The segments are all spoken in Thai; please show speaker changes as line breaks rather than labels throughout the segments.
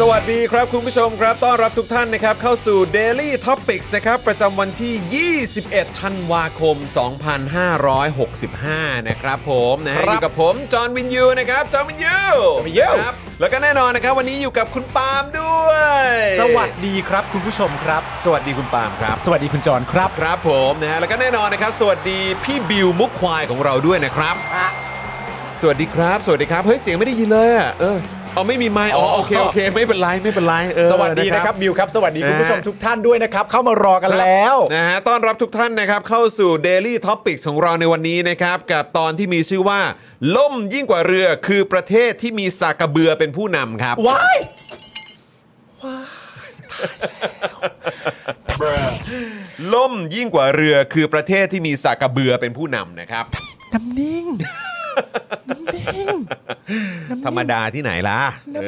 สวัสดีครับคุณผู้ชมครับต้อนรับทุกท่านนะครับเข้าสู่ Daily Topics นะครับประจำวันที่ 21 ธันวาคม 2565 นะครับผมนะฮะอยู่กับผมจอห์นวินยูนะครับจอห์นวินยูครับแล้วก็แน่นอนนะครับวันนี้อยู่กับคุณปาล์มด้วย
สวัสดีครับคุณผู้ชมครับ
สวัสดีคุณปาล์มครับ
สวัสดีคุณจอนครับ
ครับผมนะฮะแล้วก็แน่นอนนะครับ สวัสดีพี่บิวมุกควายของเราด้วยนะครับ สวัสดีครับ สวัสดีครับเฮ้ยเสียงไม่ได้ยินเลยอ่ะเออเอาไม่มีไมค์อ๋อโอเคโอเค ไม่เป็นไรไม่เป็นไรเออ
สวัสดีนะครับบิวครับ สวัสดีคุณผู้ชม
นะฮะ
ทุกท่านด้วยนะครับ เข้ามารอกันแล้ว
นะฮะต้อนรับทุกท่านนะครับเข้าสู่ Daily Topics ของเราในวันนี้นะครับ กับตอนที่มีชื่อว่า ล่มยิ่งกว่าเรือคือประเทศที่มีสากกระเบือเป็นผู้นำครับ
ว้าย
ล่มยิ่งกว่าเรือคือประเทศที่มีสากกระเบือเป็นผู้นำนะครับ
น้ำนิ่ง น้ำนิ่ง
ธรรมดาที่ไหนล่ะ
น้ำ
เอ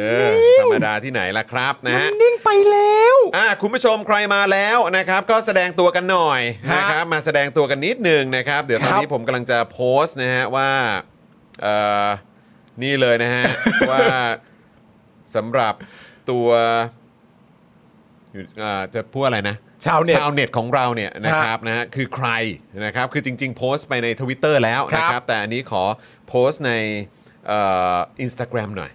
นิ่
อง ธรรมดาที่ไหนล่ะครับนะฮะ
น้ำนิ่งไปแล้ว
อ่ะคุณผู้ชมใครมาแล้วนะครับ ก็แสดงตัวกันหน่อย
ฮะ
นะครับมาแสดงตัวกันนิดหนึ่งนะครับ เดี๋ยวตอ
ค
น
รับ
นี้ผมกำลังจะโพสต์นะฮะว่าเอ่อนี่เลยนะ ฮะ ว่าสำหรับตัวอยู่อ่าจะพูดอะไรนะ
ชาวเน็ต
ชาวเน็ตของเราเนี่ยนะครับนะฮะคือใครนะครับคือจริง ๆ โพสต์ไปใน Twitter แล้วนะค
ครั
รับบ แต่อันนี้ขอโพสต์ในเอินสตาแกรมหน่อย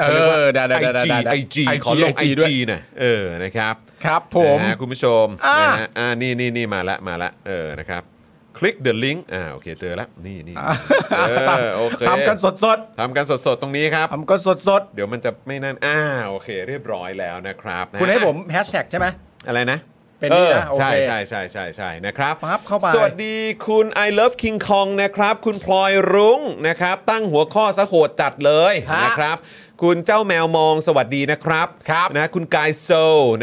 เออได้ได้
ไอ
ได้
จี
ได้
ไอจีขอลงไอ
ด้วย
จีหน่อยเออนะครับ
ครับผม
นะฮะคุณผู้ชม
อ่า
นะฮะอ่านี่นี่นี่มาละมาละเออนะครับคลิก the link อ่าโอเคเจอแล้วนี่นี่เอ
ตาม
อโอเค
ทำกันสดสด
ทำกันสดๆตรงนี้ครับ
ๆทำกันสดสด
เดี๋ยวมันจะไม่นั่นอ่าโอเค เรียบร้อยแล้วนะครับนะ
ๆ
ฮะ
คุณให้ผมแฮชแท็กใช่ไหม
อะไรนะ
เป็นนี่นะ
เออ
โอเค
ใช่ใช่ใช่ใช่ใช่นะครับ
ปั๊บเข้าไป
สวัสดีคุณ I love King Kong นะครับ คุณพลอยรุ้งนะครับ ตั้งหัวข้อสะโหดจัดเลย
ฮะ
นะครับ คุณเจ้าแมวมองสวัสดีนะครับ
ครับ
นะคุณกายโซ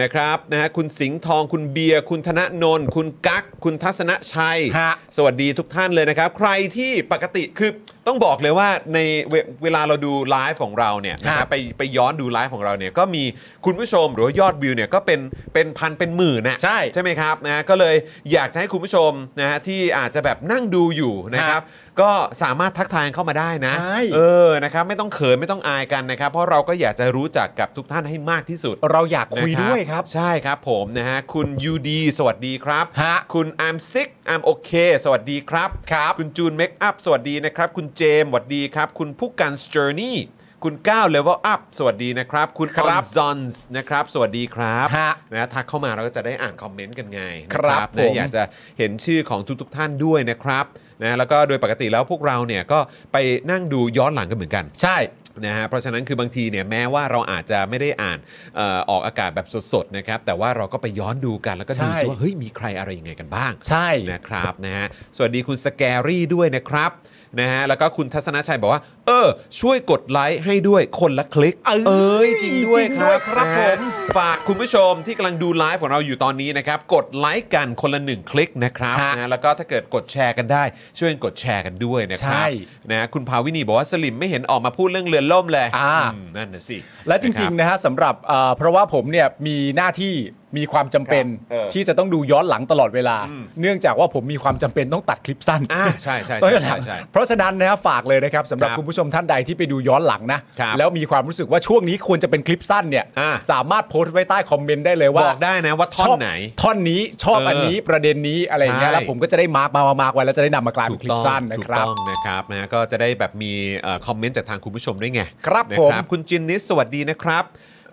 นะครับนะฮะคุณสิงห์ทองคุณเบียร์คุณธนนนท์คุณกั๊กคุณทัศนชัย
ฮะ
สวัสดีทุกท่านเลยนะครับ ใครที่ปกติคือต้องบอกเลยว่าในเวเวลาเราดูไลฟ์ของเราเนี่ยนะ
ครั
ฮะ
บ
ไปไปย้อนดูไลฟ์ของเราเนี่ยก็มีคุณผู้ชมหรือว่ายอดวิวเนี่ยก็เป็นเป็นพันเป็นหมื่นนะ
ใช่
ใช่ไหมครับนะก็เลยอยากจะให้คุณผู้ชมนะฮะที่อาจจะแบบนั่งดูอยู่นะครับ ก็สามารถทักทายเข้ามาได้นะ
ใช่
เออนะครับไม่ต้องเขินไม่ต้องอายกันนะครับ เพราะเราก็อยากจะรู้จักกับทุกท่านให้มากที่สุด
เราอยากคุย
นะ
ด้วยครับ
ใช่ครับผมนะฮะ คุณยูดีสวัสดีครับ
ฮะ
คุณ I'm sick I'm okay สวัสดีครับ
ครับ
คุณจูนเมคอัพสวัสดีนะครับ คุณเจมส์สวัสดีครับ คุณผู้กันสเจอร์นี่คุณก้าวเลเวลอัพสวัสดีนะครับ คุณ
ค
อ
รั
อน
บ
ซอนส์นะครับ สวัสดีครับ
ฮะ
นะทักเข้ามาเราก็จะได้อ่านคอมเมนต์กันไงนะครับ นะ
ผม
อยากจะเห็นชื่อของทุกๆท่านด้วยนะครับนะแล้วก็โดยปกติแล้วพวกเราเนี่ยก็ไปนั่งดูย้อนหลังกันเหมือนกัน
ใช่
นะฮะเพราะฉะนั้นคือบางทีเนี่ยแม้ว่าเราอาจจะไม่ได้อ่านเออออกอากาศแบบสดๆนะครับแต่ว่าเราก็ไปย้อนดูกันแล้วก็ดู
ใช่
ซิว่าเฮ้ยมีใครอะไรยังไงกันบ้าง
ใช่
นะครับนะฮะสวัสดีคุณสแกรี่ด้วยนะครับนะฮะแล้วก็คุณทัศนชัยบอกว่า เออ ช่วยกดไลค์ให้ด้วยคนละคลิก
เอ้ย
ยจริงด้วย
จริง
ค
ด้
รั
ว
บ
ยครับ
นะฮะ
ผม
ฝากคุณผู้ชมที่กำลังดูไลฟ์ของเราอยู่ตอนนี้นะครับกดไลค์กันคนละหนึ่งคลิกนะครับนะฮะแล้วก็ถ้าเกิดกดแชร์กันได้ ช่วยกันกดแชร์กันด้วยนะครับ
ใช่
นะคุณภาวินีบอกว่าสลิมไม่เห็นออกมาพูดเรื่องเรือนล่มเลย
อ่า
อืมนั่นนะสิ
และจริง ๆ
นะคบ
นะฮะสำหรับเอ่อเพราะว่าผมเนี่ยมีหน้าที่
มีความจำเป็น
เออ
ที่จะต้องดูย้อนหลังตลอดเวลา
อืม
เนื่องจากว่าผมมีความจำเป็นต้องตัดคลิปสั้น
อ่าใช่ใช่
ต้น
ใช่
กระถา
ใช่
ง
ใช่
เพราะฉะนั้นนะครับฝากเลยนะครับสำหรับ
ครับ
คุณผู้ชมท่านใดที่ไปดูย้อนหลังนะครับ แล้วมีความรู้สึกว่าช่วงนี้ควรจะเป็นคลิปสั้นเนี่ย
อ่า
สามารถโพสต์ไว้ใต้คอมเมนต์ได้เลยว่า
บอกได้นะว่าท่อนไหน
ชอบท่อนนี้ชอบ
เอออั
อันนี้ประเด็นนี้อะไรอย่างเงี้ย
ใช่
แล้วผมก็จะได้มาร์กมามามาร์กไว้แล้วจะได้นำมากลาย
ถู
เป็น
ก
คลิป
ต้อง
สั้นนะ
ถูก
ครับ
ต้องนะครับนะก็จะได้แบบมีเอ่อคอมเมนต์จากทางคุณผู้ชมด้วยไง
ครับ
นะ
ผม
คุณจินนิสสวัสดีนะครับ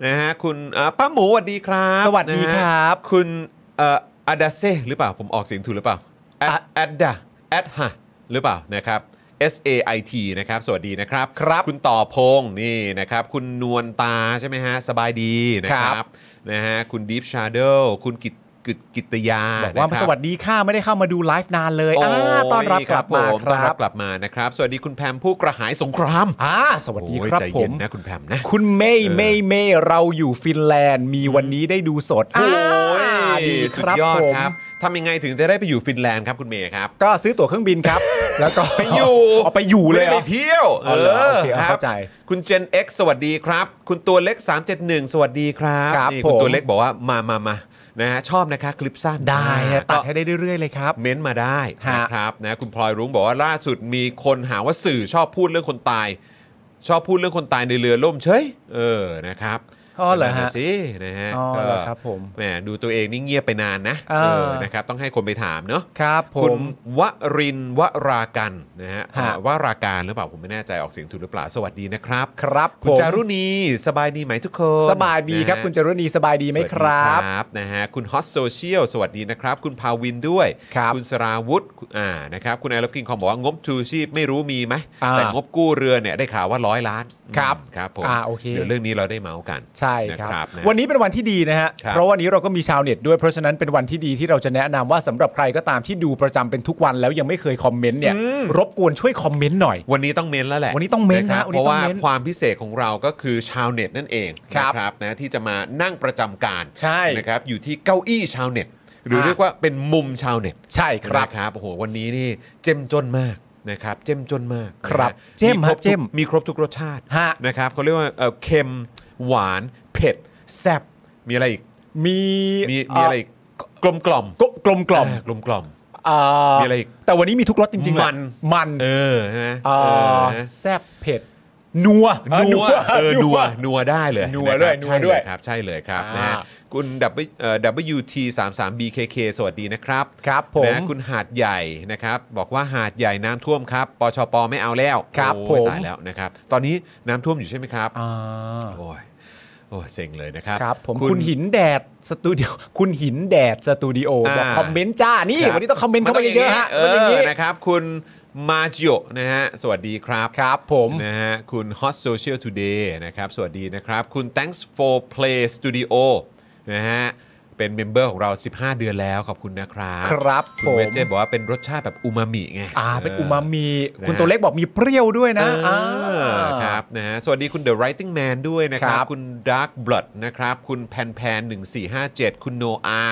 นะฮะคุณเอ่อป้าหมูสวัสดีครับ
สวัสดี
นะ
ค
ฮะ
รับ
คุณเอ่ออาดาเซหรือเปล่า ผมออกเสียงถูกหรือเปล่าแอด
อ่ะ
แอดดาแอดฮะหรือเปล่านะครับ S A I T นะครับ สวัสดีนะครับ
ครับ
คุณต่อพงษ์นี่นะครับ คุณนวลตาใช่ไหมฮะ สบายดีนะค
ครั
รับบ นะฮะคุณดีฟชาร์เดลคุณกิตกิตกิตยา
บอกว่า
นะครับ
สวัสดีค่ะไม่ได้เข้ามาดูไลฟ์นานเลยอ่าต้อนรับ
โย
กลับมา
ผ
ค
ต้อน
รั
รั
บบ
กลับมานะครับ สวัสดีคุณแพมผู้กระหายสงคราม
อ่าสวัสดี
โอ้ย
ครับ
ใจ
ผ
เย็น
ม
นะคุณแพมนะ
คุณเมย์เมย์เมย์เราอยู่ฟินแลนด์มีวันนี้ได้ดูสด
โอ้ย
อ่าดีค
สุด
รับ
ยอด
ผม
ครับทำยังไงถึงจะได้ไปอยู่ฟินแลนด์ครับคุณเมย์ครับ
ก็ซื้อตั๋วเครื่องบิน ครับ แล้วก็
ไปอยู่
เอาไปอยู่เลย
ไม่ได้
เหร
ไป
อ
เที่ยว
เอาเหรอโอเคเอาเข้าใจ
คุณเจน X สวัสดีครับ คุณตัวเล็ก 371 สวัสดีครับ
ครับ
นี่คุณ
ผม
ตัวเล็กบอกว่ามามามานะฮะชอบนะคะ คลิปสั้น
ได้
นะ
นะ
ฮะ
ตัด
ก็
ให้ได้เรื่อยๆเลยครับ
เม้นต์มาได้
ฮะ
นะครับนะคุณพลอยรุ้งบอกว่าล่าสุดมีคนหาว่าสื่อชอบพูดเรื่องคนตาย ชอบพูดเรื่องคนตายในเรือล่มเฉยเออนะครับ
อ๋อเหรอ
นั่น
ฮะ
น่สินะฮะ
อ๋อเหรอครับผม
แหมดูตัวเองนี่เงียบไปนานนะ
อ่า
เออนะครับต้องให้คนไปถามเนาะ
ครับผ
คุณ
ม
วรินทร์วรากันนะฮะ
ฮะ
วราการหรือเปล่าผมไม่แน่ใจออกเสียงถูกหรือเปล่าสวัสดีนะครับ
ครับ
คุณ
ผม
จารุณีสบายดีไหมทุกคน
สบายดีครับ
นะฮะ
คุณจรณีสบายดีไหมครั
สวั
บ
สดีนะฮะคุณฮอตโซเชียลสวัสดีนะครับ คุณพาวินด้วย
ครับ
ณสราวุธคุณอ่านะครับคุณไอรับกินคอมบอกว่างบชูชีพไม่รู้มีไหม
อ่า
แต่งบกู้เรือเนี่ยได้ข่าวว่าร้อยล้าน
ครับ
อืมครับผม
อ่าโอเค
เดี๋ยวเรื่องนี้เราได้เมาส์กัน
ใช่
นะครับ นะ
วันนี้เป็นวันที่ดีนะฮะ
ครับ
เพราะวันนี้เราก็มีชาวเน็ตด้วย เพราะฉะนั้นเป็นวันที่ดีที่เราจะแนะนำว่าสำหรับใครก็ตามที่ดูประจำเป็นทุกวันแล้วยังไม่เคยคอมเมนต์เนี่ย
อืม
รบกวนช่วยคอมเมนต์หน่อย
วันนี้ต้องเม้นแล้วแหละ
วันนี้ต้องเม้น
ค
นะ
รับ
วัน
เพ
นี้
ราะ
ต้อง
ว่า
เม้น
ความพิเศษของเราก็คือชาวเน็ตนั่นเอง
ครับ
นะครับนะที่จะมานั่งประจำการ
ใช่
นะครับอยู่ที่เก้าอี้ชาวเน็ต หรือ
ฮะ
เรียกว่าเป็นมุมชาวเน็ต
ใช่ครับ
นะครับโอ้โหวันนี้นี่เจ้มจนมากนะครับเจ้มจนมาก
ครับ
นะฮะ
เจ้มฮะ
ครบทุก
เจ้ม
มีครบทุกรสชาติ
ฮะ
นะครับเขาเรียกว่าเอ่อเค็มหวานเผ็ดแซ่บมีอะไรอีก
มี
มีมีอะไรอีกกลมกล่อม
เอ่อกลมกล่อม
ากลมกล่อม
เอ่อ
มีอะไรอีก
แต่วันนี้มีทุกรสจริงๆแหละ
มัน
มัน
เออนะ
เอ่
เอ
อ
อนะ
แซบเผ็ด นัว
นัวเออนัว
นั
นัวได้เลย
นัวด้วย
นะครับ
นัวด้วย
ใช่เลครับใช่เลยครับ
อ่าน
นะฮะคุณ W เอ่อ WT 3 3 BKK สวัสดีนะครับ
ครับผม
นะคุณหาดใหญ่นะครับ บอกว่าหาดใหญ่น้ำท่วมครับปชปไม่เอาแล้ว
ครับ
โอ้ย
ผม
ตายแล้วนะครับ ตอนนี้น้ำท่วมอยู่ใช่ไหมครับ
อ่า
โอ้ยโอ้ยเซ็งเลยนะครับ
ครับผมคุณหินแดดสตูดิโอ คุณหินแดดสตูดิโอบอก
อ่า
คอมเมนต์จ้านี่
รับ
วันนี้ต้องคอมเมนต์เข้าไปเยอะๆฮะ
เอ
มันอย่าง
อ
นี้
นะครับคุณมาจิโอนะฮะสวัสดีครับ
ครับผม
นะฮะคุณ Hot Social Today นะครับ สวัสดีนะครับ คุณ Thanks for Play Studio นะฮะ เป็นเมมเบอร์ของเรา 15 เดือนแล้ว ขอบคุณนะครับ
ครับ
คุ
ผ
ณ
ม
เวจเจบอกว่าเป็นรสชาติแบบอูมามิไง
อ่าเป็นอูมามิ
นะฮะ
คุณตัวเล็กบอกมีเปรี้ยวด้วยนะ
เอ
อ่า
อครับนะฮะสวัสดีคุณ The Writing Man ด้วยนะครับ
ครับ
คุณ Dark Blood นะครับ คุณแพนแพน1457 คุณโนอา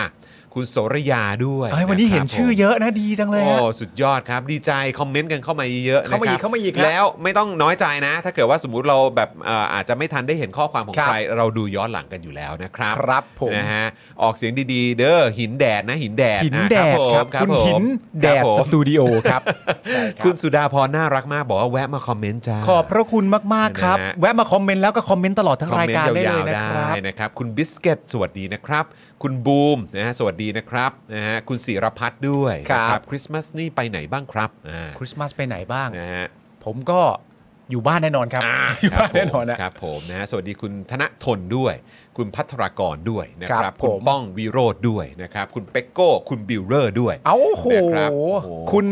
คุณโสระยาด้วย
เอ้ยวันนี้
ะค
เห็
รับ
นชื่อ
ผม
เยอะนะดีจังเลย
โอ้
ฮะ
สุดยอดครับ ดีใจคอมเมนต์กันเข้ามาเยอะๆนะ
เข้ามา
ค
อี
รั
กเข้ามาอีกครับ
แล้วไม่ต้องน้อยใจนะ ถ้าเกิดว่าสมมุติเราแบบเอ่ออาจจะไม่ทันได้เห็นข้อความของ
ครับ
ใคร เราดูย้อนหลังกันอยู่แล้วนะครับ
ครับผม
นะฮะออกเสียงดีๆ เด้อหินแดดนะหินแดด
หินะ แดด
ผม
ครับ
รับ
คุณ
ผม
หินแด
ค
ด
รับผม
สตูดิโอครับใช่รับ
คุณสุดาพรน่ารักมากบอกว่าแวะมาคอมเมนต์จ้า
ขอบพระคุณมาก ๆ ครับ
นะฮะ
แวะมาคอมเมนต์แล้วก็คอมเมนต์ตลอดทั้ง
คอม
ราย
เมน
การ
ต์
ได้
ยา
เล
วย ๆ
นะค
ได้
รับ
นะครับ คุณบิสเกตสวัสดีนะครับ คุณบูมนะฮะสวัสดีนะครับนะฮะคุณศิรพัฒน์ด้วย
ครับ
นะคริสต์มาสนี่ไปไหนบ้างครับอ่า
คริสต์มาสไปไหนบ้าง
นะฮะ
ผมก็อยู่บ้านแน่นอนครับ อยู่
ครับผม
บ้านแน่นอนนะ
ครับผมนะฮะสวัสดีคุณธนทนด้วย คุณพัทรากรด้วยนะค
ครั
รับบ คุณ
ผม
ป้องวิโรธด้วยนะครับ คุณเป็กโก้ คุณบิลเลอร์ด้วย
เอ้าโห
นะครับโอ้โห
คุณ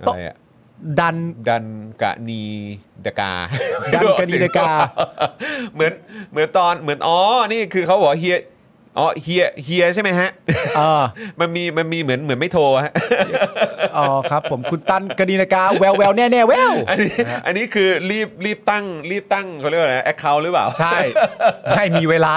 อะไรอะ
ดัน
ดันกะนีดากา
ดันกะนีดากา
เหมือนเหมือนตอนเหมือนอ๋อนี่คือเขาบอกว่าเฮียอ๋อเฮียเฮียใช่ไหมฮะ
เออ
มันมีมันมีเหมือนเหมือนไม่โทรฮะ
อ๋อครับ ผมคุณตันกดีนากาแววแววแน่แน่แวว
อันนี้อันนี้คือรีบรีบตั้งรีบตั้งเขาเรียกว่าอะไรแอคเคาท์หรือเปล่า
ใช่ ให้มีเวลา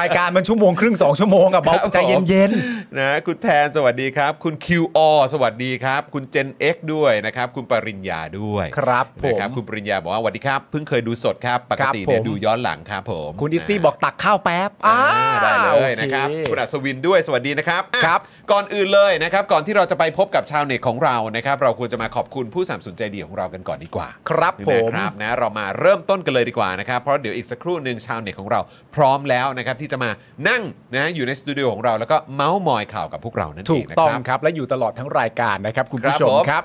รายการมันชั่วโมงครึ่งสองชั่วโมงอะเบา
ครับ
ใจ
ผม
เย็น
นะคุณแทนสวัสดีครับ คุณ QR สวัสดีครับ คุณ Gen X ด้วยนะครับ คุณปริญญาด้วย
ครับผม
นะครับคุณปริญญาบอกว่าสวัสดีครับ เพิ่งเคยดูสดครับ ปกติเนี่ย
ผม
ดูย้อนหลังครับผม
ๆ คุณดิซี่
ะ
บอกตักข้าวแป๊บ
อ่า
อ่า
ได้ เลยนะครับ
โอเค
คุณอัศวินด้วยสวัสดีนะครับอ่ะ
ครับ
ก่อนอื่นเลยนะครับ ก่อนที่เราจะไปพบกับชาวเน็ตของเรานะครับ เราควรจะมาขอบคุณผู้สามสนุนใจดีของเรากันก่อนดีกว่า
ครับผ
นะ
ม
ครับนะเรามาเริ่มต้นกันเลยดีกว่านะครับเพราะเดี๋ยวอีกสักครู่หนึ่งชาวเน็ตของเราพร้อมแล้วนะครับที่จะมานั่งนะอยู่ในสตูดิโอของเราแล้วก็เมาส์มอยข่าวกับพวกเรานั่น
ถู
เอก งนะ
ต้อง
ครับ
ครับ และอยู่ตลอดทั้งรายการนะครับ คุณผู้
ค
ช
รั
ม
บผม
ครับ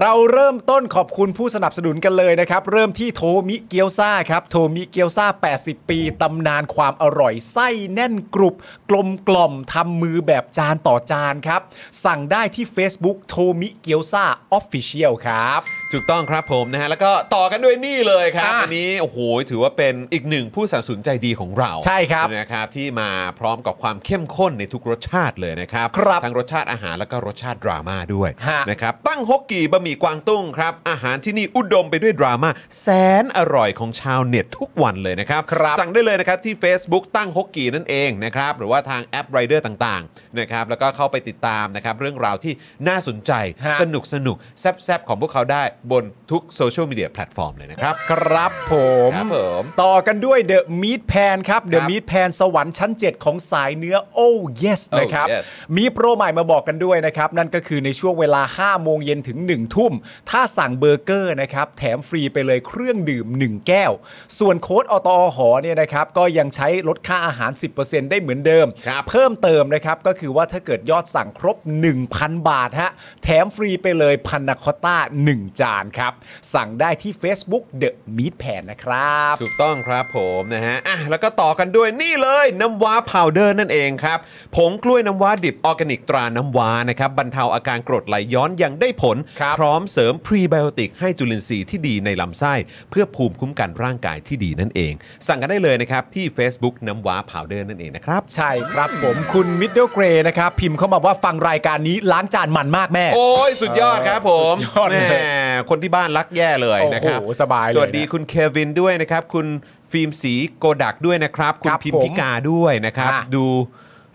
เราเริ่มต้นขอบคุณผู้สนับสนุนกันเลยนะครับ เริ่มที่โทมิเกียวซาครับ โทมิเกียวซา80 ปีตำนานความอร่อยไส้แน่นกรุบ กลมกล่อมทำมือแบบจานต่อจานครับ สั่งได้ที่ Facebook โทมิเกียวซาออฟฟิเชียลครับ
ถูกต้องครับผมนะฮะแล้วก็ต่อกันด้วยนี่เลยครับ
อ่ะ
อันนี้โอ้โหถือว่าเป็นอีกหนึ่งผู้สนับสนุนใจดีของเรา
ใช่ครับ
นะครับที่มาพร้อมกับความเข้มข้นในทุกรสชาติเลยนะครับ
ครับ
ทั้งรสชาติอาหารแล้วก็รสชาติดราม่าด้วย
ฮะ
นะครับตั้งฮกกี่บะหมี่กวางตุ้งครับอาหารที่นี่อุดมไปด้วยดราม่าแสนอร่อยของชาวเน็ตทุกวันเลยนะครับ
ครับ
สั่งได้เลยนะครับที่ Facebook ตั้งฮกกี่นั่นเองนะครับหรือว่าทางแอปไรเดอร์ต่างๆนะครับแล้วก็เข้าไปติดตามนะครับเรื่องราวที่น่าสนใจ
ฮะ
สนุก สนุกสนุกแซบๆ ของพวกเขาได้บนทุกโซเชียลมีเดียแพลตฟอร์มเลยนะครับ
ครับผม
ครับผม
ต่อกันด้วยเดอะมีทแพนครับเด
ค
อะ
รับ
มีทแพนสวรรค์ชั้น 7 ของสายเนื้อโอ้เยส
Oh
นะครับ
yes
มีโปรใหม่มาบอกกันด้วยนะครับ นั่นก็คือในช่วงเวลา 5 โมงเย็นถึง 1 ทุ่ม ถ้าสั่งเบอร์เกอร์นะครับ แถมฟรีไปเลยเครื่องดื่ม 1 แก้ว ส่วนโค้ดอตอหอเนี่ยนะครับ ก็ยังใช้ลดค่าอาหาร 10%ได้เหมือนเดิม
ครับ
เพิ่มเติมนะครับก็คือว่าถ้าเกิดยอดสั่งครบ 1,000 บาทฮะแถมฟรีไปเลยพันนาคอตต้า 1 จานครับ สั่งได้ที่ Facebook The Meat Pan นะครับ
ถูกต้องครับผมนะฮะอ่ะแล้วก็ต่อกันด้วยนี่เลยน้ำว้าพาวเดอร์นั่นเองครับผงกล้วยน้ำว้าดิบออร์แกนิกตราน้ำว้านะครับบรรเทาอาการกรดไหลย้อนอยังได้ผล
ครับ
พร้อมเสริมพรีไบโอติกให้จุลินทรีย์ที่ดีในลำไส้ เพื่อภูมิคุ้มกันร่างกายที่ดีนั่นเอง สั่งกันได้เลยนะครับที่ Facebook น้ำว้าพาวเดอร์นั่นเองนะครับ
ใช่ครับผมคุณมิดเดิลเกรนะครับ พิมพ์เข้ามาว่าฟังรายการนี้ล้างจานมันมากแม่
โอ้ย สุดยอดครับผม
สุดยอด
แห
เลย
มคนที่บ้านรักแย่เลยนะครับ
โอ้โหสบายเลยนะ
สวัสดีคุณเควินด้วยนะครับ คุณฟิล์มสีโกดักด้วยนะครับ คุ
ค
ณ
รับ
พิมพิกาด้วยนะครับ
ค่ะ
ดู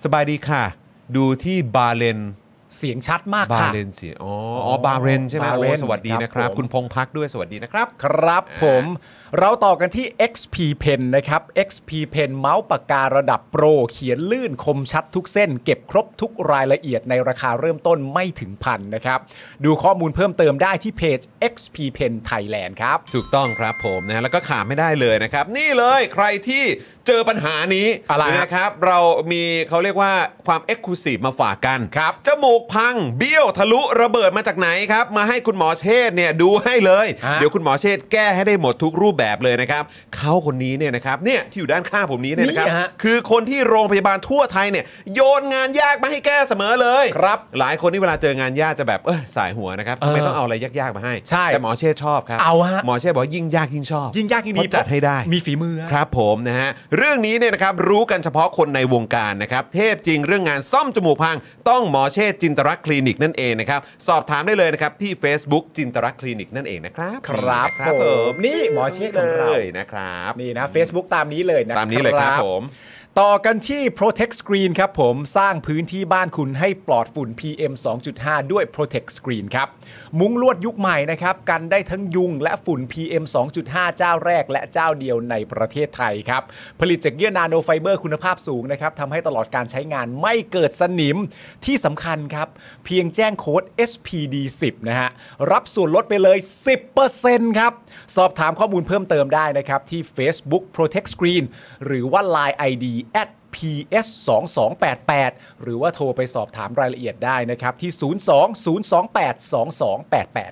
สบายดีค่ะ ดูที่บาเลน
เสียงชัดมาก
บา
ค่ะ
เลนเสียอ๋ออ๋อบาเรนใช่ไหม
บา
โอ้
เรน
สวัสดีนะครั
ครับ บผม
คุณพงพักด้วยสวัสดีนะครับ
ครับผมเราต่อกันที่ XP Pen นะครับ XP Pen เมาส์ปากการะดับโปร เขียนลื่นคมชัดทุกเส้น เก็บครบทุกรายละเอียดในราคาเริ่มต้นไม่ถึงพันนะครับ ดูข้อมูลเพิ่มเติมได้ที่เพจ XP Pen Thailand ครับ
ถูกต้องครับผมนะฮะแล้วก็ขาดไม่ได้เลยนะครับ นี่เลยใครที่เจอปัญหานี้
อะไรฮะ
นะครับ เรามีเขาเรียกว่าความเอ็กซ์คลูซีฟมาฝากกัน
ครับ
จมูกพังเบี้ยวทะลุระเบิดมาจากไหนครับ มาให้คุณหมอเชษฐ์เนี่ยดูให้เลย
ฮะ
เดี๋ยวคุณหมอเชษฐ์แก้ให้ได้หมดทุกรูปแบบเลยนะครับเขาคนนี้เนี่ยนะครับเนี่ยที่อยู่ด้านข้างผมนี้เนี่ยนะครับ
นี่ฮะ
คือคนที่โรงพยาบาลทั่วไทยเนี่ยโยนงานยากมาให้แก้เสมอเลย
ครับ
หลายคนที่เวลาเจองานยากจะแบบเอยสายหัวนะครับทำไมต้องเอาอะไรยากๆมาให้
ใช่
แต่หมอเชษฐ์ชอบครับ
เอาฮะ
หมอเช่บอกว่ายิ่งยากยิ่งชอบ
ยิ่งยากยิ่ง
เพ
ดี
ระจัดให้ได้
มีฝีมือ
ครับผมนะฮะ เรื่องนี้เนี่ยนะครับรู้กันเฉพาะคนในวงการนะครับ เทพจริงเรื่องงานซ่อมจมูกพัง ต้องหมอเชษจินตรักษณ์คลินิกนั่นเองนะครับ สอบถามได้เลยนะครับที่ Facebook จินตรักษณ์คลินิกนั่นเองนะครับ
ครับ
นะ
ผมนี่หมอเชษของเรา
เลยนะครับ
นี่นะ Facebook ตามนี้เลยนะ
ตามนี้เลยครับผม
ต่อกันที่ Protect Screen ครับผมสร้างพื้นที่บ้านคุณให้ปลอดฝุ่น PM 2.5 ด้วย Protect Screen ครับ มุ้งลวดยุคใหม่นะครับ กันได้ทั้งยุงและฝุ่น PM 2.5 เจ้าแรกและเจ้าเดียวในประเทศไทยครับ ผลิตจากเยื่อนาโนไฟเบอร์คุณภาพสูงนะครับทำให้ตลอดการใช้งานไม่เกิดสนิมที่สำคัญครับ เพียงแจ้งโค้ด SPD 10นะฮะรับส่วนลดไปเลย 10%ครับ สอบถามข้อมูลเพิ่มเติมได้นะครับ ที่ Facebook Protect Screen หรือว่า Line ID at PS 2 2 8 8หรือว่าโทรไปสอบถามรายละเอียดได้นะครับ ที่ 02 028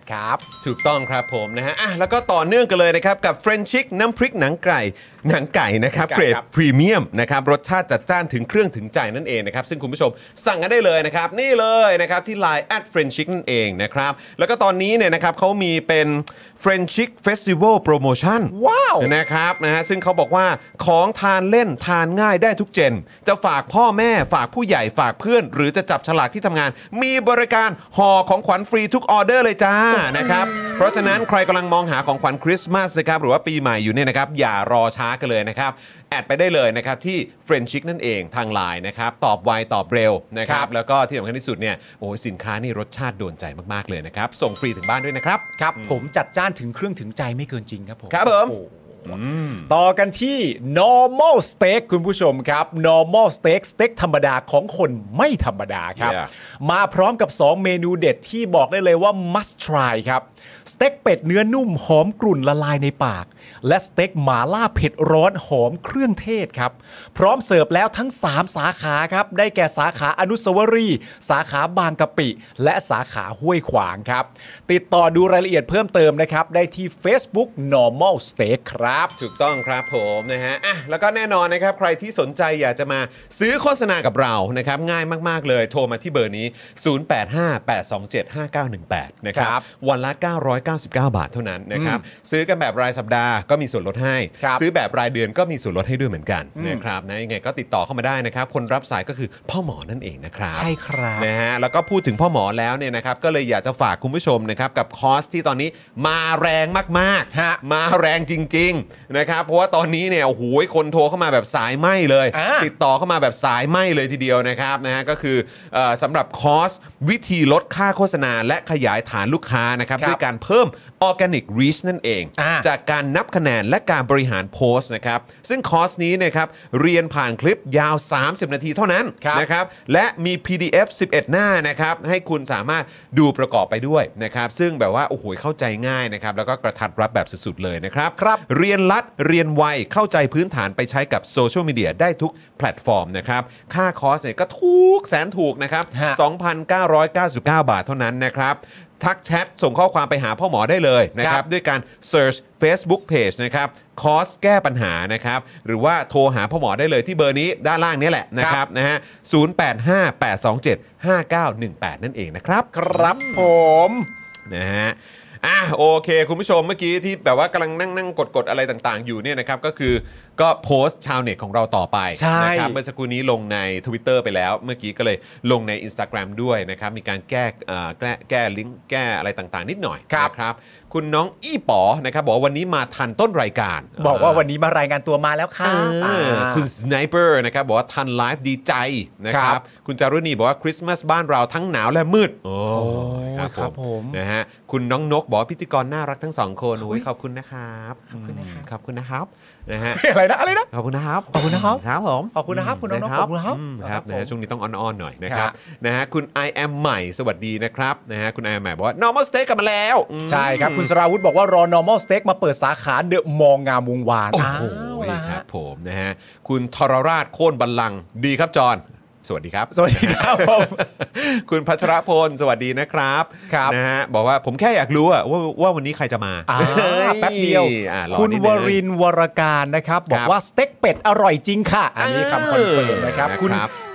2288 ครับ
ถูกต้องครับผมนะฮะอ่ะแล้วก็ต่อเนื่องกันเลยนะครับ กับเฟรนชิกน้ำพริกหนังไก่ หนังไก่นะครับ
ไก่
เกรด
ครับ
พรีเมียมนะครับ รสชาติจัดจ้านถึงเครื่องถึงใจนั่นเองนะครับ ซึ่งคุณผู้ชมสั่งกันได้เลยนะครับ นี่เลยนะครับ ที่ Line แอดเฟรนชิกนั่นเองนะครับ แล้วก็ตอนนี้เนี่ยนะครับเขามีเป็นเฟรนชิกเฟสติวัลโปรโมชั่น
ว้าว
นะครับนะฮะซึ่งเขาบอกว่าของทานเล่นทานง่ายได้ทุกเจน จะฝากพ่อแม่ฝากผู้ใหญ่ฝากเพื่อน หรือจะจับฉลากที่ทำงาน มีบริการห่อของขวัญฟรีทุกออเดอร์เลยจ้า นะครับ เพราะฉะนั้นใครกำลังมองหาของขวัญคริสต์มาสนะครับหรือว่าปีใหม่อยู่เนี่ยนะครับ อย่ารอช้ากันเลยนะครับ แอดไปได้เลยนะครับ ที่เฟรนชิกนั่นเองทางไลน์นะครับ ตอบไวตอบเร็วนะครั
ครับ บ
แล้วก็ที่สำคัญที่สุดเนี่ยโอ้โหสินค้านี่รสชาติโดนใจมากๆเลยนะครับส่งฟรีถึงบ้านด้วยนะครับ
ครับ ผมจัดจ้านถึงเครื่องถึงใจไม่เกินจริงครับผม
ครับผม
โอ้โห ต่อกันที่ normal steak คุณผู้ชมครับ normal steak สเต็กธรรมดาของคนไม่ธรรมดาครับ
Yeah
มาพร้อมกับ 2 เมนูเด็ดที่บอกได้เลยว่า must try ครับสเต็กเป็ดเนื้อนุ่มหอมกรุ่นละลายในปาก และสเต็กหมาล่าเผ็ดร้อนหอมเครื่องเทศครับ พร้อมเสิร์ฟแล้วทั้ง 3 สาขาครับ ได้แก่สาขาอนุสาวรีย์สาขาบางกะปิ และสาขาห้วยขวางครับ ติดต่อดูรายละเอียดเพิ่มเติมนะครับ ได้ที่ Facebook normal steak ครับ
ถูกต้องครับผมนะฮะอ่ะแล้วก็แน่นอนนะครับ ใครที่สนใจอยากจะมาซื้อโฆษณากับเรานะครับ ง่ายมากๆเลย โทรมาที่เบอร์นี้ 0858275918 นะค
ค
รั
รับ บ
วันละ 999 บาทเท่านั้นนะครับ ซื้อกันแบบรายสัปดาห์ก็มีส่วนลดให้
ครับ
ซื้อแบบรายเดือนก็มีส่วนลดให้ด้วยเหมือนกันนะครับนะยังไงก็ติดต่อเข้ามาได้นะครับ คนรับสายก็คือพ่อหมอนั่นเองนะครับ
ใช่ครับ
นะฮะแล้วก็พูดถึงพ่อหมอแล้วเนี่ยนะครับก็เลยอยากจะฝากคุณผู้ชมนะครับกับคอร์สที่ตอนนี้มาแรงมาก
ฮะ
มาแรงจริงๆนะครับเพราะว่าตอนนี้เนี่ยโอ้โหคนโทรเข้ามาแบบสายไหมเลย
อ่า
ติดต่อเข้ามาแบบสายไหมเลยทีเดียวนะครับนะฮะก็คือเอ่อสำหรับคอร์สวิธีลดค่าโฆษณาและขยายฐานลูกค้านะครับ
ครับ
ด้วยการเพิ่ม Organic Reach นั่นเอง
อ่า
จากการนับคะแนนและการบริหารโพสต์นะครับซึ่งคอร์สนี้นะครับเรียนผ่านคลิปยาว 30 นาทีเท่านั้น
ครับ
นะ นะครับและมี PDF 11 หน้านะครับให้คุณสามารถดูประกอบไปด้วยนะครับซึ่งแบบว่าโอ้โหเข้าใจง่ายนะครับแล้วก็กระทัดรัดแบบสุดๆเลยนะครับ
ครับ
เรียนรัดเรียนไวเข้าใจพื้นฐานไปใช้กับโซเชียลมีเดียได้ทุกแพลตฟอร์มนะครับค่าคอร์สเนี่ยก็ถูกแสนถูกนะครับ
ฮะ
2,999 บาทเท่านั้นนะครับ ทักแชทส่งข้อความไปหาพ่อหมอได้เลยนะครับ
ครับ
ด้วยการ search Facebook page นะครับคอร์สแก้ปัญหานะครับ หรือว่าโทรหาพ่อหมอได้เลยที่เบอร์นี้ด้านล่างนี้แหละนะครับนะฮะ 0858275918 นั่นเองนะครับ
ครับผม
นะฮะ อ่ะโอเค คุณผู้ชมเมื่อกี้ที่แบบว่ากำลังนั่งนั่งกดกดอะไรต่างๆ อยู่เนี่ยนะครับ ก็คือก็โพสต์ชาวเน็ตของเราต่อไป
ใช่
นะครับเมื่อสักครู่นี้ลงใน Twitter ไปแล้ว เมื่อกี้ก็เลยลงใน Instagram ด้วยนะครับ มีการแก้เอ่อแก้แก้ลิงก์แก้อะไรต่างๆ นิดหน่อย
ครับ
นะครับ คุณน้องอี้ป๋อนะครับบอกว่าวันนี้มาทันต้นรายการ
บอกว่าวันนี้มารายงานตัวมาแล้วค่ะ
เออคุณสไนเปอร์นะครับบอกว่าทันไลฟ์ดีใจนะค
ครั
รับบ คุณจารุณีบอกว่าคริสต์มาสบ้านเราทั้งหนาวและมืดโอ้
ยครับผม
นะฮะคุณน้องนกบอกว่าพิธีกรน่ารักทั้งสองคนโอ้ยขอบคุณนะครับอืมขอบคุณนะครับนะฮะ
อะไรนะอะไรนะ
ขอบคุณนะครับ
ขอบคุณนะครับ
ครับผม
ขอบคุณนะครับคุณน้องนกขอบคุณครับ
อืมค
ครั
รับบ นะฮะ
ผม
ช่วงนี้ต้องอ่อนๆหน่อยนะครับ
ครับ
นะฮะคุณ I am ใหม่สวัสดีนะครับนะฮะคุณ I am ใหม่บอกว่า normal steak กลับมาแล้วอืม
ใช่ครับ คุณสราวุธบอกว่ารอ normal steak มาเปิดสาขาเดอะมองงามวงวาน
โอ้
อ้า
โห
วล่ะ
ค
ฮะ
รับผมนะฮะ คุณทรราชโค่นบัลลังก์ดีครับจอนสวัสดีครับ
สวัสดีครับผม
คุณพัชรพล สวัสดีนะครับ
ครับ
นะฮะบอกว่าผมแค่อยากรู้อะว่าว่าวันนี้ใครจะมา
อ่า
เฮ้ย
แป๊บเดียว
อ่ะรอ
คุณ
นิด
ว
นึง
รินทร์วรการนะครับ บอ
ค
ก
รับ
ว่าสเต็กเป็ดอร่อยจริงค่ะ อันนี้คำคอนเฟิร์มนะครับ
นะครับ
คุณ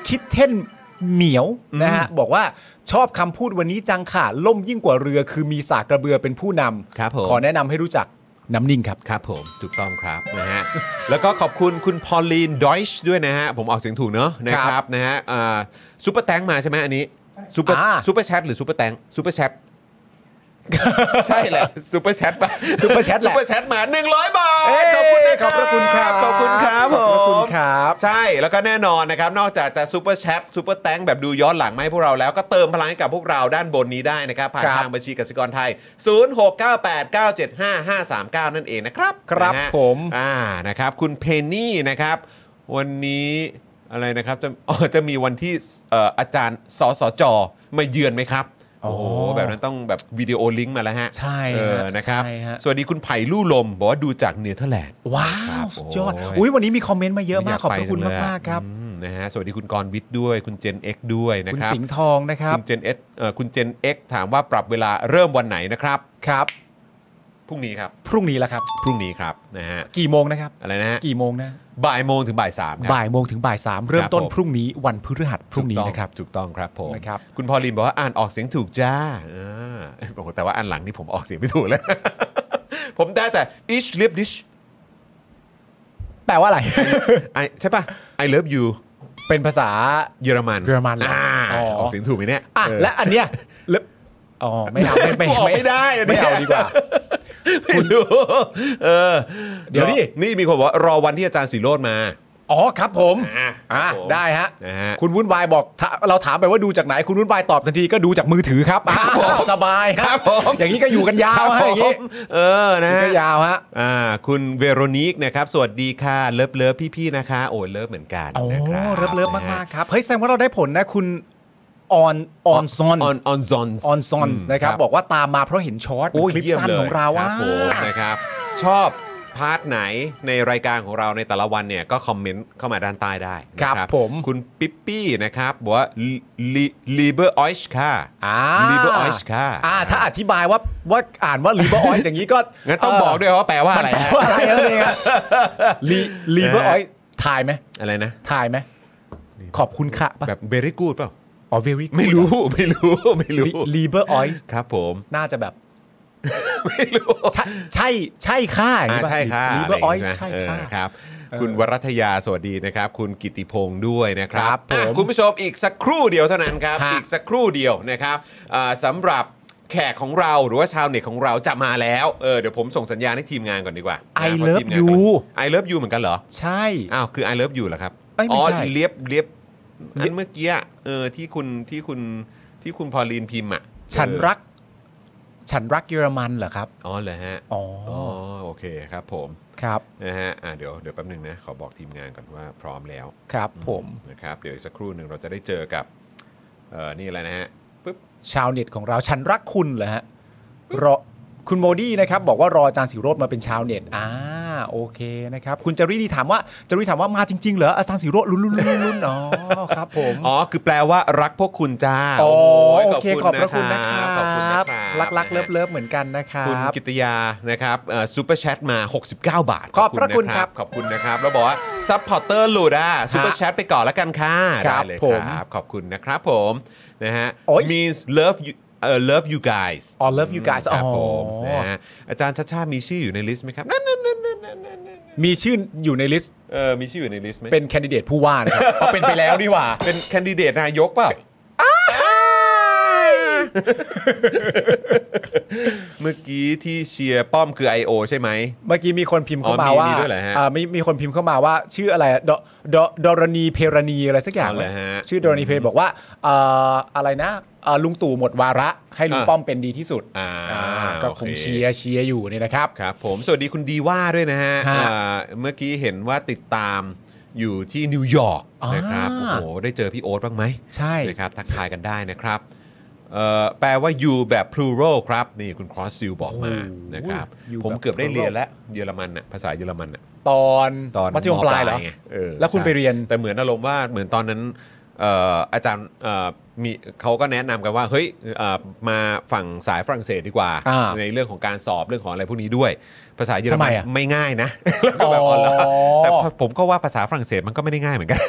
คิดเท่นเหมียวนะฮะ บอกว่าชอบคำพูดวันนี้จังค่ะ ล่มยิ่งกว่าเรือคือมีสากกระเบือเป็นผู้นำ
ครับผม
ขอแนะนำให้รู้จักน้ำนิ่งครับ
ครับผมถูกต้องครับนะฮะ แล้วก็ขอบคุณคุณพอลลีนดอยช์ด้วยนะฮะ ผมออกเสียงถูกเนอะนะค
ค
รั
รั
บบ นะฮะอ่าซูเปอร์แตงมาใช่ไหมอันนี้ซูเปอร์
อ่า
ซูเปอร์แชทหรือซูเปอร์แตงซูเปอร์แชท ใช่แหละซูเปอร์แชทปะ
Super Chat แห
ซู
ละ
เปอร์แชทมา 100 บาท
เอ้ย
ขอบคุณนะ
ขอบพระคุณครับ
ขอบคุณครับ
ขอบพระ
ผ
คุณ
ม
ครับ
ใช่แล้วก็แน่นอนนะครับ นอกจากจะซูเปอร์แชทซูเปอร์แตงแบบดูย้อนหลังมาให้พวกเราแล้วก็เติมพลังให้กับพวกเราด้านบนนี้ได้นะครับ ผ่าน
ครับ
ทางบัญชีกสิกรไทย 0698975539 นั่นเองนะครับ
ครับ
นะฮะ
ผม
อ่านะครับ คุณเพนนี่นะครับ วันนี้อะไรนะครับจะอ๋อจะมีวันที่เอ่ออาจารย์สสจมาเยือนไหมครับ โอ้โหแบบนั้นต้องแบบวิดีโอลิงก์มาแล้วฮะ
ใช่
เออ
ฮะ
นะครับ
ใช่ฮะ
สวัสดีคุณไผ่ลู่ลม บอกว่าดูจากเนเธอร์แลนด์
ว้า
ครั
ว
บ
สุดยอด
โอ้ย
อุ้ยวันนี้มีคอมเมนต์มาเยอะมากขอบพระคุณ
ย
มากๆครับ
อืมนะฮะสวัสดีคุณกรณ์วิทย์ด้วย คุณเจน X ด้วยนะ
คุณ
ครับ
สิงห์ทองนะครับ
ณเจน X เอ่อคุณเจน X ถามว่าปรับเวลาเริ่มวันไหนนะครับ
ครับ
พรุ่งนี้ครับ
พรุ่งนี้แล้วครับ
พรุ่งนี้ครับนะฮะ
กี่โมงนะครับ
อะไรนะฮะ
กี่โมงนะ
บ่ายโมงถึงบ่ายสามครับ
บ่ายโมงถึงบ่ายสามเริ่
ค
ม
รับ
ต้น
ผม
พรุ่งนี้วันพฤหัสพรุ่งนี้นะครับ
ถูกต้องครับผม
นะครับ
คุณพอลินบอกว่าอ่านออกเสียงถูกจ้าอ่าโอ้โหแต่ว่าอันหลังนี่ผมออกเสียงไม่ถูกเลย ผมได้แต่ each lip dish
แปล ว่าอะไร
ไอใช่ป่ะ I love you
เป็นภาษา
เยอรมัน
เยอรมันเหรอ
อ่า
อ๋อ
ออกเสียงถูกไหมเนี่ย
อ่ะ
เออ
และอันเนี้ยแล้วอ๋อไม่ เอาไม่ไม่
ออกไม่ได้
ไม่เอาดีกว่า
คุณดูเออ
เดี๋ยวดิ
นี่มีคนบอกว่ารอวันที่อาจารย์สีโรดมา
อ๋อครับผม
อ่า
อ่า
ครับผม
ได้ฮะ
นะฮะ
คุณวุ่นวายบอกถ้าเราถามไปว่าดูจากไหน คุณวุ่นวายตอบทันทีก็ดูจากมือถือครับอ่าสบาย
ครับผม
อย่างนี้ก็อยู่กันยา
ครั
ว
บ
ฮะอย่าง
ผ
นี้
มเออนะ
ก็
ฮะ
ยาวฮะ
อ่าคุณเวโรนิกนะครับ สวัสดีค่ะ เลิฟเลิฟพี่ๆนะคะ โอ้ยเลิฟเหมือนกัน
โอ้
นะครับ
เลิฟเลิฟมากมากๆครับ เฮ้ยแสดงว่าเราได้ผลนะคุณออนออนซอน
ออนออนซอน
ออนซอนนะครับ บอกว่าตามมาเพราะเห็นช็อต
โอ้ย
เป็นคลิป
เยี่ยม
สั้น
เลย
ของเรา
ค
ว่า
บผมนะครับ ชอบพาร์ทไหนในรายการของเราในแต่ละวันเนี่ย ก็คอมเมนต์เข้ามาด้านใต้ได้นะครับ
ผม
คุณปิ๊ปปี้นะครับ บอกว่าลีเบอร์ออยช์ค่ะ
อ่า
ลีเบอร์ออยช์ค่ะ
อ่า ถ้าอธิบายว่าว่าอ่านว่าลีเบอร์ออยอย่างนี้ก็
งั้นต้องบอกด้วยว่าแปลว่าอะไร
แปล
ฮะ
ว่าอะไรนั่นเองอะลีลีเบอร์ออยถ่ายไหม
อะไรนะ
ถ่ายไหมขอบคุณค่ะปะ
แบบ very good เปล่า
อ๋อ very
ไม่รู้ ไม่รู้ไม่รู้
ลีเบอร์ออย
ครับผม
น่าจะแบบ
ไม่รู้
ใช่ใช่ใช่ค่ะ
อ่าใช่ค่ะ
ลีเบอร์ออย
ะไางงี้
ใช่
ไหมเออค
ค่ะ
รับ คุณวรัทยาสวัสดีนะครับ คุณกิติพงศ์ด้วยนะครั
ครับ บ
อ่ะ
ผม
คุณผู้ชมอีกสักครู่เดียวเท่านั้นครับ
ฮะ
อีกสักครู่เดียวนะครับอ่าสำหรับแขกของเราหรือว่าชาวเน็ตของเราจะมาแล้วเออเดี๋ยวผมส่งสัญญาณให้ทีมงานก่อนดีกว่า
I
นะเพราะ
love
ทีมงานก่อน
you
I love you เหมือนกันเหรอ
ใช่
อ้าวคือ I love you เหรอครับ
เอ้ยไม่ใช่
เลียบเลียบอันเมื่อกี้อะเออที่คุณที่คุณที่คุณพอลีนพิมพ์อ่ะ
ฉัน
เออ
รัก ฉันรักเยอรมันเหรอครับ
อ๋อเหรอฮะ
อ๋ออ
อ๋อโอเคครับผม
ครับ
นะฮะอ่ะเดี๋ยวเดี๋ยวแป๊บหนึ่งนะ ขอบอกทีมงานก่อนว่าพร้อมแล้ว
ครับผม
นะครับ เดี๋ยวอีกสักครู่หนึ่งเราจะได้เจอกับเอ่อนี่อะไรนะฮะปึ๊บ
ชาวเน็ตของเราฉันรักคุณเหรอฮะรอคุณโมดี้นะครับ บอกว่ารออาจารย์สิโรธมาเป็นชาวเน็ตอ่าโอเคนะครับ คุณจารีดีถามว่าจารีถามว่ามาจริง ๆ เหรออาจารย์สิโรธลุ้นลุ้นลุ้นลุ้นอ๋อครับผม
อ๋อ คือแปลว่ารักพวกคุณจ้า
โอ้
ย
โอเคขอบพระคุณนะค
บขอบคุณนะ
รับ
ครับ
รักรักๆเลิฟ
นะฮะ
เลิฟเหมือนกันนะครั
คุณ
บ
กิตยานะครับซูเปอร์แชทมา 69 บาท
ขอบพระคุณครับ
ขอบคุณนะครับ แล้วบอกว่าซัพพอร์เตอร์หลุดอ่ะซูเปอร์แชทไปก่อนแล้วกันค่ะ
ครับ
ได้เลย
ผม
ครับขอบคุณนะครับผมนะฮะ
โอ้ย
means love you เอ่อ love you guys
อ๋อ love you guys
ครับ
อ๋อ
ผมนะฮะอาจารย์ชาชาติมีชื่ออยู่ในลิสต์ไหมครับนั่นนั่นนั่นนั่นนั่นนั่นนั่น
มีชื่ออยู่ในลิสต์
เออมีชื่ออยู่ในลิสต์ไหม
เป็นแคนดิเดตผู้ว่านะครับ เอาเป็นไปแล้วนี่หว่า
เป็นแคนดิเดตนายกเปล่า เมื่อกี้ที่เชียร์ป้อมคือ I.O. ใช่ไหม
เมื่อกี้มีคนพิมพ์เข้ามา
อ๋อมี
ว่า
มีด้วยเหรอฮะ
อ่ามีมีคนพิมพ์เข้ามาว่าชื่ออะไรอะดอดอดอรณีเพรณีอะไรสักอย่าง
อ๋อเหรอฮะ
ชื่อดอรณีเพรบอกว่าเอ่ออะไรนะเอ่อลุงตู่หมดวาระให้ลุง
อ่า
ป้อมเป็นดีที่สุด
อ่า
อ่าก็
โอเค
คงเชียร์เชียร์อยู่เนี่ยนะครับ
ครับผมสวัสดีคุณดีว่าด้วยนะฮะ
ฮะ
เอ่อเมื่อกี้เห็นว่าติดตามอยู่ที่นิวยอร์ก
อ่าน
นะครับโอ้โหได้เจอพี่โอ๊ตบ้างไหม
ใช่
นะครับทักทายกันได้นะครับเอ่อแปลว่า you แบบ plural ครับ นี่คุณ cross seal บอกมานะครับ
you
ผม
แบบ
เกือบได้เรียนแล้วเยอรมันน่ะภาษาเยอรมันน่ะ
ตอน
ตอน
มัธยมปลายเหรอ
ไง
แล้วคุณ
ใช่
ไปเรียน
แต่เหมือนอารมณ์ว่าเหมือนตอนนั้นเอ่ออาจารย์เอ่อมีเขาก็แนะนำกันว่าเฮ้ยเอ่อมาฝั่งสายฝรั่งเศสดีกว่า
อ่า
ในเรื่องของการสอบเรื่องของอะไรพวกนี้ด้วย ภาษาเยอร
ทำ
มั
ไม
น
อะ
ไม่ง่ายนะ แล้วก็แบบออนไลน์แต่ผมก็ว่าภาษาฝรั่งเศสมันก็ไม่ได้ง่ายเหมือนกัน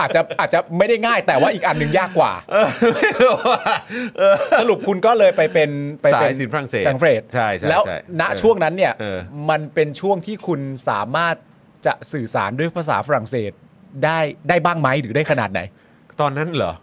อาจจะอาจจะไม่ได้ง่ายแต่ว่าอีกอันหนึ่งยากกว่า สรุปคุณก็เลยไปเป็นไปเป็น
สายศิลป์ฝรั่งเศส
สงเฟรส
ใช่ใช่
แล้ว
ใช่
ณ
เออ
ช่วงนั้นเนี่ย
เออ
มันเป็นช่วงที่คุณสามารถจะสื่อสารด้วยภาษาฝรั่งเศสได้ได้บ้างไหมหรือได้ขนาดไหน
ตอนนั้นเหรอ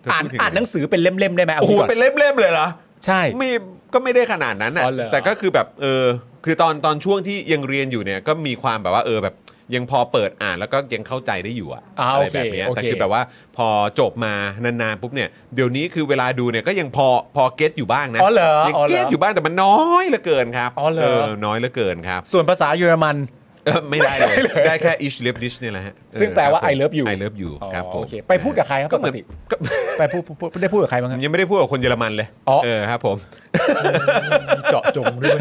เธ
อ่าน
พูดถึ
อ่านหนังสือเป็นเล่มๆได้ไหมเอา
โอ้โห
งี้ก่อน
เป็นเล่มๆเลยเหรอ
ใช่
ไม่ก็ไม่ได้ขนาดนั้นน่ะ
อ๋อเหรอ
แต่ก็คือแบบเออคือตอนตอนช่วงที่ยังเรียนอยู่เนี่ยก็มีความแบบว่าเออแบบยังพอเปิดอ่านแล้วก็ยังเข้าใจได้อยู่อะ
อ่า
อะไร
โอเค
แบบเนี้ย
โอเค
แต่คือแบบว่าพอจบมานานๆปุ๊บเนี่ยเดี๋ยวนี้คือเวลาดูเนี่ยก็ยังพอพอเก็ตอยู่บ้างนะ
อ๋อเหรอ
ยัง
อ๋อเหรอ
เก็ตอยู่บ้างแต่มันน้อยเหลือเกินครับ
อ๋อเหรอ
น้อยเหลือเกินครับ
ส่วนภาษาเยอรมัน
เออไม่ได้เลยได้แค่ ish l i p dish เนี่ยแหละฮะ
ซึ่งแปลว่า
เครับผม
I love you
I love you ครับผ
อ๋อ
ม
โอเคไปพูดกับใครครับ
ก็เหมือน
ปกติ
ก็
ไปพูดพูดได้พูดกับใครบ้างครับ
ยังไม่ได้พูดกับคนเยอรมันเลย
อ๋อ
เออครับผม
มีเจาะจงด้วย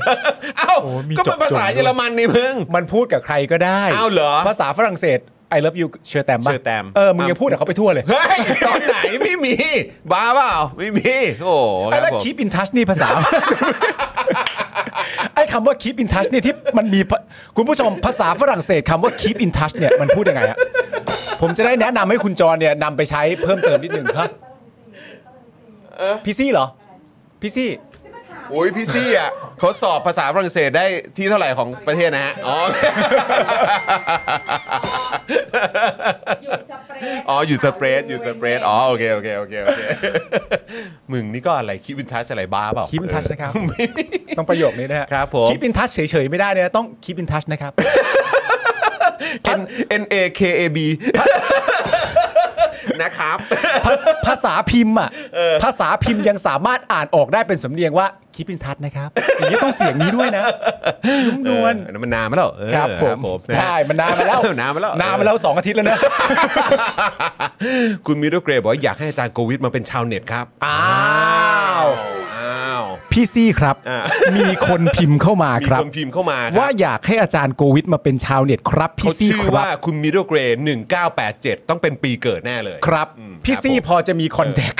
เอ้า
โอ้มี
ก็
จ
เป็
บ
นภาษา
จบด้วย
เยอรมันนี่มึง
มันพูดกับใครก็ได้
อ้าวเหรอ
ภาษาฝรั่งเศส I love you เชอแตมปะ
เชอแตม
เออมึงยังพูดกับเขาไปทั่วเลย
เฮ้ย ตอนไหนไม่มี บ้าเปล่า ไม่มี โอ้โหค
ไอ้
รับ
แล้ว
ผม
keep in touch นี่ภาษา ไอ้คำว่า keep in touch นี่ที่มันมีภาคุณผู้ชมภาษาฝรั่งเศสคำว่า keep in touch เนี่ยมันพูดยังไงฮะผมจะได้แนะนำให้คุณจรเนี่ยนำไปใช้เพิ่มเติมนิดนึงครับพี่ซี่เหรอพี่ซี่
โอ้ยพี่ซี่อ่ะเขาสอบภาษาฝรั่งเศสได้ที่เท่าไหร่ของประเทศนะฮะ อ๋อ
อยู่สเปรด
อ๋ออยู่สเปรดอยู่สเปรดอ๋อโอเคโอเคโอเคโอเค มึงนี่ก็อะไรคิดวินทัชอะไรบ้าเปล่า
keep in touch นะครับ ต้องประโยคนี้นะฮะ
ครับผม
keep in touch เฉยๆไม่ได้เนี่ยต้อง keep in touch นะครับ
N N A K A B นะครับ
ภาภาษาพิมพ์อ่ะภาษาพิมพ์ยังสามารถอ่านออกได้เป็นสำเนียงว่าคิดเป็นทัศน์นะครับอย่างนี้ต้องเสียงนี้ด้วยนะนุ่มนวล
เออนั่นมันนานมาแล้วเออ
ครับผม
นะฮะ
ใช่มันนานมาแล้ว
นานมาแล้ว
นานมาแล้วสองอาทิต ย์แล้วนะ
คุณมิโดเกรบอกว่าอยากให้อาจารย์โควิดมาเป็นชาวเน็ตครับ
อ้าว
อ้าว
พี่ซี่ครับ
อ่า
มีคนพิมพ์เข้ามา
มี
ครับ
คนพิมพ์เข้ามาครับ
ว่าอยากให้อาจารย์โกวิทมาเป็นชาวเน็ตครับพี่
เขา
ซี่
ชื่อ
ครั
ว่า
บ
คุณมิโดเกร1987 ต้องเป็นปีเกิดแน่เลย
ครับ
อืม
พี่
ครับ
ซี่
ผม
พอจะมีคอนแทค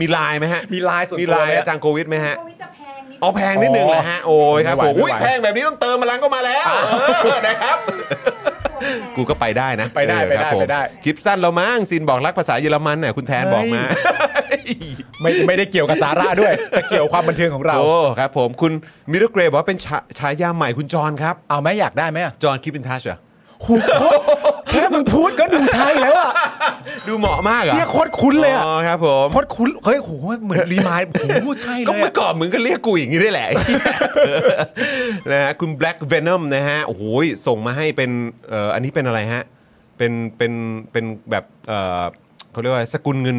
มีไลน์ไหมฮะ
มีไลน์ส่วนตัว
มีไลน์
ไหมฮะ
อาจารย์โควิดไหมฮะ
โควิดจะแพงนิด
เอาแพงนิดนึงนะฮะ โอ้ยครับ
ไม่
ผ
ไหว
มอุ้ย
ไม่ไหว
แพงแบบนี้ต้องเติมพลังก็มาแล้วเออนะครับ กูก็ไปได้นะ
ไปได้
เออครับ
ไปได้
ผม
ไปได้
คลิปสั้นเรามั้งซินบอกรักภาษาเยอรมันน่ะคุณแทนบอกมา
ไม่ไม่ได้เกี่ยวกับสาระด้วย แต่เกี่ยวกับความบันเทิงของเรา
โอ้ครับผมคุณมิโดเกรบอกว่าเป็นฉาฉายาใหม่คุณจอนครับ
เอาไหมอยากได้ไหม
จอนคิปอินทัชเหรอ
หูแค่มึงพูดก็ดูใช่แล้วอ่ะ
ดูเหมาะมากเหรอ
เนี่ยโคตรคุ้นเลยอ่ะ
อ๋อครับผม
โคตรคุ้นเฮ้ยโหเหมือนรีมายโหใช่เล
ก็
ย
เมื่
อะ
อก่อนมึงก็เรียกกูอย่างนี้ได้แหละ นะฮะคุณ Black Venom นะฮะโอ้โหส่งมาให้เป็นเอ่ออันนี้เป็นอะไรฮะ เป็นเป็นเป็นแบบเอ่อเขาเรียกว่าสกุลเงิน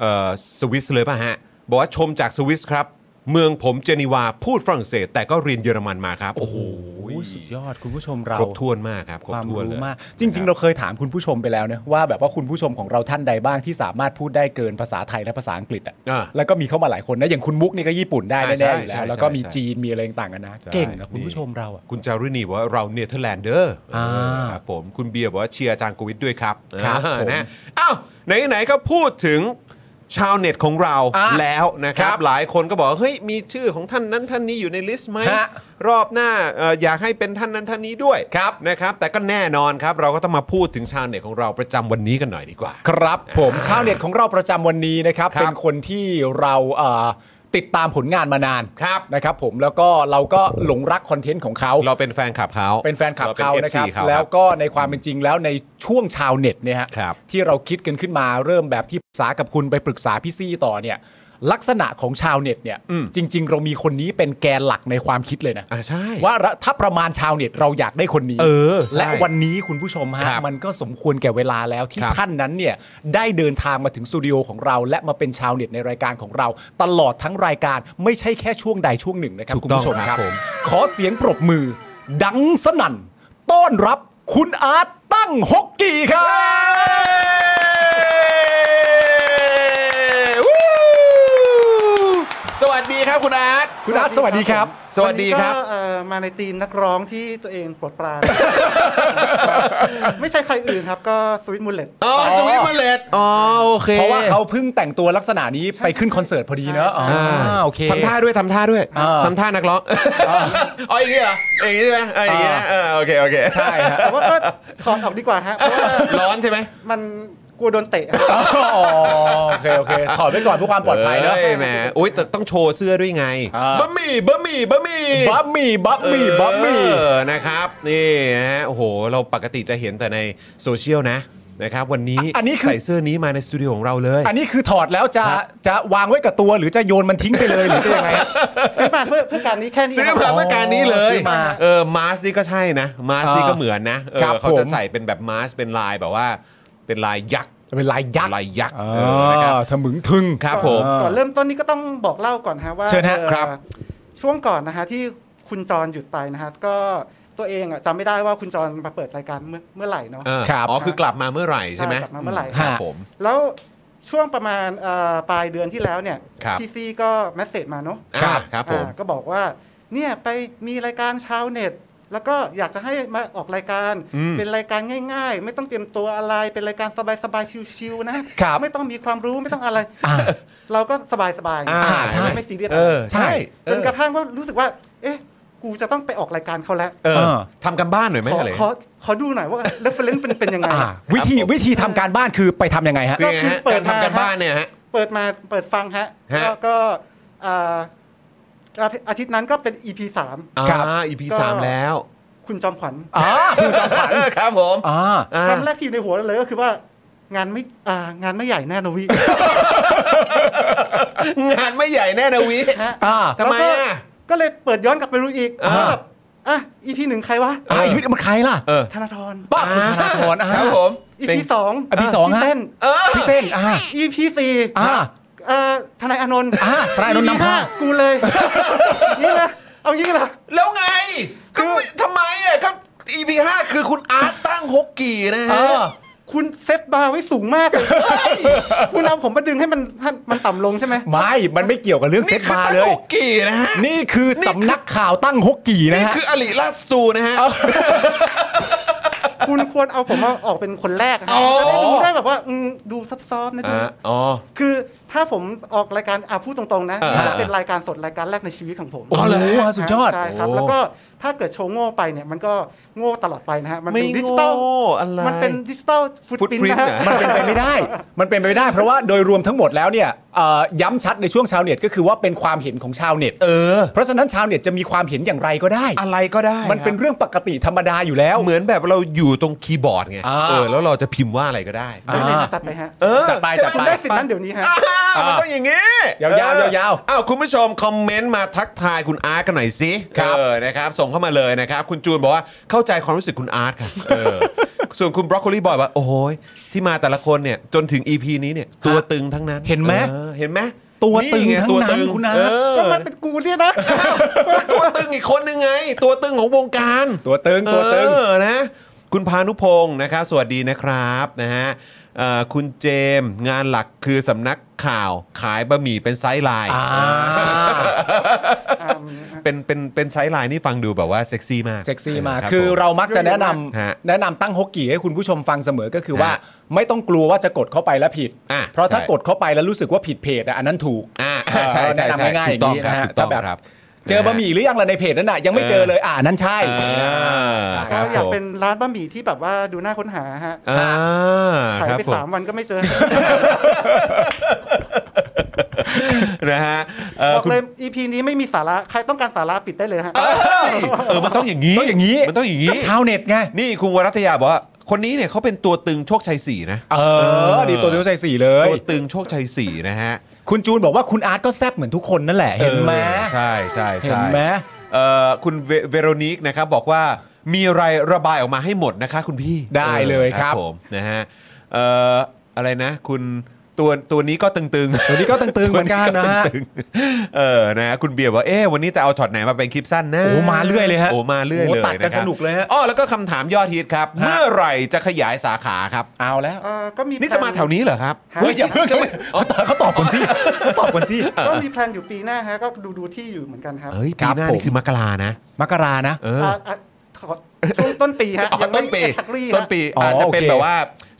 เอ่อสวิสเลยป่ะฮะ บอกว่าชมจากสวิสครับ เมืองผมเจนีวาพูดฝรั่งเศส แต่ก็เรียนเยอรมันมาครับ โอ้โห
โอ้ยสุดยอดคุณผู้ชมเรา
ครบถ้วนมากครับ คร
ค
บ
วาม
ถ้วน
รู้
เลย
มาก จริง ๆ เราเคยถามคุณผู้ชมไปแล้วนะว่าแบบว่าคุณผู้ชมของเราท่านใดบ้างที่สามารถพูดได้เกินภาษาไทยและภาษาอังกฤษอ่ะ
อ่ะ
แล้วก็มีเข้ามาหลายคนนะอย่างคุณมุกนี่ก็ญี่ปุ่นได้
อ่าใช่
แน่ๆอยู่แล้ว
ใช่
แล้วก็มี
ใช่
จีนมีอะไรต่างกันนะ เก่งนะคุณผู้ชมเราอ่ะ
คุณจารุณีบอกว่าเราเนเธอร์แลนด์เดอร์
อ่า
ครับผมคุณเบียร์บอกว่าเชียร์อาจารย์โกวิทด้วยครับ
ครับ
อ่า
ผม
นะอ้าวไหนๆก็พูดถึงชาวเน็ตของเรา
อ่ะ
แล้วนะครับ
ครับ
หลายคนก็บอกว่าเฮ้ยมีชื่อของท่านนั้นท่านนี้อยู่ในลิสต์ไหม
ฮะ
รอบหน้าเอ่ออยากให้เป็นท่านนั้นท่านนี้ด้วย
ครับ
นะครับ แต่ก็แน่นอนครับ เราก็ต้องมาพูดถึงชาวเน็ตของเราประจำวันนี้กันหน่อยดีกว่า
ครับผมชาวเน็ตของเราประจำวันนี้นะครับ
ครับ
เป็นคนที่เราเอ่อติดตามผลงานมานาน
ครับ
นะครับผมแล้วก็เราก็หลงรักคอนเทนต์ของเขา
เราเป็นแฟนคลับเขา
เป็นแฟนคลับเขา
ป็
นะครับ
FC เขา
แล้ว
ครับ
ก็ในความเป็นจริงแล้วในช่วงชาวเน็ตเนี่ยฮะ
ครับ
ที่เราคิดกันขึ้นมาเริ่มแบบที่ปรึกษากับคุณไปปรึกษาพี่ซี่ต่อเนี่ย ลักษณะของชาวเน็ตเนี่ย
อืม
จริง ๆ เรามีคนนี้เป็นแกนหลักในความคิดเลยนะ
อ่าใช่
ว่าระถ้าประมาณชาวเน็ตเราอยากได้คนนี้
เออใช่
และวันนี้คุณผู้ชมฮะ
ครับ
มันก็สมควรแก่เวลาแล้วที่
ครับ
ท่านนั้นเนี่ยได้เดินทางมาถึงสตูดิโอของเรา และมาเป็นชาวเน็ตในรายการของเรา ตลอดทั้งรายการไม่ใช่แค่ช่วงใดช่วงหนึ่งนะครับ
ถูก
คุณ
ต้อง
ผู้ชม
ครับ
ครับ
ผม
ขอเสียงปรบมือ ดังสนั่น ต้อนรับคุณอาร์ตตั้งฮกกีครับ
วู้สวัสดีครับคุณอาร์ต
คุณอาร์ตสวัสดีครับ
สวัสดีครับ
นนี้ก็เอ่อมาในทีมนักร้องที่ตัวเองปลดปลาน ไม่ใช่ใครอื่นครับ ก็สวิตมูลเลต
อ๋อสวิตเมลเลตอ๋อโอเค
เพราะว่าเขาเพิ่งแต่งตัวลักษณะนี้ไปขึ้นคอนเสิร์ตพอดีเนอะ
ใช่
อ่าโอเค
ทำท่าด้วยทำท่าด้วย
อ่า
ทำท่านักร้องอ๋ออย่างนี้เหรออย่างนี้ใช่ไหมเอออย่างนี้นะเออโอเคโอเค
ใช่ฮะ
แต่ว่าก็ถอดออกดีกว่าฮะเพราะว่า
ร้อนใช่ไหม
มันกลัวโดนเตะครับ
อ๋อโอเค โอเค ถอดไว้ก่อนเพื่อความปลอดภัยเนอะ
เอ้ยแหมอุ้ยแต่ต้องโชว์เสื้อด้วยไง
อ่า
บะหมี่บะหมี่บะหมี่
บัมมี่บัมมี่บัมมี่
เออนะครับ นี่นะฮะโอ้โห เราปกติจะเห็นแต่ในโซเชียลนะนะครับ วันนี้
อันนี้คือ
ใส่เสื้อนี้มาในสตูดิโอของเราเลย
อันนี้คือถอดแล้วจะจะวางไว้กับตัวหรือจะโยนมันทิ้งไปเลยหรือจะยังไง
ซื้อมาเพื่อเพื่อการนี้แค่นี้
ซื้อ
ครับ
มาเพื่อการนี้เลย
ซื้อมา
เออมาสนี่ก็ใช่นะ มาสนี่ก็เหมือนนะเอ
ครับ
อเขาจะ
ผม
ใส่เป็นแบบมาสเป็นลายแบบว่า เป็นลายยักษ์
จะเป็นลายยักษ์
ลายยักษ์
อ๋อ
เออนะครับ
ถมึงทึง
ครับผม
อ่า
ก่อนเริ่มต้นนี้ก็ต้องบอกเล่าก่อนฮะว่า
เชิญฮะ
เอ่อ
ครับ
ช่วงก่อนนะฮะที่คุณจรหยุดไปนะฮะก็ตัวเองอะจำไม่ได้ว่าคุณจรมาเปิดรายการเมื่อเมื่อไหร่เนาะ
เออ
ครับ
อ๋อคือกลับมาเมื่อไหร่ใช่ไหม
ใช่กลับมาเมื่อไหร่
ครับ
ฮะ
ผม
แล้วช่วงประมาณเอ่อปลายเดือนที่แล้วเนี่ย
ครับ
พี่ซีก็แมสเซจมาเนาะ
อ่าครับผม
อ่าก็บอกว่าเนี่ยไปมีรายการชาวเน็ต แล้วก็อยากจะให้มาออกรายการ
อืม
เป็นรายการง่าย ๆ ไม่ต้องเตรียมตัวอะไรเป็นรายการสบายๆชิวๆนะครับ ไม่ต้องมีความรู้ไม่ต้องอะไร
อ่า
เราก็สบายๆ
อ่า
ใช่
ไม่ซีเรียส
เออใช่เอ
จ
อน
กระทั่งว่ารู้สึกว่า เอ๊ะ กูจะต้องไปออกรายการเขาแล้ว
เออ
เออ
ทำกันบ้านหน่อยไหม
ขอ
อะไร
ขอขอดูหน่อยว่า reference เป็นเป็นยังไง
อ่าวิธี
ครับผม
วิธีทำการบ้านคือไปทำยังไงฮะ
คือยังไง
ก็คือ
ฮะ
เปิ
การ
ดมา
ทำกันบ้านเนี่ยฮะ
เปิดมาเปิดฟังฮะ
ฮะ
แล้วก็อ่าอาทิตย์อาทิตย์นั้นก็เป็น EP สาม
อ่
ครับ
า EP สามแล้ว
คุณจอมขวัญ
อ่าคุณจอมขวัญ
ครับผม
อ่า
อ่า
คำแรกที่อยู่ในหัวเลยก็คือว่างานไม่อ่างานไม่ใหญ่แน่นะวิ
งานไม่ใหญ่แน่นะวิ
ฮะ
อ่า
ทำไม
แล้วก็
อ่ะ
ก็เลยเปิดย้อนกลับไปดูอีก
อ่า
แล้วแบบ อ่ะอีพีหนึ่งใครวะ
อ่ะอีกนิดมันใครล่ะ
เออ
ธนาธร
ป้าคุณธนาธรอ่ะ
ครับผม
อีพีสอง
อ่ะ EP สองฮะ
พี่เต้น
พี่เต้นอ่ะ
อีพีสี่
อ่ะ
เอ่อทนายอานนท์
อ่ะทนายอานนท์นำพา
กูเลยนี่นะเอางี้เหรอ
แล้วไงก็ไม่ทำไมอ่ะก็ EP 5คือคุณอาร์ตตั้งฮกกี่นะ
เอ
ฮะ
อ
คุณเซตบาร์ไว้สูงมากเลยคุณเอาผมมาดึงให้มันให้มันต่ำลงใช่ไหม
ไม่ มันไม่เกี่ยวกับเรื่องเซ็
นี่คือบ
ตาร์
ตั้ง
เลย
ฮกกี่นะฮะ
นี่คือสำนักข่าวตั้งฮกกี่นะ
นี่
ฮะ
คืออลิลาสตูนะฮะ
คุณควรเอาผมมาออกเป็นคนแรกนะครับ
อ๋อ
จะได้ดูได้แบบว่าอืมดูซับซ้อนนะดู
อ่าอ๋อ
คือถ้าผมออกรายการอ่ะพูดตรงๆนะ
เออ
น่าจะเป็นรายการสดรายการแรกในชีวิตของผม
อ๋อเหรอ
ใช่ครับ
สุดยอด
ใช่ครับ
โอ้
แล้วก็ถ้าเกิดโชว์โง่ไปเนี่ยมันก็โง่ตลอดไปนะฮะมัน
ไม่
เป็นดิจิ
โง่
ตอล
อะไร
มันเป็นดิจิตอลฟุตปิ้น
Footprint
นะฮะ
นะ
มันเป็นไปไม่ได้ มันเป็นไปไม่ได้ เพราะว่าโดยรวมทั้งหมดแล้วเนี่ยเอ่อย้ำชัดในช่วงชาวเน็ตก็คือว่าเป็นความเห็นของชาวเน็ต
เออ
เพราะฉะนั้นชาวเน็ตจะมีความเห็นอย่างไรก็ได้
อะไรก็ได้
มันเป็น
ครั
เรื่องปกติธรรมดาอยู่แล้ว
บเหมือนแบบเราอยู่ตรงคีย์บอร์ดไง
อ่า
เออ แล้วเราจะพิมพ์ว่าอะไรก็ได้
อ่า
ได้เลยนะจัดไปฮะ
เออ
จัดไปจัด
คุณ
ป
ได้สิทธิ์นั้นเดี๋ยวนี้ฮะ
อ่ามันต้องอย่างงี้
ยาวๆ
เออย
าวๆ
อ้าวคุณผู้ชมคอมเมนต์มาทักทายคุณอาร์ตกันหน่อยสิ
ครับ
เออนะครับ ส่งเข้ามาเลยนะครับ คุณจูนบอกว่าเข้าใจความรู้สึกคุณอาร์ตค่ะเออส่วนคุณบรอกโคลีบอยว่าโอ้โหยที่มาแต่ละคนเนี่ยจนถึง EP นี้เนี่ยตัวตึงทั้งนั้น
เห็นไหม
ออเห็นไหม
ตัวตึง
ไ
ทั้งนั้น
ตัวตึ
คุณอาร์ต
เ
ก็มันเป็นกูเนี่ยนะ
ตัวตึงอีก คนนึงไง ตัวตึงของวงการ
ตัวตึงตัวตึง
เออนะ คุณพานุพงศ์นะครับ สวัสดีนะครับนะฮะเอ่อคุณเจมส์งานหลักคือสำนักข่าวขายบะหมี่เป็นไซส์ไลน์
อ่า
อ่ามีฮะ
เป็นเป็นเป็นไซส์ไลน์นี่ฟังดูแบบว่าเซ็กซี่มาก
เซ็กซี่มาก
รับ
คือ
ผม
เรามักจะแนะนำ
ฮะ
แนะนำตั้งฮกกี่ให้คุณผู้ชมฟังเสมอก็คือว่า
ฮะ
ไม่ต้องกลัวว่าจะกดเข้าไปแล้วผิด
อ่ะ
เพราะถ้า
ใช่
กดเข้าไปแล้วรู้สึกว่าผิดเพจอะอันนั้นถูก
อ่าใช่ใช่ใช่
แนะ
ใช่
นำง่ายๆ
ถู
อ
ต้อง
ย่าก งนี้
ครับถูก
นะฮะ
ต้อง
ถ้าแบบ
ครับ
เจอบะหมี่หรือยังล่ะในเพจนั้นอะยังไม่เจอเลยอ่านั่นใช่
อ่า
ใช่
ครับ
ก็อยาก
ผม
เป็นร้านบะหมี่ที่แบบว่าดูน่าค้นหาฮะ
อ่า
ขาย
ครับ
ไป
ผม
สามวันก็ไม่เจอ
นะฮะเอ่
บ
อ
อก
คุณ
เลย EP นี้ไม่มีสาระ ใครต้องการสาระปิดได้เลยฮะ
เออมันต้องอย่างนี้
ต้องอย่างนี้
มันต้องอย่างนี้
ชาวเน็ตไง
นี่คุณวรัตยาบอกว่าคนนี้เนี่ยเขาเป็นตัวตึงโชคชัยสี่นะ
เออดีตัวเดียวใจสี่เลย
ตัวตึงโชคชัยสี่นะฮะ
คุณจูนบอกว่าคุณอาร์ตก็แซบเหมือนทุกคนนั่นแหละเห็นไหม
ออใช่ใช่ใช่
เห็นไหม
เอ่อคุณเวเวโรนิกนะครับบอกว่ามีอะไรระบายออกมาให้หมดนะคะ คุณพี่
ได้เลยครับ
ผมนะฮะเอ่ออะไรนะ คุณตัวตัวนี้ก็ตึ งๆ
ตัวนี้ก็ตึงๆเหมือนกันนะฮะ
ตึงๆเออนะคุณเบียร์บอกเอ๊ะวันนี้จะเอาช็อตไหนมาเป็นคลิปสั้นนะ
โอ้มาเรื่อยเลยฮะ
โอ้มาเรื่อย
โอ้
เลย
ตัดกันะครับ สนุกเลยฮะ
อ๋อแล้วก็คำถามยอดฮิตครับ
ฮะ
เมื่อไหร่จะขยายสาขาครับ
เอาแล้ว
เอ่อก็มี
นี่จะมาแถวนี้เหรอครับ
ฮะ
เฮ้ยอย่าเพิ่งเขาตอบเขาตอบคนสิเขาตอบคนสิ
ก็มีแพลนอยู่ปีหน้าฮะ ก็ดูดูที่อยู่เหมือนกันครับ
เอ้ย
ค
ปี
รับ
หน้า
ผ
นี่
ม
คือมกรานะ
มกรานะ
เออ
ะะขอช่วงต้นปีฮะ
อ๋อ
ยังไม่
ต้นปี
ซักรี
ต้น
ฮะ
ปี
อ๋ออ
อาจจะเป็น
โอเค
แบบว่า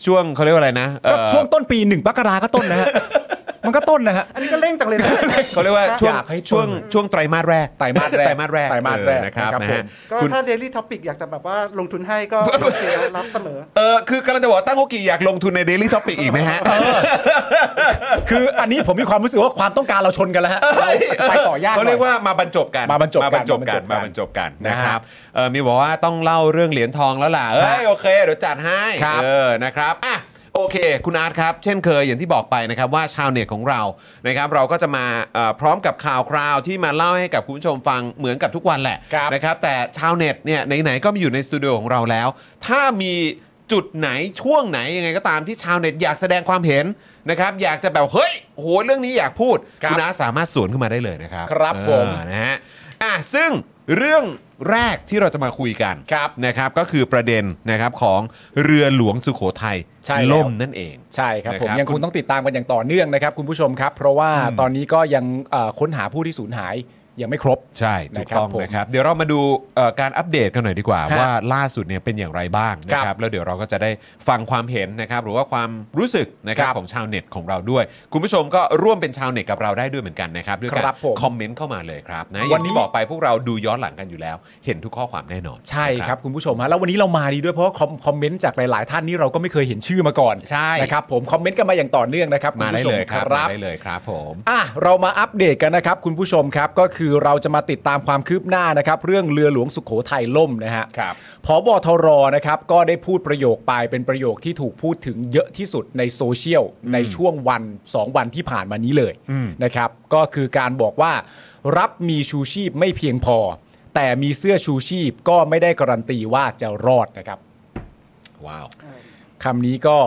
ช่วงเขาเรียกว่าอะไรนะเอ่
ก็
อ
ช่วงต้นปีหนึ่งมกราก็ต้นนะฮะ มันก็ต้นนะฮะ
อันนี้ก็เร่งจังเลยนะ
เขาเรียกว่า
อ
ช่วง
ยาก
ให้
ช่วง
ต้น
ช่วงไตรมาสแรก
ไตรมาสแรก
ไตรมาสแรก
ไตรมาสแรก
เออนะครับ
ครับ
นะ
ผม
ฮะ
ก็
คุณ
ถ้า Daily Topic อยากจะแบบว่าลงทุนให้ ก็โอเครับเสมอ
เออคือกำลังจะบอกว่าตั้งโอกิอยากลงทุนใน Daily Topic อีกไหมฮะ
คืออันนี้ผมมีความรู้สึกว่าความต้องการเราชนกันแล้วฮะเราไปต่อยากหน่อ
เขาเรียกว่ามาบรรจบกัน
มาบรรจบกัน
มาบรรจบกันมา
มา
บบ ร
ร
ร
ร
จ
จ
บบ
กั
กัน
น
นะครับเออมีบอกว่าต้องเล่าเรื่องเหรียญทองแล้วล่ะเอ้ยโอเคเดี๋ยวจัดให้
ครับ
เออนะครับอ่ะโอเค คุณอาร์ตครับ เช่นเคยอย่างที่บอกไปนะครับว่าชาวเน็ตของเรานะครับเราก็จะมาเอ่อพร้อมกับข่าวคราวที่มาเล่าให้กับคุณผู้ชมฟังเหมือนกับทุกวันแหละ
ครับ
นะครับแต่ชาวเน็ตเนี่ยไหนๆก็มาอยู่ในสตูดิโอของเราแล้ว ถ้ามีจุดไหนช่วงไหนยังไงก็ตามที่ชาวเน็ตอยากแสดงความเห็นนะครับอยากจะแบบเฮ้ยโหเรื่องนี้อยากพูด
ครับ
ณอาร์ตสามารถสวนขึ้นมาได้เลยนะครับ
ครับผม
เออนะฮะอ่ะซึ่งเรื่องแรกที่เราจะมาคุยกัน
ครับ
นะครับก็คือประเด็นนะครับของเรือหลวงสุโขทัย
ใช่แล้ว
ล่มนั่นเอง
ใช่ครับผม
นะครับ
ยังคงต้องติดตามกันอย่างต่อเนื่องนะครับ คุณผู้ชมครับ เพราะว่า
อืม
ตอนนี้ก็ยังเอ่อค้นหาผู้ที่สูญหายยังไม่ครบ
ใช่ถูกต้อง
นะ
นะ
ครับผม
ครับ เดี๋ยวเรามาดูเอ่อการอัปเดตกันหน่อยดีกว่า
ฮะ
ว่าล่าสุดเนี่ยเป็นอย่างไรบ้างนะค
ครั
รับบ แล้วเดี๋ยวเราก็จะได้ฟังความเห็นนะครับ หรือว่าความรู้สึกนะครับ
ครับ
ของชาวเน็ตของเราด้วย คุณผู้ชมก็ร่วมเป็นชาวเน็ตกับเราได้ด้วยเหมือนกันนะครับด้วยการ
ครับผม
คอมเมนต์เข้ามาเลยครับนะอ
วั
ย่าน ง
นี้
ที่บอกไปพวกเราดูย้อนหลังกันอยู่แล้ว เห็นทุกข้อความแน่นอน
ใช่
นะ
ครับคุณผู้ชมฮะแล้ววันนี้เรามาดีด้วยเพราะว่าคอมคอมเมนต์จากหลาย ๆ ท่านนี่เราก็ไม่เคยเห็นชื่อมาก่อน
ใช่
นะครับผมคอมเมนต์กันมาอย่างต่อเนื่องนะครับ
มา
คุณ
ได้
ผู้ช
เลยครับ
ค
มา
รับ
ได้เลยครับผม
อ่ะเรามาอัปเดตกันนะครับคุณผู้ชมครับก็คือเราจะมาติดตามความคืบหน้านะครับเรื่องเรือหลวงสุขโขทัยล่มนะฮะ
ครับ
ผบทรนะครับก็ได้พูดประโยคไปเป็นประโยคที่ถูกพูดถึงเยอะที่สุดในโซเชียลในช่วงวัน 2 วันที่ผ่านมานี้เลย
อืม
นะครับก็คือการบอกว่า รับมีชูชีพไม่เพียงพอ แต่มีเสื้อชูชีพก็ไม่ได้การันตีว่าจะรอดนะครับ
ว้าว
คำนี้ก็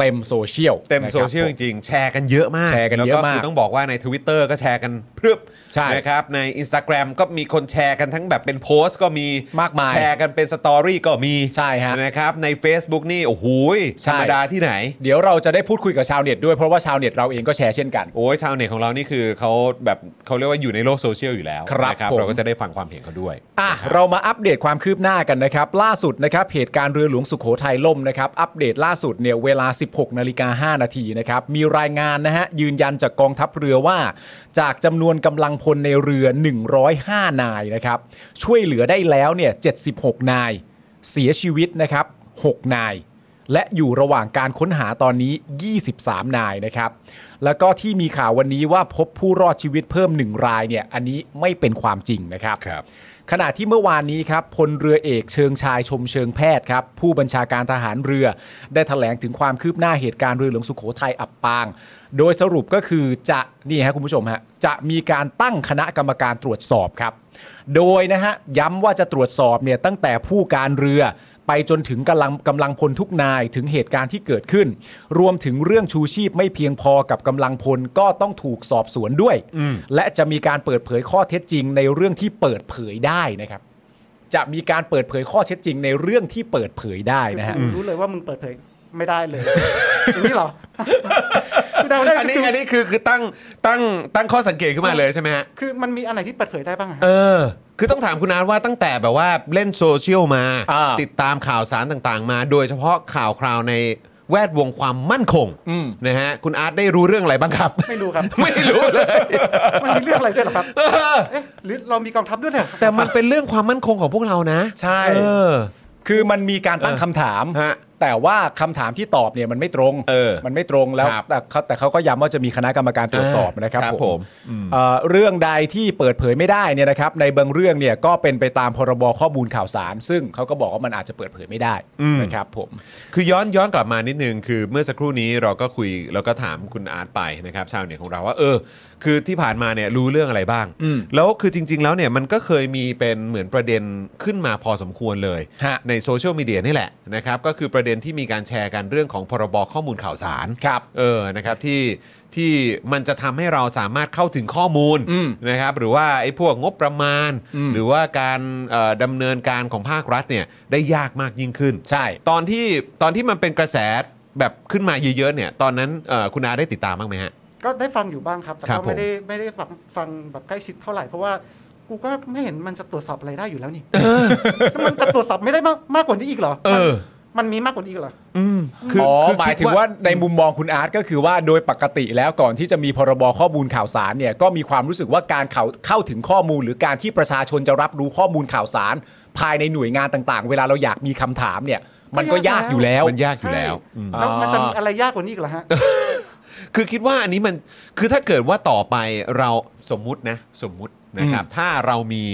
เต็มโซเชียล
เต็ม
นะครับ
โซเชียล
ผ
จริงๆ แชร์กันเยอะมาก
แชร์กันเยอะมาก
แล้วคือต้องบอกว่าใน Twitter ก็แชร์กันพรึบ
ใช่
นะครับใน Instagram ก็มีคนแชร์กันทั้งแบบเป็นโพสต์ก็มี
มากมาย
แชร์กันเป็นสตอรี่ก็มี
ใช่ฮะ
นะครับใน Facebook นี่โอ้โหยธ
ใช่
รรมดาที่ไหน
เดี๋ยวเราจะได้พูดคุยกับชาวเน็ตด้วยเพราะว่าชาวเน็ตเราเองก็แชร์เช่นกัน
โอ้ยชาวเน็ตของเรานี่คือเขาแบบเขาเรียกว่าอยู่ในโลกโซเชียลอยู่แล้ว
ครับ
นะ
ผม
เราก็จะได้ฟังความเห็นเขาด้วย
อ่ะ
นะครับ
เรามาอัปเดตความคืบหน้ากันนะครับ ล่าสุดนะครับเหตุการณ์เรือหลวงสุโขทัยล่มนะครับ อัปเดตล่าสุดเนี่ยเวลา 16นาฬิกาห้า5นาทีนะครับ มีรายงานนะฮะยืนยันจากกองทัพเรือว่า จากจำนวนกำลังพลในเรือ 105 นายนะครับ ช่วยเหลือได้แล้วเนี่ย76 นาย เสียชีวิตนะครับ 6 นาย และอยู่ระหว่างการค้นหาตอนนี้ 23 นายนะครับ แล้วก็ที่มีข่าววันนี้ว่าพบผู้รอดชีวิตเพิ่ม 1 รายเนี่ยอันนี้ไม่เป็นความจริงนะครับ
ครับ
ขณะที่เมื่อวานนี้ครับพลเรือเอกเชิงชายชมเชิงแพทย์ครับ ผู้บัญชาการทหารเรือ ได้แถลงถึงความคืบหน้าเหตุการณ์เรือหลวงสุโขทัยอับปาง โดยสรุปก็คือจะนี่ฮะคุณผู้ชมฮะจะมีการตั้งคณะกรรมการตรวจสอบครับ โดยนะฮะย้ำว่าจะตรวจสอบเนี่ยตั้งแต่ผู้การเรือ ไปจนถึงกำลังกำลังพลทุกนายถึงเหตุการณ์ที่เกิดขึ้น รวมถึงเรื่องชูชีพไม่เพียงพอกับกำลังพลก็ต้องถูกสอบสวนด้วย และจะมีการเปิดเผยข้อเท็จจริงในเรื่องที่เปิดเผยได้นะครับ จะมีการเปิดเผยข้อเท็จจริงในเรื่องที่เปิดเผยได้นะฮะ
คือกูรู้เลยว่ามึงเปิดเผยไม่ได้เลย อย่างนี้เหร อคือเดาได้
อันนี้
คือ
อันนี้คือคือตั้งตั้งตั้งข้อสังเกตขึ้นมาเลยใช่ไหมฮะ
คือมันมีอันไหนที่เปิดเผยได้บ้างอะฮะ
เออ คือต้องถามคุณอาร์ตว่าตั้งแต่แบบว่าเล่นโซเชียลมา
อ่า
ติดตามข่าวสารต่างๆ มา โดยเฉพาะข่าวคราวในแวดวงความมั่นคงนะฮะ คุณอาร์ตได้รู้เรื่องอะไรบ้าง ครับ
ไม่รู้ครับ
ไม่รู้เลย
มันมีเรื่องอะไรด้วยเหรอครับ
เออ
เอ๊ะหรือเรามีกองทัพด้วยเหรอ
แต่มันเป็นเรื่องความมั่นคงของพวกเรานะ
ใช่
เออ
คือมันมีการตั้งคำถาม
ฮะ
แต่ว่าคำถามที่ตอบเนี่ยมันไม่ตรง
เออ
มันไม่ตรงแล้ว
ครับ
แต่เขาแต่เขาก็ย้ำว่าจะมีคณะกรรมการตรวจสอบ
อ่าน
นะครับ
ครับผมอืม
เอ่อเรื่องใดที่เปิดเผยไม่ได้เนี่ยนะครับ ในบางเรื่องเนี่ยก็เป็นไปตามพรบข้อมูลข่าวสาร ซึ่งเขาก็บอกว่ามันอาจจะเปิดเผยไม่ได้นะครับผม
คือย้อนย้อนกลับมานิดนึงคือเมื่อสักครู่นี้เราก็คุยเราก็ถามคุณอาร์ตไปนะครับชาวเน็ตของเราว่าเออ คือที่ผ่านมาเนี่ยรู้เรื่องอะไรบ้าง
อืม
แล้วคือจริง ๆ แล้วเนี่ยมันก็เคยมีเป็นเหมือนประเด็นขึ้นมาพอสมควรเลย
ฮะ
ในโซเชียลมีเดียนี่แหละนะครับก็คือประเด็นที่มีการแชร์กันเรื่องของพรบข้อมูลข่าวสาร
ครับ
เออนะครับที่ที่มันจะทำให้เราสามารถเข้าถึงข้อมูล
อืม
นะครับหรือว่าไอ้พวกงบประมาณ
อืม
หรือว่าการเอ่อดำเนินการของภาครัฐเนี่ยได้ยากมากยิ่งขึ้น
ใช่
ตอนที่ตอนที่มันเป็นกระแสแบบขึ้นมาเยอะๆเนี่ย ตอนนั้นเอ่อคุณอาได้ติดตามบ้างไหมฮะ
ก็ได้ฟังอยู่บ้างครับ แต่
ครั
ก็
บผม
ไม่ได้ไม่ได้ฟังฟังแบบใกล้ชิดเท่าไหร่ เพราะว่ากูก็ไม่เห็นมันจะตรวจสอบอะไรได้อยู่แล้วนี่มันจะตรวจสอบไม่ได้มากมากกว่านี้อีกเหรอ
เออ
มันมีมากกว่านี้อีกเหรอ
คือ
อ๋อ
คือ
หมายถึงว่าในมุมมองคุณอาร์ตก็คือว่าโดยปกติแล้วก่อนที่จะมีพรบข้อมูลข่าวสารเนี่ยก็มีความรู้สึกว่าการเข้าเข้าถึงข้อมูล หรือการที่ประชาชนจะรับรู้ข้อมูลข่าวสาร ภายในหน่วยงานต่างๆ เวลาเราอยากมีคำถามเนี่ย มันก็ยากอยู่แล้ว
มันยากอยู่แล้ว
ใช่แล้วมันจะมีอะไรยากกว่านี้อีกเหรอฮะ
คือคิดว่าอันนี้มันคือถ้าเกิดว่าต่อไปเราสมมุตินะสมมุตินะครับ ถ้าเรามี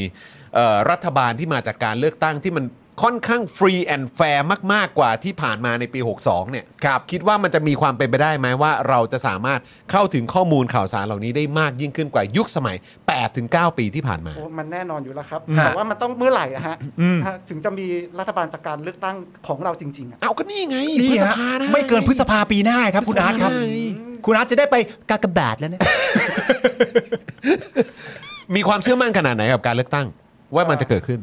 เอ่อรัฐบาลที่มาจากการเลือกตั้งที่มันค่อนข้างฟรีแอนด์แฟร์มาก ๆ กว่าที่ผ่านมาในปี 62 เนี่ยครับคิดว่ามันจะมีความเป็นไปได้ไหมว่าเราจะสามารถเข้าถึงข้อมูลข่าวสารเหล่านี้ได้มากยิ่งขึ้นกว่ายุคสมัย 8-9 ปีที่ผ่านมา
โอ้มันแน่นอนอยู่แล้วครับ
ฮะ
แต่ว่ามันต้องเมื่อไหร่นะฮะฮะ ถึงจะมีรัฐบาลจากการเลือกตั้งของเราจริง ๆ อ่ะ
เอาก็นี่ไง
นี่
พฤ
ฮะ
ษภานะ
ไม่เกินพฤษภาปีหน้าครับคุณอาร์ตครับ
พฤษภาไง
คุณอาร์ตจะได้ไปกากบาทแล้วนะ
มีความเชื่อมั่นขนาดไหนกับการเลือกตั้ง ว่ามันจะเกิดขึ้น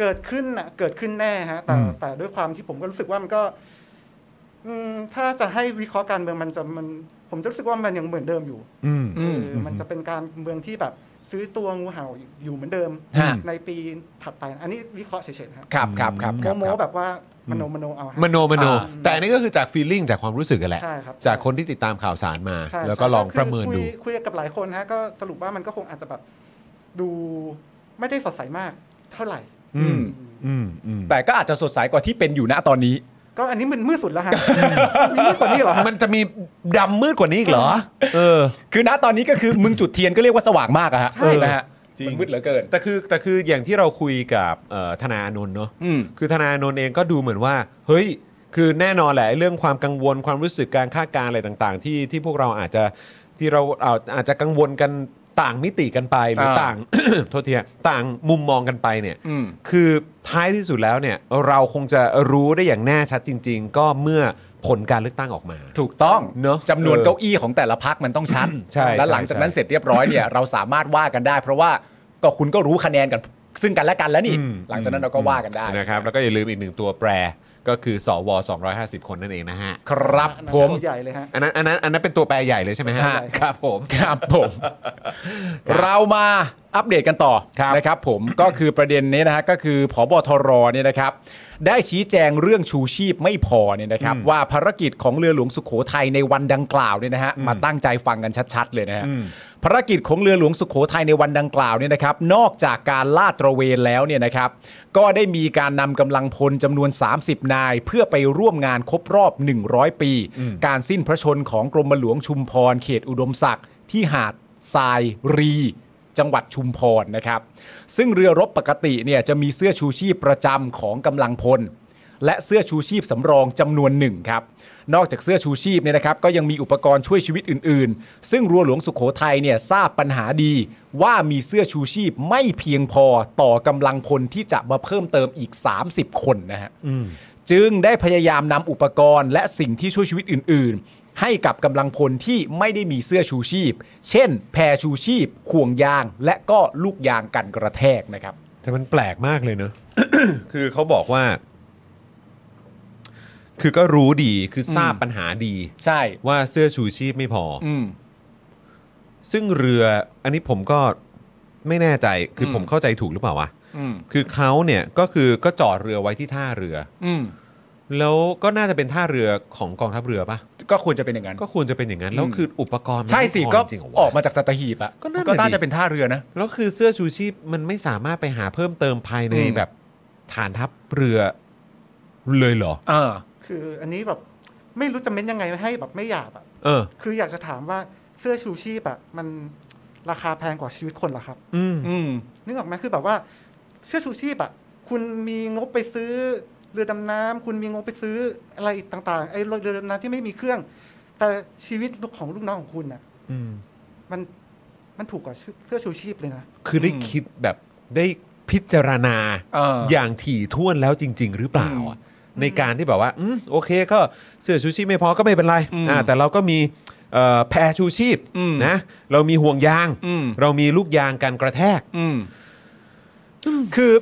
เกิดขึ้นน่ะ เกิดขึ้นแน่ฮะ แต่แต่ด้วยความที่ผมก็รู้สึกว่ามันก็ อืมถ้าจะให้วิเคราะห์การเมืองมันจะมัน ผมจะรู้สึกว่ามันยังเหมือนเดิมอยู่
อืม
อืม
เออมันจะเป็นการเมืองที่แบบ ซื้อตัวงูเห่าอยู่เหมือนเดิม
ฮะ
ในปีถัดไปนะอันนี้วิเคราะห์เฉยๆนะครับ
ครับครับครับค
โม
รับ
โมแบบว่ามโนมโนเอาฮะ
มโนมโน
อ่า
แต่อันนี่ก็คือจากฟีลลิ่งจากความรู้สึกกันแหละ
ใช่ครับ
จากคนที่ติดตามข่าวสารมา
ใช่
แล้วก็
ใช่
ลอง
คือ
ประเมินดู
คุยคุยกับหลายคนฮะก็สรุปว่ามันก็คงอาจจะแบบดูไม่ได้สดใสมากเท่าไหร่
อืม
อืมอืม
แต่ก็อาจจะสดใสกว่าที่เป็นอยู่ณตอนนี้
ก็อันนี้มันมืดสุดแล้วฮะมีมืดกว่านี้เหรอฮะ
มันจะมีดำมืดกว่านี้อีกเหรอ เออ
คือณตอนนี้ก็คือมึงจุดเทียนก็เรียกว่าสว่างมากอะฮะ
ใช่
เออนะฮะ
จริง
มันมืดเหลือเกิน
แต่คือแต่คืออย่างที่เราคุยกับเอ่อธนาอานนท์เนาะ
อืม
คือธนาโนนเองก็ดูเหมือนว่า เฮ้ย คือแน่นอนแหละเรื่องความกังวลความรู้สึกการคาดการณ์อะไรต่าง ๆ ที่ที่พวกเราอาจจะที่เราเอาอาจจะกังวลกัน ต่างมิติกันไปหรือ
เออ
ต่าง โทษทีฮะต่างมุมมองกันไปเนี่ย
อืม
คือท้ายที่สุดแล้วเนี่ยเราคงจะรู้ได้อย่างแน่ชัดจริง ๆ ก็เมื่อผลการเลือกตั้งออกมา
ถูกต้อง
เนอะ
จำนวน
เออ
เก้าอี้ของแต่ละพักมันต้องชัด
ใช่
แล้ว
ใช่
หลังจากนั้น
ใช่
เสร็จเรียบร้อยเนี่ย เราสามารถว่ากันได้ เพราะว่าก็คุณก็รู้คะแนนกัน ซึ่งกันและกันแล้วนี่
อืม
หลังจากนั้นเราก็ว่ากันได้
นะครับแล้วก็อย่าลืมอีกหนึ่งตัวแปรก็คือสว250 คนนั่นเองนะฮะ
ครับ
อันนั้น
ผม
ตัวใหญ่เลยฮะ
อันนั้นอันนั้นอันนั้นเป็นตัวแปรใหญ่เลยใช่ไหมฮะ
ฮะ
ครับผม
ครับผม เรามาอัปเดตกันต่อ
ครับ
นะครับผม ก็คือประเด็นนี้นะฮะก็คือผบทรเนี่ยนะครับ ได้ชี้แจงเรื่องชูชีพไม่พอเนี่ยนะครับ ว่าภารกิจของเรือหลวงสุโขทัยในวันดังกล่าวเนี่ยนะฮะมาตั้งใจฟังกันชัดๆ เลยนะฮะ
อืม
ภารกิจของเรือหลวงสุโขทัยในวันดังกล่าวเนี่ยนะครับ นอกจากการลาดตระเวนแล้วเนี่ยนะครับ ก็ได้มีการนำกำลังพลจำนวน 30 นาย เพื่อไปร่วมงานครบรอบ 100 ปี การสิ้นพระชนของกรมหลวงชุมพรเขตอุดมศักดิ์ ที่หาดทรายรี จังหวัดชุมพรนะครับ ซึ่งเรือรบปกติเนี่ยจะมีเสื้อชูชีพประจำของกำลังพล และเสื้อชูชีพสำรองจำนวนหนึ่งครับ นอกจากเสื้อชูชีพเนี่ยนะครับ ก็ยังมีอุปกรณ์ช่วยชีวิตอื่นๆ ซึ่งรัวหลวงสุขโขทัยเนี่ยทราบปัญหาดี ว่ามีเสื้อชูชีพไม่เพียงพอต่อกำลังพลที่จะมาเพิ่มเติมอีก 30 คนนะฮะ จึงได้พยายามนำอุปกรณ์และสิ่งที่ช่วยชีวิตอื่น ๆ ให้กับกำลังพลที่ไม่ได้มีเสื้อชูชีพ เช่น แพรชูชีพ ห่วงยาง และก็ลูกยางกันกระแทกนะครับ
แต่มันแปลกมากเลยเนอะ คือเขาบอกว่า คือก็รู้ดีคือทราบ
อืม
ปัญหาดี
ใช่
ว่าเสื้อชูชีพไม่พออ
อืม
ซึ่งเรืออันนี้ผมก็ไม่แน่ใจ คืออ
ม
ผมเข้าใจถูกหรือเปล่าวะ
อืม
คือเขาเนี่ยก็คือก็จอดเรือไว้ที่ท่าเรือ
อืม
แล้วก็น่าจะเป็นท่าเรือของกองทัพเรือปะ
ก็ควรจะเป็นอย่างนั้น
ก็ควรจะเป็นอย่างนั้น แล้ว
อืม
คืออุปกรณ์มัน
ใช่สิ
ไม่พอ
ก็
จริงเหรอ
อ
วะ
อกมาจากสัตหีบอ่ะ
ก็นั่นน่ะดิ
น่าจะเป็นท่าเรือนะ
แล้วคือเสื้อชูชีพมันไม่สามารถไปหาเพิ่มเติมภายใน
อืม
แบบฐานทัพเรือเลยเหรอ
เออ
คืออันนี้แบบไม่รู้จะเม้นยังไงให้แบบไม่หยาบอ่ะ
เออ
คืออยากจะถามว่าเสื้อชูชีพอ่ะมันราคาแพงกว่าชีวิตคนเหรอครับ
อืม
อืม
นึกออกไหมคือแบบว่าเสื้อชูชีพอ่ะคุณมีงบไปซื้อเรือดำน้ำคุณมีงบไปซื้ออะไรอีกต่างๆไอ้เรือดำน้ำที่ไม่มีเครื่อง แต่ชีวิตของลูกน้องของคุณน่ะ
อืม
มันมันถูกกว่าเสื้อชูชีพเลยนะ
คือได้คิดแบบได้พิจารณา
เอออ
อย่างถี่ถ้วนแล้วจริง ๆ หรือเปล่าอะในการที่แบบว่าอืมโอเคก็เสื้อชูชีพไม่พอก็ไม่เป็นไร
อืม
อ่าแต่เราก็มีเอ่อแพรชูชีพ
อืม
นะ เรามีห่วงยาง
อืม
เรามีลูกยางกันกระแทก
อืม คือ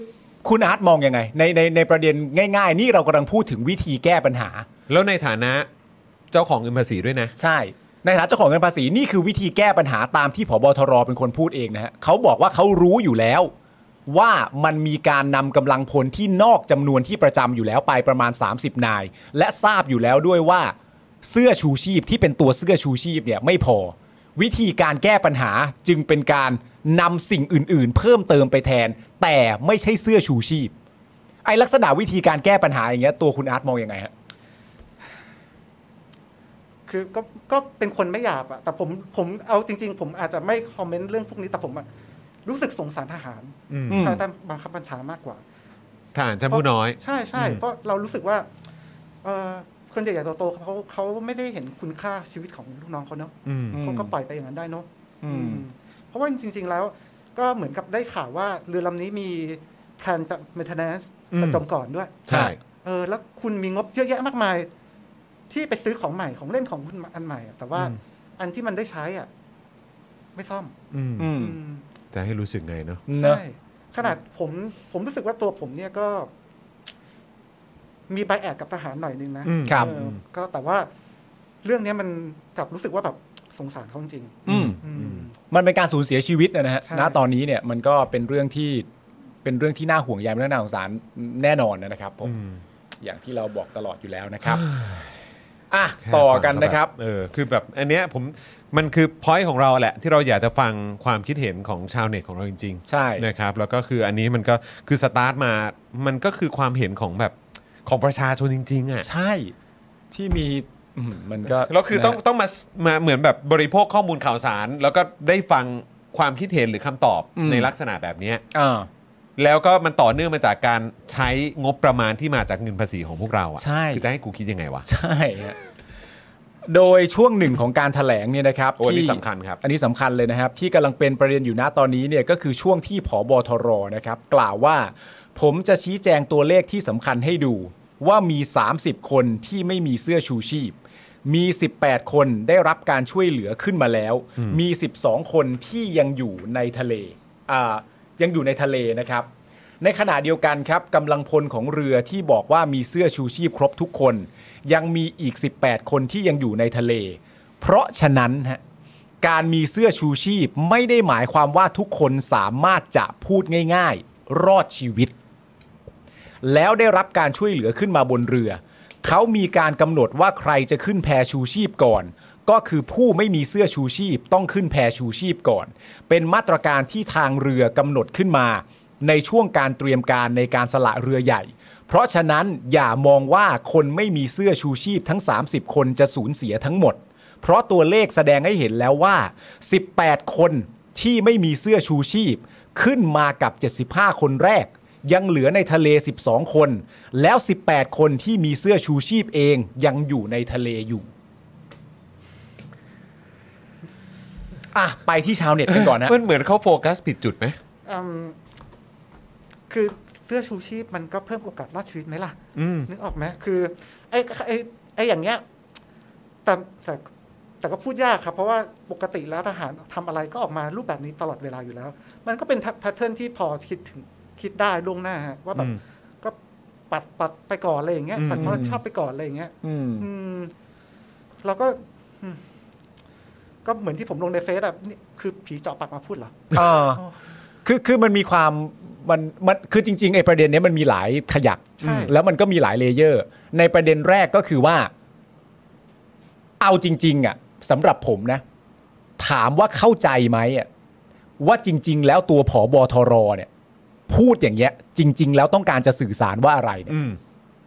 คุณอาร์ตมองยังไง ในในในประเด็นง่าย ๆ นี่เรากำลังพูดถึงวิธีแก้ปัญหา
แล้วในฐานะเจ้าของเงินภาษีด้วยนะ
ใช่ ในฐานะเจ้าของเงินภาษีนี่คือวิธีแก้ปัญหาตามที่ผบทรเป็นคนพูดเองนะฮะเขาบอกว่าเขารู้อยู่แล้ว ว่ามันมีการนำกำลังพลที่นอกจำนวนที่ประจำอยู่แล้วไปประมาณ 30 นาย และทราบอยู่แล้วด้วยว่า เสื้อชูชีพที่เป็นตัวเสื้อชูชีพเนี่ยไม่พอ วิธีการแก้ปัญหาจึงเป็นการนำสิ่งอื่น ๆ เพิ่มเติมไปแทน แต่ไม่ใช่เสื้อชูชีพ ไอลักษณะวิธีการแก้ปัญหาอย่างเงี้ยตัวคุณอาร์ตมองยังไงฮะ
คือก็ก็เป็นคนไม่หยาบอะแต่ผมผมเอาจริง ๆ ผมอาจจะไม่คอมเมนต์เรื่องพวกนี้แต่ผมอะรู้สึกสงสารทหาร
อืม
ภายใต้บังคับบัญชามากกว่า
ฐานชั้นผู้น้อย
ใช่ใช่
อืม
เพราะเรารู้สึกว่าเอ่อคนใหญ่ๆโตๆเขาเขาไม่ได้เห็นคุณค่าชีวิตของลูกน้องเขาเนาะ
อืม
เขาก็ปล่อยไปอย่างนั้นได้เนาะอืมเพราะว่าจริง ๆ แล้วก็เหมือนกับได้ข่าวว่าเรือลำนี้มีแพลนจะ maintenance
อืม
ประจำก่อนด้วย
ใช่
เออแล้วคุณมีงบเยอะแยะมากมาย ที่ไปซื้อของใหม่ของเล่นของคุณอันใหม่อะแต่ว่าอันที่มันได้ใช้อ่ะ ไม่ซ่อม
อืม
อืม
อืม
จะให้รู้สึกไงเนาะ
เนอะ
ใช่ขนาดผมผมรู้สึกว่าตัวผมเนี่ยก็ มีใบแอดกับทหารหน่อยนึงนะ
อืม
ครับ
เออก็แต่ว่า เรื่องเนี้ยมันกลับรู้สึกว่าแบบสงสารเขาจริง
อืม
ๆอืม
มันเป็นการสูญเสียชีวิตนะฮะ
ใช่
ณ ตอนนี้เนี่ยมันก็เป็นเรื่องที่เป็นเรื่องที่น่าห่วงใยและน่าสงสารแน่นอนนะครับผม อย่างที่เราบอกตลอดอยู่แล้ว นะครับ อ่ะ
แค่
ต่อ
ฟัง
กันนะครับ
แเออคือแบบอันเนี้ยผมมันคือพอยต์ของเราแหละ ที่เราอยากจะฟังความคิดเห็นของชาวเน็ตของเราจริง
ใช่
ๆนะครับแล้วก็คืออันนี้มันก็คือสตาร์ทมามันก็คือความเห็นของแบบของประชาชนจริงๆอ่ะ
ใช่ที่มีอืมมันก็
แล้วคือต้อง
นะฮะ
ต้องมามาเหมือนแบบบริโภคข้อมูลข่าวสาร แล้วก็ได้ฟังความคิดเห็นหรือคำตอบ
อืม
ในลักษณะแบบเนี้ย
อ่า
แล้วก็มันต่อเนื่องมาจากการใช้งบประมาณที่มาจากเงินภาษีของพวกเราอ่ะ
ใช่
คือจะให้กูคิดยังไงวะ
ใช่ฮะ โดยช่วงหนึ่งของการถแถลงเนี่ยนะครับ
โอ้อันนี้
ที่
สำคัญครับ
อันนี้สำคัญเลยนะครับ ที่กำลังเป็นประเด็นอยู่ณตอนนี้เนี่ยก็คือช่วงที่ผอบอทรนะครับ กล่าวว่า ผมจะชี้แจงตัวเลขที่สำคัญให้ดู ว่ามี 30 คนที่ไม่มีเสื้อชูชีพ มี 18 คนได้รับการช่วยเหลือขึ้นมาแล้ว มี 12 คนที่ยังอยู่ในทะเลอ่ายังอยู่ในทะเลนะครับ ในขณะเดียวกันครับกำลังพลของเรือที่บอกว่ามีเสื้อชูชีพครบทุกคน ยังมีอีก 18 คนที่ยังอยู่ในทะเล เพราะฉะนั้นฮะการมีเสื้อชูชีพไม่ได้หมายความว่าทุกคนสามารถจะพูดง่ายๆ รอดชีวิต แล้วได้รับการช่วยเหลือขึ้นมาบนเรือ เขามีการกำหนดว่าใครจะขึ้นแพชูชีพก่อน ก็คือผู้ไม่มีเสื้อชูชีพต้องขึ้นแพชูชีพก่อน เป็นมาตรการที่ทางเรือกำหนดขึ้นมา ในช่วงการเตรียมการในการสละเรือใหญ่ เพราะฉะนั้นอย่ามองว่าคนไม่มีเสื้อชูชีพทั้ง 30 คนจะสูญเสียทั้งหมด เพราะตัวเลขแสดงให้เห็นแล้วว่า 18 คนที่ไม่มีเสื้อชูชีพ ขึ้นมากับ 75 คนแรก ยังเหลือในทะเล 12 คน แล้ว 18 คนที่มีเสื้อชูชีพเองยังอยู่ในทะเลอยู่อ่ะไปที่ชาวเน็ตกันก่อนนะ
มันเหมือนเขาโฟกัสผิดจุดไหม
อืมคือเสื้อชูชีพมันก็เพิ่มโอกาสรอดชีวิตไหมล่ะ
อืม
นึกออกไหมคือไอ้ไอ้ไอ้อย่างเงี้ยแต่แต่แต่ก็พูดยากครับ เพราะว่าปกติแล้วทหารทำอะไรก็ออกมารูปแบบนี้ตลอดเวลาอยู่แล้ว มันก็เป็นแพทเทิร์นที่พอคิดถึงคิดได้ล่วงหน้าฮะว่าแบบ
อืม
ก็ปัดปัดไปก่อนอะไรอย่างเงี้ย
อืม
ปัดความรับผิดชอบไปก่อนอะไรอย่างเงี้ย
อืม
อืมเราก็อืมก็เหมือนที่ผมลงในเฟซอะนี่คือผีเจาะปากมาพูดเหรอ
เออคือคือมันมีความมันมันคือจริงๆไอ้ประเด็นเนี้ยมันมีหลายขยัก
ใช่
แล้วมันก็มีหลายเลเยอร์ ในประเด็นแรกก็คือว่า เอาจริง ๆ อ่ะสำหรับผมนะ ถามว่าเข้าใจไหมอ่ะว่าจริง ๆ แล้วตัวผอบอทรเนี่ย พูดอย่างเงี้ย จริง ๆ แล้วต้องการจะสื่อสารว่าอะไรเนี่ย
อืม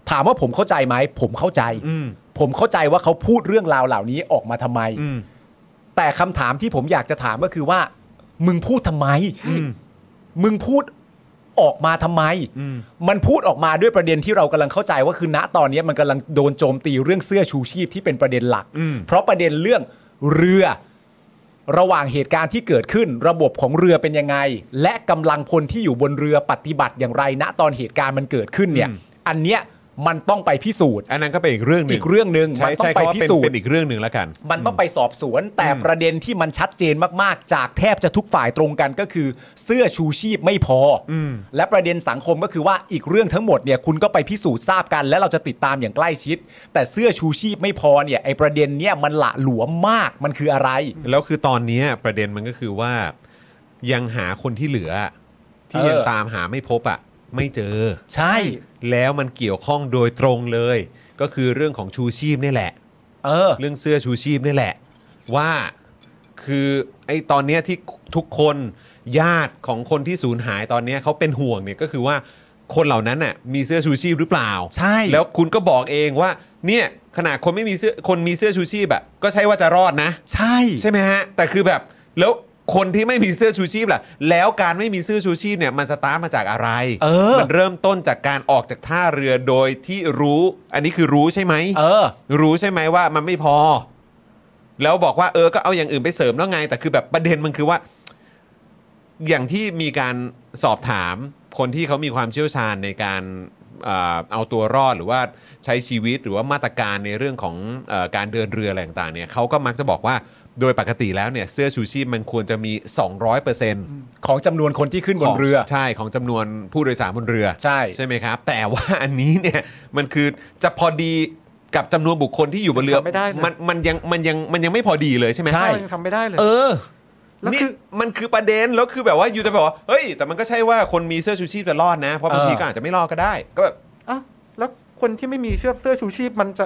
ถามว่าผมเข้าใจไหมผมเข้าใจ
อืม
ผมเข้าใจว่าเขาพูดเรื่องราวเหล่านี้ออกมาทำไม
อืม
แต่คำถามที่ผมอยากจะถามก็คือว่า มึงพูดทำไม
อืม
มึงพูดออกมาทำไม
อืม
มันพูดออกมาด้วยประเด็นที่เรากำลังเข้าใจว่าคือณตอนนี้มันกำลังโดนโจมตีเรื่องเสื้อชูชีพที่เป็นประเด็นหลัก
อืม
เพราะประเด็นเรื่องเรือ ระหว่างเหตุการณ์ที่เกิดขึ้น ระบบของเรือเป็นยังไง และกำลังพลที่อยู่บนเรือปฏิบัติอย่างไร ณตอนเหตุการณ์มันเกิดขึ้นเนี่ย อันเนี้ยมันต้องไปพิสูจน์
อันนั้นก็เป็นอีกเรื่องหนึ่ง
อีกเรื่องหนึ่ง
ใช้
มันต้อ
ใช้
งไป
คำว่า
พิ
เป็น
สูจ
เป็
น์
นอีกเรื่องหนึ่งแล้วกัน
มันต้องไปสอบสวน แต่ประเด็นที่มันชัดเจนมากๆ จากแทบจะทุกฝ่ายตรงกันก็คือ เสื้อชูชีพไม่พออ
ม
และประเด็นสังคมก็คือว่าอีกเรื่องทั้งหมดเนี่ยคุณก็ไปพิสูจน์ทราบกัน และเราจะติดตามอย่างใกล้ชิด แต่เสื้อชูชีพไม่พอเนี่ยไอประเด็นเนี่ยมันหละหลวมมากมันคืออะไร
แล้วคือตอนเนี้ยประเด็นมันก็คือว่า ยังหาคนที่เหลือ ที่
เออ
ยังตามหาไม่พบอ่ะ ไม่เจอ
ใช่
แล้วมันเกี่ยวข้องโดยตรงเลย ก็คือเรื่องของชูชีพนี่แหละ
เออ
เรื่องเสื้อชูชีพนี่แหละ ว่าคือไอ้ตอนเนี้ยที่ทุกคนญาติของคนที่สูญหายตอนเนี้ยเขาเป็นห่วงเนี่ยก็คือว่าคนเหล่านั้นน่ะมีเสื้อชูชีพหรือเปล่า
ใช่
แล้วคุณก็บอกเองว่า เนี่ยขนาดคนไม่มีเสื้อคนมีเสื้อชูชีพอะก็ใช่ว่าจะรอดนะ
ใช่
ใช่ไหมฮะ แต่คือแบบแล้วคนที่ไม่มีเสื้อชูชีพล่ะ แล้วการไม่มีเสื้อชูชีพเนี่ยมันสตาร์ทมาจากอะไร
เออ
มันเริ่มต้นจากการออกจากท่าเรือโดยที่รู้ อันนี้คือรู้ใช่ไหม
เออ
รู้ใช่ไหมว่ามันไม่พอ แล้วบอกว่าเออก็เอาอย่างอื่นไปเสริมแล้วไง แต่คือแบบประเด็นมันคือว่า อย่างที่มีการสอบถามคนที่เขามีความเชี่ยวชาญในการเอ่อเอาตัวรอดหรือว่าใช้ชีวิตหรือว่ามาตรการในเรื่องของเออการเดินเรืออะไรต่างๆเนี่ยเขาก็มักจะบอกว่าโดยปกติแล้วเนี่ยเสื้อชูชีพมันควรจะมี 200%
ของจำนวนคนที่ขึ้นบนเรือ
ใช่ของจำนวนผู้โดยสารบนเรือ
ใช่
ใช่ไหมครับ แต่ว่าอันนี้เนี่ยมันคือจะพอดีกับจำนวนบุคคลที่อยู่บนเรือ
ทำไม่ได้เลย
นมันยังมันยังมันยังไม่พอดีเลยใช่ไหม
ใช่
เรายังทำไม่ได้เลย
เออ
แล้ว
นี่
คือ
มันคือประเด็นแล้วคือแบบว่าอยู่แต่บอกว่าเฮ้ย แต่มันก็ใช่ว่าคนมีเสื้อชูชีพจะรอดนะ เพราะบางทีก็อาจจะไม่รอดก็ได้ ก็แบบ
เอ้าแล้วคนที่ไม่มีเสื้อเสื้อชูชีพมันจะ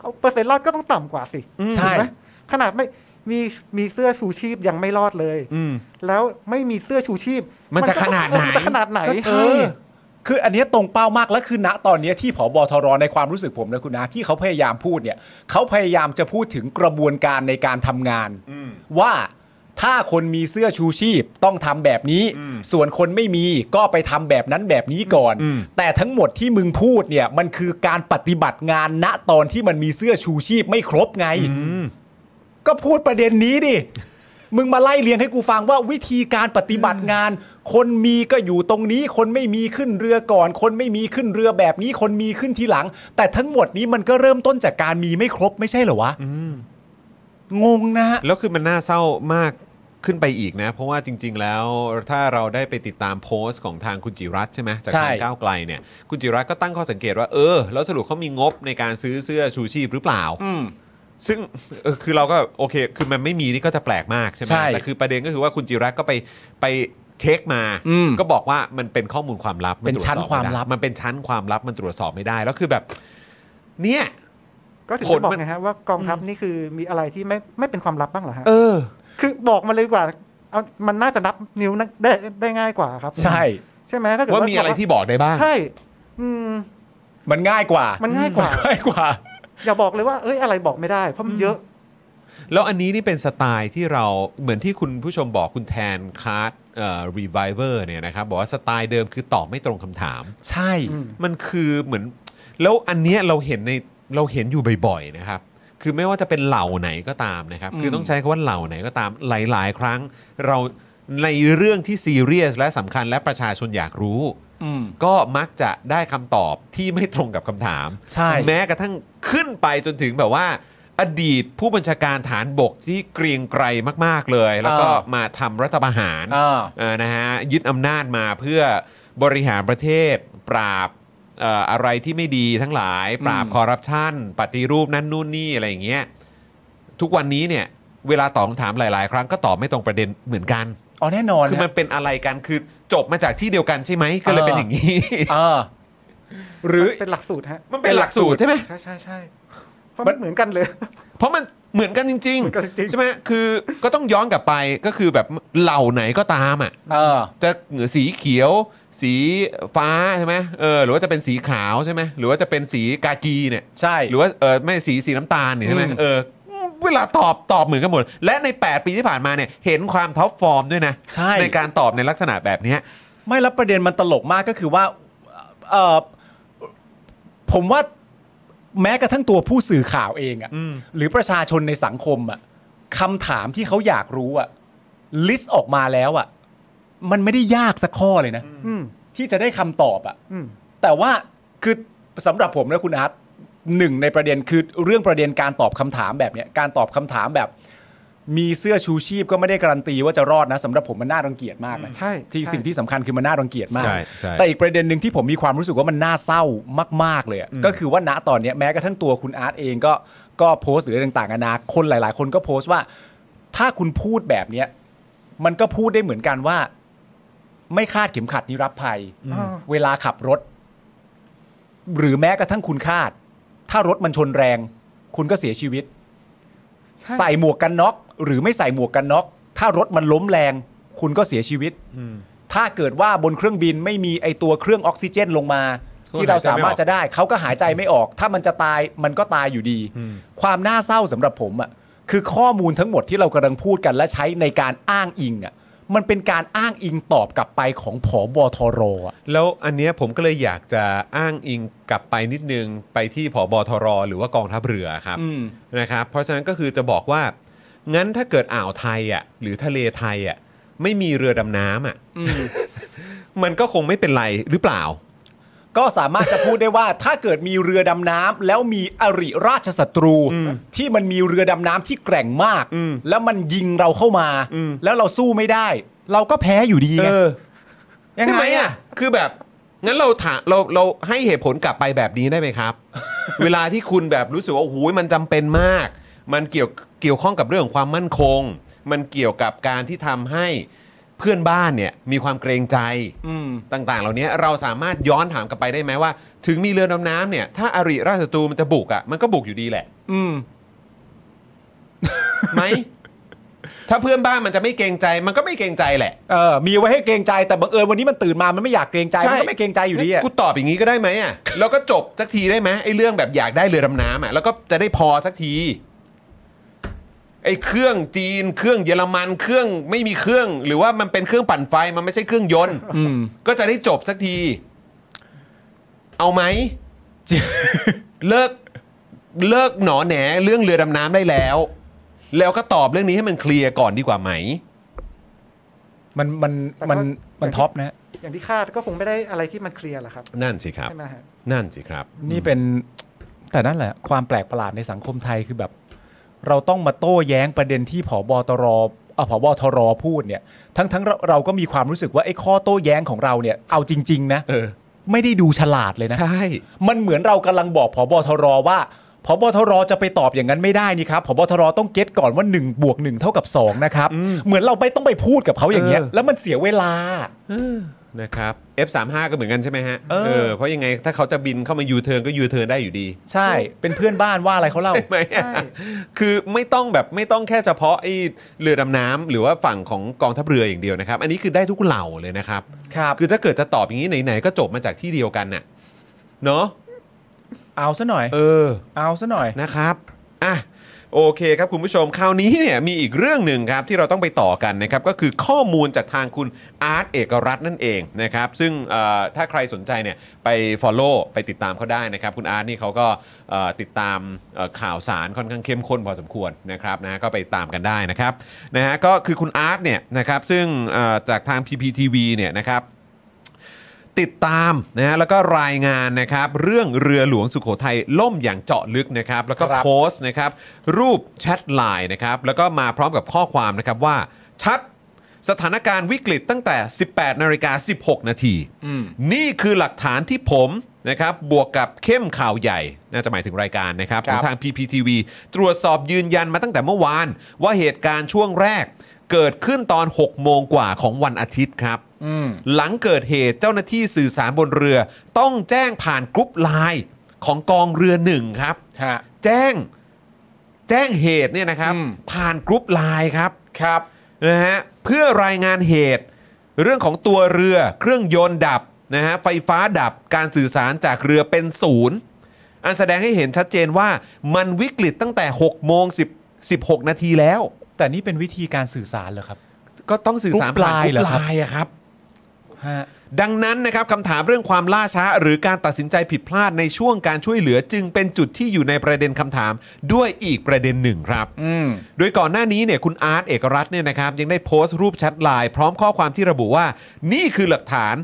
เอาเปอร์เซ็นต์รอดก็ต้องต่ำกว่าสิ
ใช่
ถูกไหมขนาดไม่มีมีเสื้อชูชีพยังไม่รอดเลย
อืม
แล้วไม่มีเสื้อชูชีพ
มันจะ
ก็ต้อง
ขนาดไหน
เออมัจะขนาดไหน
ก็ใช่คืออันเนี้ยตรงเป้ามากและคือณตอนเนี้ยที่ผอบอทรในความรู้สึกผมนะคุณนะที่เขาพยายามพูดเนี่ยเขาพยายามจะพูดถึงกระบวนการในการทำงาน ว่า ถ้าคนมีเสื้อชูชีพต้องทำแบบนี้ ส่วนคนไม่มีก็ไปทำแบบนั้นแบบนี้ก่อน แต่ทั้งหมดที่มึงพูดเนี่ยมันคือการปฏิบัติงานณตอนที่มันมีเสื้อชูชีพไม่ครบไง ก็พูดประเด็นนี้ดิ มึงมาไล่เลียงให้กูฟังว่าวิธีการปฏิบัติงาน คนมีก็อยู่ตรงนี้ คนไม่มีขึ้นเรือก่อน คนไม่มีขึ้นเรือแบบนี้ คนมีขึ้นทีหลัง แต่ทั้งหมดนี้มันก็เริ่มต้นจากการมีไม่ครบไม่ใช่เหรอวะงงนะฮะ
แล้วคือมันน่าเศร้ามากขึ้นไปอีกนะ เพราะว่าจริง ๆ แล้วถ้าเราได้ไปติดตามโพสต์ของทางคุณจิรัตน์ใช่ไหมจาก
ใช่
ทางก้าวไกลเนี่ย คุณจิรัตน์ก็ตั้งข้อสังเกตว่าเออ แล้วสรุปเขามีงบในการซื้อเสื้อชูชีพหรือเปล่า
อืม
ซึ่งเออคือเราก็โอเค คือมันไม่มีนี่ก็จะแปลกมากใช่ไหม
ใช่
แต่คือประเด็นก็คือว่าคุณจิรัตน์ก็ไปไปเช็คมา
อืม
ก็บอกว่ามันเป็นข้อมูลความลับมั
เป็นชั้น
ตรจสอบ
ความ
ไได้
ลับ
มันเป็นชั้นความลับมันตรวจสอบไม่ได้แล้วคือแบบ เนี่ย
ก็ถึง
ผล
ได้บอ
มั
ก
น
ไงฮะว่ากองทัพนี่คือมีอะไรที่ไม่ไม่เป็นความลับบ้างเหรอฮะ
เออ
คือบอกมาเลยดีกว่าเอามันน่าจะนับนิ้วนะได้ได้ง่ายกว่าครับ
ใช่
ใช่ไหมถ้าเกิด
ว่ามีอะไรที่บอกได้บ้าง
ใช่ อืม
มันง่ายกว่า
มั
มัน
ง่ายกว่า
ง่ายกว่า
อย่าบอกเลยว่าเอ้ยอะไรบอกไม่ได้เพราะมันเยอะ
แล้วอันนี้นี่เป็นสไตล์ที่เราเหมือนที่คุณผู้ชมบอกคุณแทนคาร์ดเอ่อรีไวเวอร์เนี่ยนะครับ บอกว่าสไตล์เดิมคือตอบไม่ตรงคำถาม
ใช่
อืม
มันคือเหมือน แล้วอันเนี้ยเราเห็นในเราเห็นอยู่บ่อยๆนะครับ คือไม่ว่าจะเป็นเหล่าไหนก็ตามนะครับ
อืม
คือต้องใช้คำว่าเหล่าไหนก็ตามหลาย ๆ ครั้งเราในเรื่องที่ซีเรียสและสำคัญและประชาชนอยากรู้
อืม
ก็มักจะได้คำตอบที่ไม่ตรงกับคำถาม
ใช่
แม้กระทั่งขึ้นไปจนถึงแบบว่า อดีตผู้บัญชาการฐานบกที่เกรียงไกรมากๆเลย แล้วก็มาทำรัฐประหาร
อ่า
เอ่อนะฮะยึดอำนาจมาเพื่อบริหารประเทศ ปราบเอ่ออะไรที่ไม่ดีทั้งหลาย ปราบ
อืม
คอร์รัปชันปฏิรูปนั่นนู่นนี่อะไรอย่างเงี้ยทุกวันนี้เนี่ยเวลาตอบคำถามหลาย ๆ ครั้งก็ตอบไม่ตรงประเด็นเหมือนกัน
อ๋อแน่นอน
คือมัน
ฮะ
เป็นอะไรกันคือจบมาจากที่เดียวกันใช่ไหมก็เลย
เออ
เป็นอย่างนี้
เออหรือ
เป็นหลักสูตรฮะ
มันเป็นหลักสูตรใช่ไหม
ใช่ใช่ใช่เพราะมันเหมือนกันเลย
เพราะมันเหมือนกันจริง
เหมือนกันจริง
ใช่ไหมคือก็ต้องย้อนกลับไปก็คือแบบเหล่าไหนก็ตามอ่ะ
เออ
จะสีเขียว สีฟ้าใช่ไหมเออหรือว่าจะเป็นสีขาวใช่ไหมหรือว่าจะเป็นสีกากีเนี่ย
ใช่
หรือว่าเออไม่สีสีน้ำตาลเนี่ยใช่ไหม
อืม
เออเวลาตอบตอบเหมือนกันหมด และใน 8 ปีที่ผ่านมาเนี่ยเห็นความท็อปฟอร์มด้วยนะ
ใช่
ในการตอบในลักษณะแบบเนี้ย
ไม่แล้วประเด็นมันตลกมากก็คือว่าเอ่อผมว่าแม้กระทั่งตัวผู้สื่อข่าวเองอะ
อืม
หรือประชาชนในสังคมอะคำถามที่เขาอยากรู้อะลิสต์ออกมาแล้วอะมันไม่ได้ยากสักข้อเลยนะ
อืม
ที่จะได้คำตอบอะ
อืม
แต่ว่าคือสำหรับผมและคุณอาร์ตหนึ่งในประเด็นคือเรื่องประเด็นการตอบคำถามแบบเนี้ยการตอบคำถามแบบ มีเสื้อชูชีพก็ไม่ได้การันตีว่าจะรอดนะสำหรับผมมันน่ารังเกียจมากนะ
ใช่
ที่
ใช่
สิ่งที่สำคัญคือมันน่ารังเกียจมาก
ใช่ใช่
แต่อีกประเด็นหนึ่งที่ผมมีความรู้สึกว่ามันน่าเศร้ามาก ๆ เลยอะก็คือว่าณตอนเนี้ยแม้กระทั่งตัวคุณอาร์ตเองก็ก็โพสต์หรืออะไรต่างๆนานาคนหลาย ๆ คนก็โพสต์ว่า ถ้าคุณพูดแบบเนี้ยมันก็พูดได้เหมือนกันว่า ไม่คาดเข็มขัดนิรภัย
อ่า
เวลาขับรถ หรือแม้กระทั่งคุณคาด ถ้ารถมันชนแรง คุณก็เสียชีวิต
ใช่
ใส่หมวกกันน็อกหรือไม่ใส่หมวกกันน็อกถ้ารถมันล้มแรง คุณก็เสียชีวิต ถ้าเกิดว่าบนเครื่องบินไม่มีไอตัวเครื่องออกซิเจนลงมา ที่เราสามารถจะได้ เขาก็หายใจไม่ออก ถ้ามันจะตายมันก็ตายอยู่ดี ความน่าเศร้าสำหรับผมอ่ะคือข้อมูลทั้งหมดที่เรากำลังพูดกันและใช้ในการอ้างอิงอ่ะมันเป็นการอ้างอิงตอบกลับไปของผอบทรอ่ะ
แล้วอันเนี้ยผมก็เลยอยากจะอ้างอิงกลับไปนิดนึงไปที่ผอบอทรหรือว่ากองทัพเรือครับ นะครับเพราะฉะนั้นก็คือจะบอกว่า งั้นถ้าเกิดอ่าวไทยอ่ะหรือทะเลไทยอ่ะไม่มีเรือดำน้ำอ่ะมันก็คงไม่เป็นไรหรือเปล่า
ก็สามารถจะพูดได้ว่า ถ้าเกิดมีเรือดำน้ำแล้วมีอริราชศัตรู ที่มันมีเรือดำน้ำที่แกร่งมาก
อืม
แล้วมันยิงเราเข้ามา
อืม
แล้วเราสู้ไม่ได้ เราก็แพ้อยู่ดีไงยัง
ใช่
ไง
ไหม
อ่ะ
อ่ะคือแบบงั้นเราถามเราเราให้เหตุผลกลับไปแบบนี้ได้ไหม ครับ เวลาที่คุณแบบรู้สึกว่าโอ้โหมันจำเป็นมาก มันเกี่ยวเกี่ยวข้องกับเรื่องของความมั่นคง มันเกี่ยวกับการที่ทำให้เพื่อนบ้านเนี่ยมีความเกรงใจ
อืม
ต่างๆ เหล่านี้เราสามารถย้อนถามกลับไปได้ไหมว่า ถึงมีเรือดำน้ำเนี่ย ถ้าอาริราชศัตรูมันจะบุกอะ่ะมันก็บุกอยู่ดีแหละ
อืม
ไหม ถ้าเพื่อนบ้านมันจะไม่เกรงใจ มันก็ไม่เกรงใจแหละ
เออ มีไว้ให้เกรงใจแต่บังเอิญวันนี้มันตื่นมา มันไม่อยากเกรงใจ มันก็ไม่เกรงใจอยู่ดีอ่ะ
กูตอบอย่างนี้ก็ได้ไหมอะ่ะแล้วก็จบสักทีได้ไหมไอ้เรื่องแบบอยากได้เรือดำน้ำอะ่ะแล้วก็จะได้พอสักที ไอ้เครื่องจีนเครื่องเยอรมันเครื่องไม่มีเครื่อง หรือว่ามันเป็นเครื่องปั่นไฟมันไม่ใช่เครื่องยนต์
อืม
ก็จะได้จบสักที เอาไหม เลิกเลิกหนอแหนเรื่องเรือดำน้ำได้แล้ว แล้วก็ตอบเรื่องนี้ให้มันเคลียร์ก่อนดีกว่าไหม
มันมัน
แต่ก็
มันมัน
แต่ก็
ท็อปนะฮะ
อย่างที่คาดก็คงไม่ได้อะไรที่มันเคลียร์หรอกครับ
นั่นสิครับ
ใช่ไหมฮะ
นั่นสิครับ
นี่เป็นแต่นั่นแหละ ความแปลกประหลาดในสังคมไทยคือแบบ เราต้องมาโต้แย้งประเด็นที่ผบตรเอ่อผบทรพูดเนี่ย ทั้งทั้งเราเราก็มีความรู้สึกว่าไอ้ข้อโต้แย้งของเราเนี่ยเอาจริง ๆ นะ
เออ
ไม่ได้ดูฉลาดเลยนะ
ใช่
มันเหมือนเรากำลังบอกผบทรว่าผบทรจะไปตอบอย่างนั้นไม่ได้นี่ครับผบทรต้องเก็ตก่อนว่า1บวก1เท่ากับ2นะครับ เหมือนเราไม่ต้องไปพูดกับเขาอย่างเงี้ย
เออ
แล้วมันเสียเวลา
นะครับ F35 ก็เหมือนกันใช่ไหมฮะ
เออ
เพราะยังไงถ้าเขาจะบินเข้ามายูเทิร์นก็ยูเทิร์นได้อยู่ดี
ใช่ เป็นเพื่อนบ้านว่าอะไรเขาเล่า
ใช่ไหมคือไม่ต้องแบบไม่ต้องแค่เฉพาะไอ้เรือดำน้ำหรือว่าฝั่งของกองทัพเรืออย่างเดียวนะครับ อันนี้คือได้ทุกเหล่าเลยนะครับ
ครับ
คือถ้าเกิดจะตอบอย่างนี้ไหนๆก็จบมาจากที่เดียวกันน่ะเนาะ
เอาซะหน่อย
เออ
เอาซะหน่อย
นะครับอ่ะโอเคครับคุณผู้ชม คราวนี้เนี่ยมีอีกเรื่องหนึ่งครับที่เราต้องไปต่อกันนะครับ ก็คือข้อมูลจากทางคุณอาร์ตเอกรัตน์นั่นเองนะครับ ซึ่งเอ่อถ้าใครสนใจเนี่ยไป Follow ไปติดตามเขาได้นะครับ คุณอาร์ตนี่เขาก็เอ่อติดตามเอ่อข่าวสารค่อนข้างเข้มข้นพอสมควรนะครับนะก็ไปตามกันได้นะครับนะฮะก็คือคุณอาร์ตเนี่ยนะครับซึ่งเอ่อจากทาง PPTV เนี่ยนะครับ ติดตามนะฮะแล้วก็รายงานนะครับ เรื่องเรือหลวงสุโขทัยล่มอย่างเจาะลึกนะครับ แล้วก็
ครับ
โพสต์นะครับ รูปแชทไลน์นะครับ แล้วก็มาพร้อมกับข้อความนะครับว่า ชัดสถานการณ์วิกฤตตั้งแต่ 18นาฬิกา16 นาที นี่คือหลักฐานที่ผมนะครับ บวกกับเข้มข่าวใหญ่ น่าจะหมายถึงรายการนะครับข
ครั
อง
บ
ทาง PPTV ตรวจสอบยืนยันมาตั้งแต่เมื่อวาน ว่าเหตุการณ์ช่วงแรก เกิดขึ้นตอน 6 โมงกว่าของวันอาทิตย์ครับ
อืม
หลังเกิดเหตุเจ้าหน้าที่สื่อสารบนเรือ ต้องแจ้งผ่านกรุ๊ปไลน์ของกองเรือหนึ่งครับ
ฮะ
แจ้งแจ้งเหตุเนี่ยนะครับ
อืม
ผ่านกรุ๊ปไลน์ครับ
ครับ
นะฮะเพื่อรายงานเหตุ เรื่องของตัวเรือ เครื่องยนต์ดับนะฮะไฟฟ้าดับการสื่อสารจากเรือเป็นศูนย์อันแสดงให้เห็นชัดเจนว่ามันวิกฤตตั้งแต่6โมง10 16 นาทีแล้ว
แต่นี่เป็นวิธีการสื่อสารเหรอครับ
ก็ต้องสื่อสารผ่านก
กรุ๊
รุ๊ป
ป
ไล
ไลน์เหรอครับ
น์อะครับ
ฮะ
ดังนั้นนะครับคำถามเรื่องความล่าช้า หรือการตัดสินใจผิดพลาดในช่วงการช่วยเหลือจึงเป็นจุดที่อยู่ในประเด็นคำถามด้วยอีกประเด็นหนึ่งครับ
อืม
โดยก่อนหน้านี้เนี่ยคุณอาร์ตเอกรัตน์เนี่ยนะครับยังได้โพสต์รูปแชทไลน์พร้อมข้อความที่ระบุว่า นี่คือหลักฐาน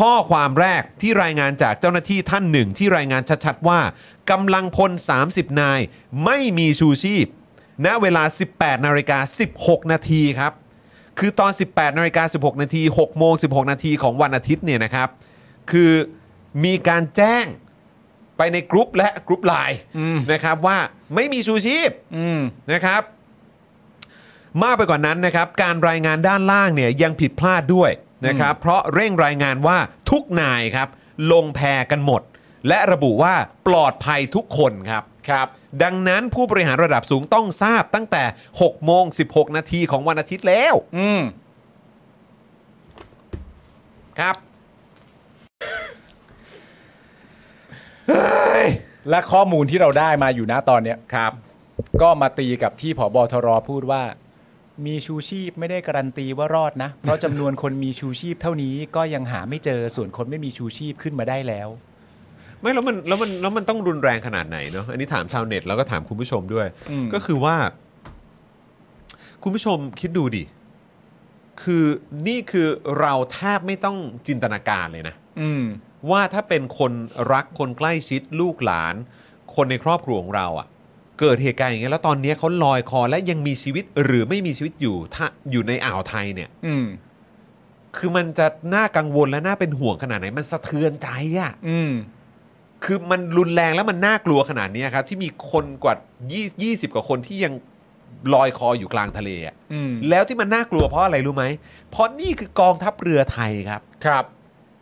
ข้อความแรกที่รายงานจากเจ้าหน้าที่ท่านหนึ่ง ที่รายงานชัดๆว่ากำลังพล 30 นาย ไม่มีชูชีพ ณเวลา 18นาฬิกา16 นาทีครับ คือตอน 18นาฬิกา16 นาที6โมง16 นาทีของวันอาทิตย์เนี่ยนะครับ คือมีการแจ้งไปในกรุ๊ปและกรุ๊ปไลน์
อืม
นะครับว่าไม่มีชูชีพ
อืม
นะครับ มากไปกว่านั้นนะครับ การรายงานด้านล่างเนี่ยยังผิดพลาดด้วยนะครับ เพราะเร่งรายงานว่าทุกนายครับ ลงแพกันหมด และระบุว่าปลอดภัยทุกคนครับ
ครับ
ดังนั้นผู้บริหารระดับสูงต้องทราบตั้งแต่6โมง16 นาทีของวันอาทิตย์แล้ว
อืม
ครับ
และข้อมูลที่เราได้มาอยู่นะตอนเนี้ย
ครับ
ก็มาตีกับที่ผบทรพูดว่า มีชูชีพไม่ได้การันตีว่ารอดนะ เพราะจำนวนคนมีชูชีพเท่านี้ก็ยังหาไม่เจอส่วนคนไม่มีชูชีพขึ้นมาได้แล้ว
ไม่แล้วมันแล้วมันแล้วมันต้องรุนแรงขนาดไหนเนาะอันนี้ถามชาวเน็ตแล้วก็ถามคุณผู้ชมด้วย
อืม
ก็คือว่า คุณผู้ชมคิดดูดิ คือนี่คือเราแทบไม่ต้องจินตนาการเลยนะ
อืม
ว่าถ้าเป็นคนรักคนใกล้ชิดลูกหลาน คนในครอบครัวของเราอะ่ะ เกิดเหตุการณ์อย่างเงี้ยแล้วตอนเนี้ยเขาลอยคอและยังมีชีวิตหรือไม่มีชีวิตอยู่ถ้าอยู่ในอ่าวไทยเนี่ย
อืม
คือมันจะน่ากังวลและน่าเป็นห่วงขนาดไหน มันสะเทือนใจอ่ะ
อืม
คือมันรุนแรงและมันน่ากลัวขนาดเนี้ยครับ ที่มีคนกว่า20 20 กว่าคนที่ยังลอยคออยู่กลางทะเลอะ
อืม
แล้วที่มันน่ากลัวเพราะอะไรรู้ไหม เพราะนี่คือกองทัพเรือไทยครับ
ครับ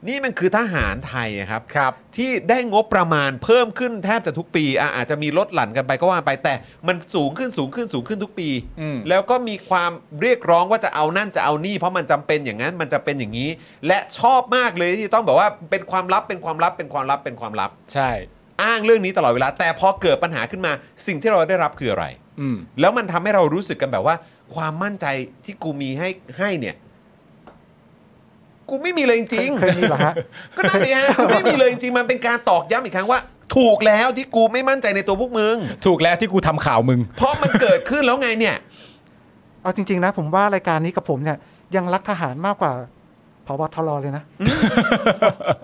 นี่มันคือทหารไทยอะครับ
ครับ
ที่ได้งบประมาณเพิ่มขึ้นแทบจะทุกปีอ่ะอาจจะมีลดหลั่นกันไปก็ว่าไปแต่มันสูงขึ้นสูงขึ้นสูงขึ้นทุกปี
อืม
แล้วก็มีความเรียกร้องว่าจะเอานั่นจะเอานี่เพราะมันจำเป็นอย่างนั้นมันจะเป็นอย่างนี้ และชอบมากเลยที่ต้องแบบว่าเป็นความลับเป็นความลับเป็นความลับเป็นความลับ
ใช่
แ อ้างเรื่องนี้ตลอดเวลา แต่พอเกิดปัญหาขึ้นมา สิ่งที่เราได้รับคืออะไร
อืม
แล้วมันทำให้เรารู้สึกกันแบบว่า ความมั่นใจที่กูมีให้ให้เนี่ย กูไม่มีเลยจริง
เคยมีเหรอฮะ
ๆก็นั่นเองกูไม่มีเลยจริงๆมันเป็นการตอกย้ำอีกครั้งว่า ถูกแล้วที่กูไม่มั่นใจในตัวพวกมึง
ถูกแล้วที่กูทำข่าวมึง
เพราะมันเกิดขึ้นแล้วไงเนี่ย
เอาจริง ๆ นะ ผมว่ารายการนี้กับผมเนี่ยยังรักทหารมากกว่าพบทรเลยนะ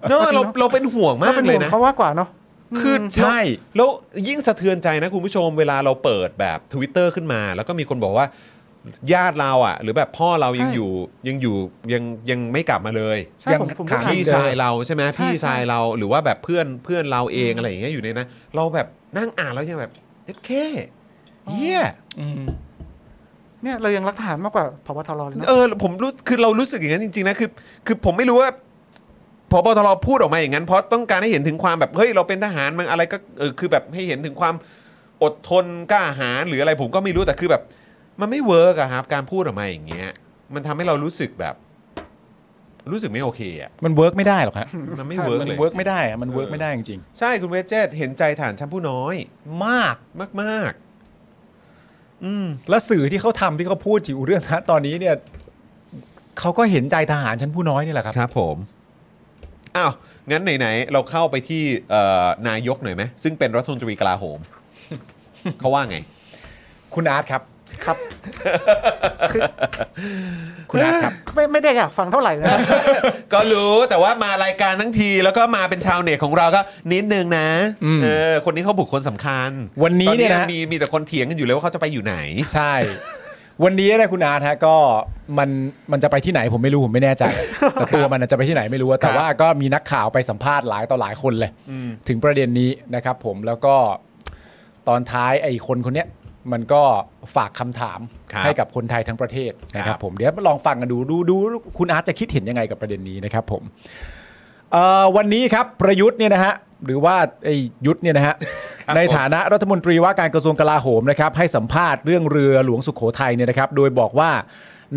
เนอะเราเราเป็นห่วงมาก
เป็น
เลย
ห่วง
นะ
เขามากกว่าเนาะ
คือ
ม
ใช่
แล้วแล้วยิ่งสะเทือนใจนะคุณผู้ชมเวลาเราเปิดแบบ Twitter ขึ้นมา แล้วก็มีคนบอกว่า ญาติเราอ่ะ หรือแบบพ่อเรายัง
ใช่
อยู่ยังอยู่ยังยังไม่กลับมาเลย
ใช่
ยัง
ผมผม
ขั
ก็
ง
ถาม
พี่ชายเราใช่ไหม
ใช่
พี่
ใช่
ชายเราหรือว่าแบบเพื่อนเพื่อนเราเองอะไรอย่างเงี้ยอยู่ในนั้นเราแบบนั่งอ่านแล้วยังแบบเด็ดเคเยี่ย
เนี่ยเรายังรักทหารมากกว่าพบทรเลยนะ
เออผมรู้คือเรารู้สึกอย่างนั้นจริงๆนะคือคือผมไม่รู้ว่าพบตรพูดออกมาอย่างนั้น เพราะต้องการให้เห็นถึงความแบบเฮ้ยเราเป็นทหารมันอะไรก็เออคือแบบให้เห็นถึงความอดทนกล้าหาญหรืออะไรผมก็ไม่รู้แต่คือแบบ มันไม่เวิร์กอะครับการพูดออกมาอย่างเงี้ย มันทำให้เรารู้สึกแบบ รู้สึกไม่โอเคอะ
มันเวิร์กไม่ได้หรอก ฮะ
มันไม่เวิร์ก
มัน
เลย
เวิร์กไม่ได้อะมันเวิร์กไม่ได้จริง
ใช่คุณเวจเจตเห็นใจฐานชั้นผู้น้อย
ๆมาก
มากมากๆอืม
แล้วสื่อที่เขาทำที่เขาพูดถึงเรื่องนะตอนนี้เนี่ยเขาก็เห็นใจทหารชั้นผู้น้อยนี่แหละครับ
ครับผม อ้าว งั้นไหน ๆ เราเข้าไปที่เอ่อนายกหน่อยไหม ซึ่งเป็นรัฐมนตรีกลาโหม เขาว่าไง
คุณอาร์ตครับ
ครับ
คุณอาร์ตครับ
ไม่ไม่ได้อยากฟังเท่าไหร่นะ
ก็รู้แต่ว่ามารายการทั้งที แล้วก็มาเป็นชาวเน็ตของเราก็นิดนึงนะ
อืม
เออ คนนี้เขาบุคคลสำคัญ
วันนี้เนี่ย
ต
นะ
อมีมีแต่คนเถียงกันอยู่เลยว่าเขาจะไปอยู่ไหน
ใช่ วันนี้นะคุณอาร์ตฮะก็มันมันจะไปที่ไหนผมไม่รู้ผมไม่แน่ใจ แต่ตัวมันน่ะจะไปที่ไหนไม่รู้อะแต่ว่าก็มีนักข่าวไปสัมภาษณ์หลายต่อหลายคนเลย
อืม
ถึงประเด็นนี้นะครับผมแล้วก็ตอนท้ายไอ้คนคนเนี้ยมันก็ฝากคำถาม
ครับ
ให้กับคนไทยทั้งประเทศนะค
ครั
รับบ ผมเดี๋ยวลองฟังกันดูดูดูคุณอาร์ตจะคิดเห็นยังไงกับประเด็นนี้นะครับผมเอ่อวันนี้ครับประยุทธ์เนี่ยนะฮะหรือว่าไอ้ยุทธเนี่ยนะฮะ
ครับ
ใน
ผม
ฐานะรัฐมนตรีว่าการกระทรวงกลาโหมนะครับให้สัมภาษณ์เรื่องเรือหลวงสุขโขทัยเนี่ยนะครับ โดยบอกว่า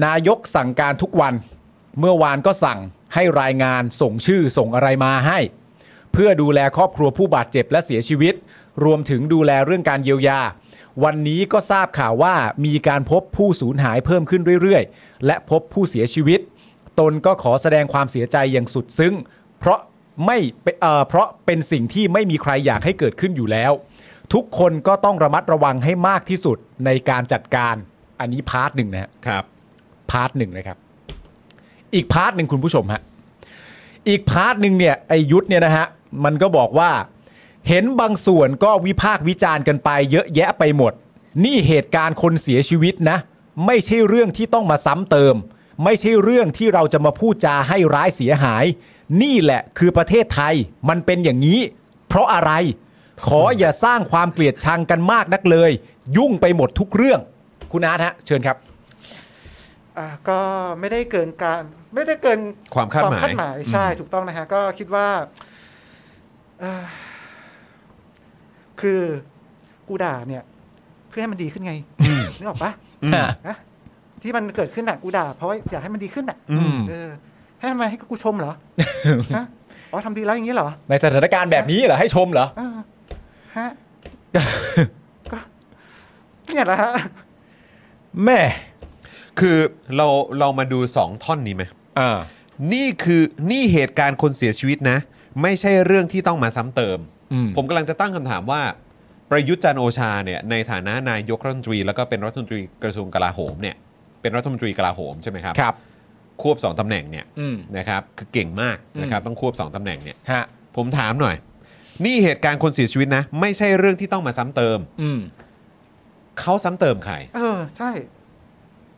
นายกสั่งการทุกวันเมื่อวานก็สั่งให้รายงานส่งชื่อส่งอะไรมาให้ เพื่อดูแลครอบครัวผู้บาดเจ็บและเสียชีวิต รวมถึงดูแลเรื่องการเยียวยา วันนี้ก็ทราบข่าวว่ามีการพบผู้สูญหายเพิ่มขึ้นเรื่อยๆ และพบผู้เสียชีวิต ตนก็ขอแสดงความเสียใจอย่างสุดซึ้ง เพราะไม่เป็นเอ่อเพราะเป็นสิ่งที่ไม่มีใครอยากให้เกิดขึ้นอยู่แล้ว ทุกคนก็ต้องระมัดระวังให้มากที่สุดในการจัดการอันนี้พาร์ทหนึ่งนะฮะ
ครับ
พาร์ทหนึ่งนะครับ อีกพาร์ทหนึ่งคุณผู้ชมฮะ อีกพาร์ทหนึ่งเนี่ยไอยุทธเนี่ยนะฮะ มันก็บอกว่า เห็นบางส่วนก็วิพากษ์วิจารณ์กันไปเยอะแยะไปหมด นี่เหตุการณ์คนเสียชีวิตนะ ไม่ใช่เรื่องที่ต้องมาซ้ำเติม ไม่ใช่เรื่องที่เราจะมาพูดจาให้ร้ายเสียหาย นี่แหละคือประเทศไทย มันเป็นอย่างนี้ เพราะอะไร ขออย่าสร้างความเกลียดชังกันมากนักเลย ยุ่งไปหมดทุกเรื่อง คุณอาร์ตฮะ เชิญครับ
อ่าก็ไม่ได้เกินการไม่ได้เกิน
ความคาดหมาย
ใช่ถูกต้องนะฮะ ก็คิดว่าอ่าคือกูด่าเนี่ย เพื่อให้มันดีขึ้นไงนึกออกปะนะที่มันเกิดขึ้นน่ะกูด่าเพราะว่าอยากให้มันดีขึ้นน่ะ
อืม
เออให้ทำไมให้กูชมเหรอ ฮะอ๋อทำดีแล้วอย่างนี้เหรอ
ในสถานการณ์แบบนี้เหรอ ให้ชมเหรอ
อ่า ฮะก็เนี่ยแหละฮะ
แม่
คือเราเรามาดูสองท่อนนี้ไหม
อ่า
นี่คือนี่เหตุการณ์คนเสียชีวิตนะ ไม่ใช่เรื่องที่ต้องมาซ้ำเติม
อืม
ผมกำลังจะตั้งคำถามว่า ประยุทธ์จันทร์โอชาเนี่ยในฐานะนายกรัฐมนตรี แล้วก็เป็นรัฐมนตรีกระทรวงกลาโหมเนี่ยเป็นรัฐมนตรีกลาโหมใช่ไหมครับ
ครับ
ควบสองตำแหน่งเนี่ย
อืม
นะครับคือเก่งมากนะครับต้องควบสองตำแหน่งเนี่ย
ฮะ
ผมถามหน่อย นี่เหตุการณ์คนเสียชีวิตนะ ไม่ใช่เรื่องที่ต้องมาซ้ำเติม
อืม
เขาซ้ำเติมใคร
เออ ใช่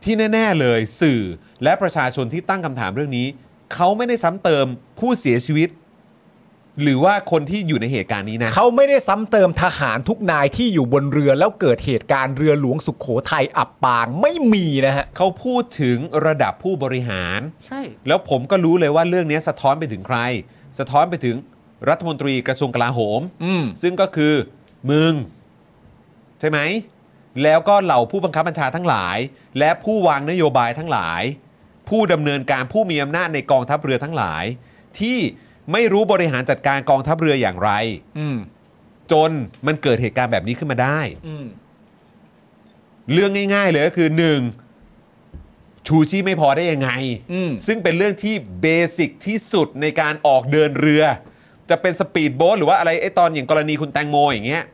ที่แน่ ๆ เลยสื่อและประชาชนที่ตั้งคำถามเรื่องนี้ เขาไม่ได้ซ้ำเติมผู้เสียชีวิต หรือว่าคนที่อยู่ในเหตุการณ์นี้นะ
เขาไม่ได้ซ้ำเติมทหารทุกนายที่อยู่บนเรือแล้วเกิดเหตุการณ์เรือหลวงสุขโขทัยอับปางไม่มีนะฮะ
เขาพูดถึงระดับผู้บริหาร
ใช่
แล้วผมก็รู้เลยว่าเรื่องนี้สะท้อนไปถึงใคร สะท้อนไปถึงรัฐมนตรีกระทรวงกลาโหม
อืม
ซึ่งก็คือมึง ใช่ไหม แล้วก็เหล่าผู้บังคับบัญชาทั้งหลาย และผู้วางนโยบายทั้งหลาย ผู้ดำเนินการผู้มีอำนาจในกองทัพเรือทั้งหลาย ที่ไม่รู้บริหารจัดการกองทัพเรืออย่างไร
อืม
จนมันเกิดเหตุการณ์แบบนี้ขึ้นมาได้
อืม
เรื่องง่ายๆเลยก็คือหนึ่งชูชีพไม่พอได้ยังไง
อืม
ซึ่งเป็นเรื่องที่เบสิกที่สุดในการออกเดินเรือ จะเป็นสปีดโบ๊ทหรือว่าอะไรไอ้ตอนอย่างกรณีคุณแตงโมอย่างเงี้ย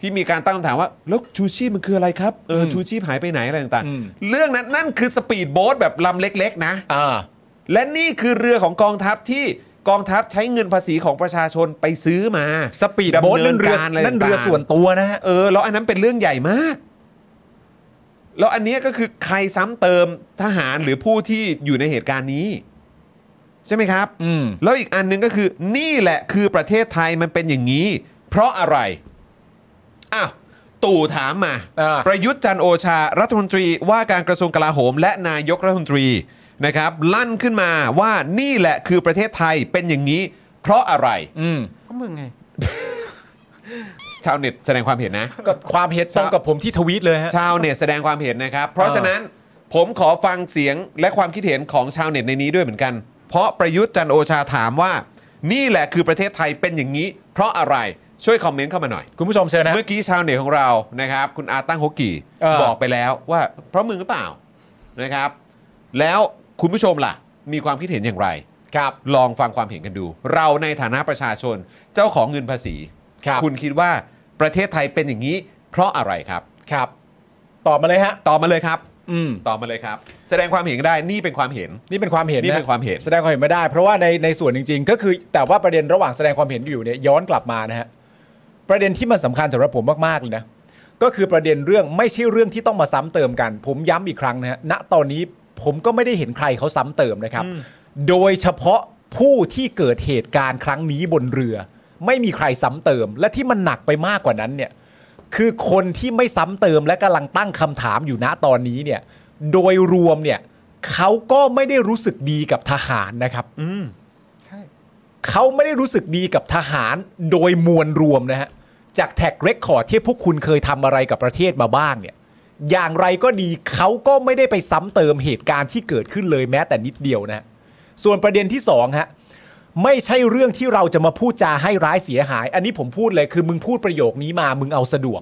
ที่มีการตั้งคำถามว่าแล้วชูชีพมันคืออะไรครับเอออชูชีพหายไปไหนอะไรต่าง
อืม
ๆ เรื่องนั้นนั่นคือสปีดโบ๊ทแบบลำเล็กๆ นะ
อ่า
และนี่คือเรือของกองทัพที่กองทัพใช้เงินภาษีของประชาชนไปซื้อมา
สปีดโบ๊ท
ำ
นั่นเรือ
การะไ
นั่นเรือ
ต่างๆ
ส่วนตัวนะฮะ
เออแล้วอันนั้นเป็นเรื่องใหญ่มาก แล้วอันเนี้ยก็คือใครซ้ำเติมทหารหรือผู้ที่อยู่ในเหตุการณ์นี้ ใช่ไหมครับ
อืม
แล้วอีกอันหนึงก็คือ นี่แหละคือประเทศไทยมันเป็นอย่างนี้ เพราะอะไรอ้าวตู่ถามมา
อ่า
ประยุทธ์จันทร์โอชา รัฐมนตรีว่าการกระทรวงกลาโหม และนายกรัฐมนตรีนะครับ ลั่นขึ้นมาว่านี่แหละคือประเทศไทยเป็นอย่างนี้ เพราะอะไร
อืม
ก็มึงไง
ชาวเน็ตแสดงความเห็นนะ
ก็ความเห็นตรงกับผมที่ทวีตเลยฮะ
ชาวเน็ตแสดงความเห็นนะครับ เพราะฉะนั้นผมขอฟังเสียงและความคิดเห็นของชาวเน็ตในนี้ด้วยเหมือนกัน เพราะประยุทธ์จันทร์โอชาถามว่า นี่แหละคือประเทศไทยเป็นอย่างนี้ เพราะอะไรช่วยคอมเมนต์เข้ามาหน่อย
คุณผู้ชมเชิญนะ
เมื่อกี้ชาวเน็ตของเรานะครับ คุณอาตั้งฮกกี้
เออ
บอกไปแล้วว่า เพราะมึงหรือเปล่านะครับ แล้วคุณผู้ชมล่ะ มีความคิดเห็นอย่างไร
ครับ
ลองฟังความเห็นกันดู เราในฐานะประชาชนเจ้าของเงินภาษี
ครับ
คุณคิดว่าประเทศไทยเป็นอย่างนี้ เพราะอะไรครับ
ครับ ตอบมาเลยฮะ
ตอบมาเลยครับ
อืม
ตอบมาเลยครับ แสดงความเห็นก็ได้นี่เป็นความเห็น
นี่เป็นความเห็น
นี่เป็นความเห็น
แสดงความเห็นไม่ได้ เพราะว่าในในส่วนจริง ๆ ก็คือแต่ว่าประเด็นระหว่างแสดงความเห็นอยู่เนี่ยย้อนกลับมานะฮะประเด็นที่มันสำคัญสำหรับผมมากๆเลยนะก็คือประเด็นเรื่องไม่ใช่เรื่องที่ต้องมาซ้ำเติมกัน ผมย้ำอีกครั้งนะฮะณตอนนี้ผมก็ไม่ได้เห็นใครเขาซ้ำเติมนะครับ โดยเฉพาะผู้ที่เกิดเหตุการณ์ครั้งนี้บนเรือ ไม่มีใครซ้ำเติม และที่มันหนักไปมากกว่านั้นเนี่ย คือคนที่ไม่ซ้ำเติมและกำลังตั้งคำถามอยู่ณตอนนี้เนี่ย โดยรวมเนี่ยเขาก็ไม่ได้รู้สึกดีกับทหารนะครับ
ใช่
เขาไม่ได้รู้สึกดีกับทหารโดยมวลรวมนะฮะ จากแท็กเรคคอร์ดที่พวกคุณเคยทำอะไรกับประเทศมาบ้างเนี่ย อย่างไรก็ดีเขาก็ไม่ได้ไปซ้ำเติมเหตุการณ์ที่เกิดขึ้นเลยแม้แต่นิดเดียวนะฮะส่วนประเด็นที่สองฮะ ไม่ใช่เรื่องที่เราจะมาพูดจาให้ร้ายเสียหาย อันนี้ผมพูดเลยคือมึงพูดประโยคนี้มามึงเอาสะดวก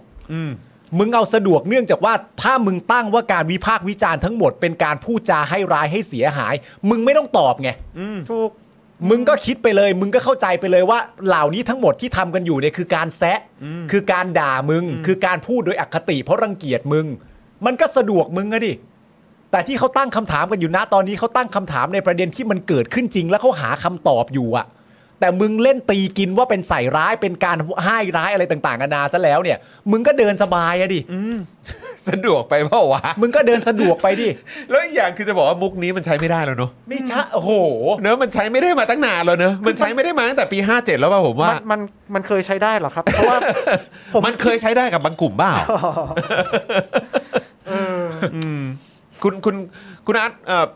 มึงเอาสะดวกเนื่องจากว่าถ้ามึงตั้งว่าการวิพากษ์วิจารณ์ทั้งหมดเป็นการพูดจาให้ร้ายให้เสียหาย มึงไม่ต้องตอบไง
ถูก
มึงก็คิดไปเลย มึงก็เข้าใจไปเลยว่าเหล่านี้ทั้งหมดที่ทำกันอยู่เนี่ยคือการแซะ คือการด่ามึง คือการพูดโดยอคติ เพราะรังเกียจมึง มันก็สะดวกมึงอะดิ แต่ที่เขาตั้งคำถามกันอยู่นะตอนนี้เขาตั้งคำถามในประเด็นที่มันเกิดขึ้นจริง แล้วเขาหาคำตอบอยู่อะแต่มึงเล่นตีกินว่าเป็นใส่ร้ายเป็นการให้ร้ายอะไรต่างๆนานาซะแล้วเนี่ย มึงก็เดินสบายอะดิ
สะดวกไปเปล่าวะ
มึงก็เดินสะดวกไป ดิ
แล้วอีกอย่างคือจะบอกว่ามุกนี้มันใช้ไม่ได้แล้วเนอะ
ไม่ใช่โอ้โห
เนอะมันใช้ไม่ได้มาตั้งนานแล้วเนอะมันใช้ไม่ได้มาตั้งแต่ปี 57 แล้วป่ะผมว่า
มันมันมันเคยใช้ได้เหรอครับ เพราะว่า
มันเคยใช้ได้กับบางกลุ่ม บ้าคุณคุณคุณอาร์ตเอ่อ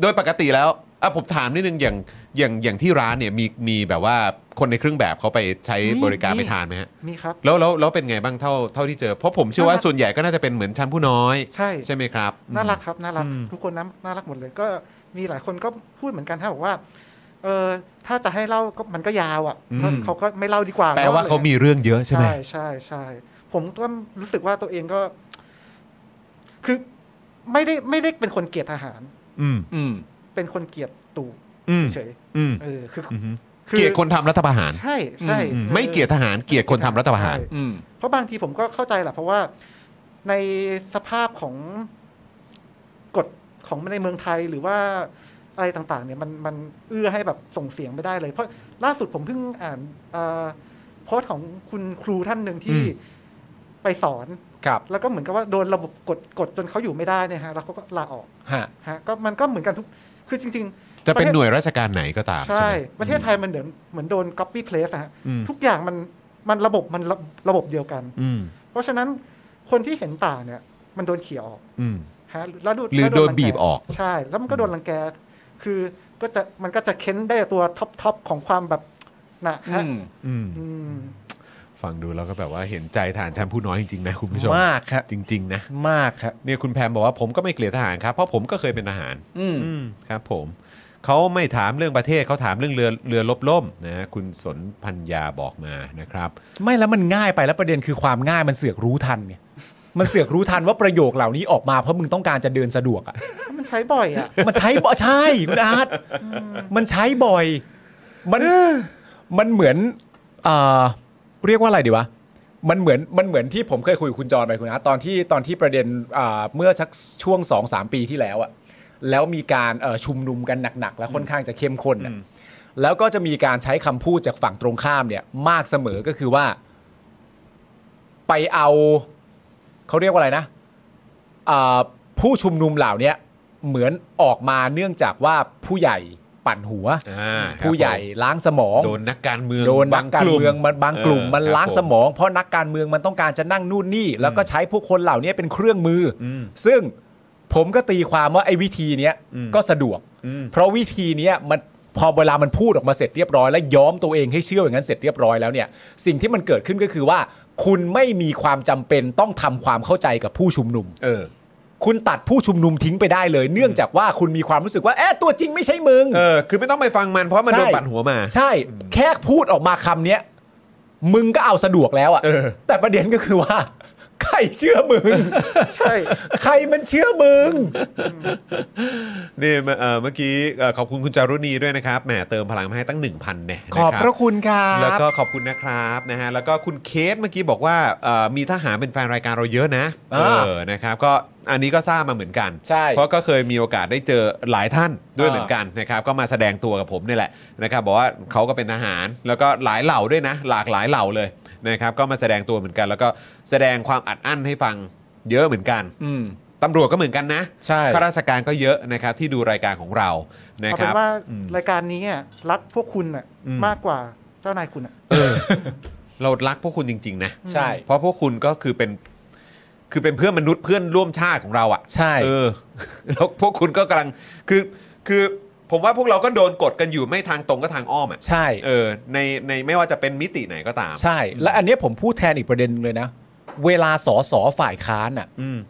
โดยปกติแล้วอ่ะผมถามนิดนึงอย่างอย่างอย่างที่ร้านเนี่ยมีมีแบบว่าคนในเครื่องแบบเขาไปใช้บริการ
มี
ไปทานไหมฮะ
มีครับ
แล้วแล้วแล้วเป็นไงบ้างเท่าเท่าที่เจอเพราะผมเชื่อว่า
น่ารัก
ส่วนใหญ่ก็น่าจะเป็นเหมือนชั้นผู้น้อย
ใช่
ใช่ไหมครับ
น่ารักครับน่ารัก
อืม
ทุกคนนะน่ารักหมดเลย ก็มีหลายคนก็พูดเหมือนกันถ้าบอกว่า เออถ้าจะให้เล่าก็มันก็ยาวอ่ะก็เขาก็ไม่เล่าดีกว่า
แปลว่า
นะ
เขามีเรื่องเยอะใช่ไหม
ใช่ใช่ใช่ผมก็รู้สึกว่าตัวเองก็ คือไม่ได้ไม่ได้เป็นคนเกลียดทหาร
อืม
อืม
เป็นคนเกลียดตู่
อืม
เฉย
อืม
ๆเออคือ
อืมฮึ
อ
เกลียดคนทำรัฐประหาร
ใช่ใช่
อืม
ออ
ไม่เกลียดทหารเกลียดคนทำรัฐประหาร
ใช่
อืม
เพราะบางทีผมก็เข้าใจแหละเพราะว่าในสภาพของกฎของในเมืองไทยหรือว่าอะไรต่างๆ เนี่ยมันมันเอื้อให้แบบส่งเสียงไม่ได้เลย เพราะล่าสุดผมเพิ่งอ่านเอ่อโพสต์ของคุณครูท่านหนึ่งที่
อืม
ไปสอน
ครับ
แล้วก็เหมือนกับว่าโดนระบบกดกดจนเขาอยู่ไม่ได้เนี่ยฮะแล้วเขาก็ลาออก
ฮะ
ฮะก็มันก็เหมือนกันทุกคือจริง ๆ
จะเป็นหน่วยราชการไหนก็ตามใช่
ใช่
ไหม
ประเทศไทยมันเหมือนเหมือนโดน copy paste อะฮะ
อืม
ทุกอย่างมันมันระบบมันระระบบเดียวกัน
อืม
เพราะฉะนั้นคนที่เห็นต่างเนี่ย มันโดนเขี่ยออก
อืม
ฮะแล้วดู
หรือ
แล้ว
โดน
รังแ
บีบออก
ใช่ แล้วมันก็โดนรังแก คือก็จะมันก็จะเค้นได้ตัวท็อปทอปของความแบบนะฮะ
อืม
อืม
อืม
ฟังดูแล้วก็แบบว่าเห็นใจฐานชั้นผู้น้อยจริงๆนะคุณผู้ชม
มากครับ
จริง ๆ นะ
มากครับ
เนี่ยคุณแพมบอกว่าผมก็ไม่เกลียดทหารครับ เพราะผมก็เคยเป็นทหาร
อืม
อืมครับผม เขาไม่ถามเรื่องประเทศเขาถามเรื่องเรือเรือลบล่มนะคุณสนพัญญาบอกมานะครับ
ไม่แล้วมันง่ายไปแล้วประเด็นคือความง่ายมันเสือกรู้ทันไงมันเสือกรู้ทันว่าประโยคเหล่านี้ออกมาเพราะมึงต้องการจะเดินสะดวกอ่ะ
มันใช้บ่อยอ่ะ
มันใช้บ่ใช่คุณอาร์ตมันใช้บ่อย มันมันเหมือนเอ่อเรียกว่าอะไรดีวะมันเหมือนมันเหมือนที่ผมเคยคุยกับคุณจรไปคุณอาร์ตตอนที่ตอนที่ประเด็นอ่าเมื่อชักช่วงสองสามปีที่แล้วอะแล้วมีการเอ่อชุมนุมกันหนักๆ และค่อนข้างจะเข้มข้นอะแล้วก็จะมีการใช้คำพูดจากฝั่งตรงข้ามเนี่ย มากเสมอก็คือว่า ไปเอาเขาเรียกว่าอะไรนะ อ่าผู้ชุมนุมเหล่าเนี้ยเหมือนออกมาเนื่องจากว่าผู้ใหญ่ปั่นหัว
อ่าครับ
ผู้ใหญ่
ผม
ล้างสมอง
โดนนักการเมือง
โดนนักการเมือง
บ
มันบางกลุ่มมัน
เออ
ล้าง
ครับ
สมอง เพราะนักการเมืองมันต้องการจะนั่งนู่นนี่ แล้วก็ใช้พวกคนเหล่านี้เป็นเครื่องมืออ
อืม
ซึ่งผมก็ตีความว่าไอ้วิธีเนี้ย
อืม
ก็สะดวก
อืม
เพราะวิธีเนี้ยมันพอเวลามันพูดออกมาเสร็จเรียบร้อยและย้อมตัวเองให้เชื่ออย่างนั้นเสร็จเรียบร้อยแล้วเนี่ย สิ่งที่มันเกิดขึ้นก็คือว่า คุณไม่มีความจำเป็นต้องทำความเข้าใจกับผู้ชุมนุม
เออ
คุณตัดผู้ชุมนุมทิ้งไปได้เลย เนื่องจากว่าคุณมีความรู้สึกว่าเอ๊ะตัวจริงไม่ใช่มึง
เออ คือไม่ต้องไปฟังมันเพราะมัน
ใช่
โดนปั่นหัวมา
ใช่ แค่พูดออกมาคำเนี้ยมึงก็เอาสะดวกแล้วอะ
เออ
แต่ประเด็นก็คือว่า ใครเชื่อมึ ง
ใช่
ใครมันเชื่อมึง
นี่เมื่อเอ่อเมื่อกี้เอ่อขอบคุณคุณจารุณีด้วยนะครับ แหมเติมพลังมาให้ตั้ง 1,000เนี่ยน
ขอบพระคุณครั
แล้วก็
บ
ขอบคุณนะครับนะฮะ แล้วก็คุณเคสเมื่อกี้บอกว่าเอ่อมีทหารเป็นแฟนรายการเราเยอะนะ
อ่า
เออ นะครับ ก็อันนี้ก็ทราบมาเหมือนกัน
ใช่
เพราะก็เคยมีโอกาสได้เจอหลายท่านด้วย
อ่า
เหมือนกันนะครับก็มาแสดงตัวกับผมนี่แหละนะครับบอกว่าเขาก็เป็นทหารแล้วก็หลายเหล่าด้วยนะ หลากหลายเหล่าเลยนะครับก็มาแสดงตัวเหมือนกัน แล้วก็แสดงความอัดอั้นให้ฟังเยอะเหมือนกันตำรวจก็เหมือนกันนะ
ใช่
ข้าราชการก็เยอะนะครับที่ดูรายการของเรานะ
เอา
ค
เป็
รับ
นว่ารายการนี้อะรักพวกคุณอ่ะ
อืม
มากกว่าเจ้านายคุณอ่ะ
เออเรารักพวกคุณจริง ๆ นะ
ใช่
เพราะพวกคุณก็คือเป็นคือเป็นเพื่อนมนุษย์เพื่อนร่วมชาติของเราอ่ะ
ใช่
เออ แล้วพวกคุณก็กำลังคือคือผมว่าพวกเราก็โดนกดกันอยู่ไม่ทางตรงก็ทางอ้อมอ่ะ
ใช่
เออในในไม่ว่าจะเป็นมิติไหนก็ตาม
ใช่ และอันเนี้ยผมพูดแทนอีกประเด็นหนึ่งเลยนะ เวลาสอสอฝ่ายค้านอ่ะ
อืม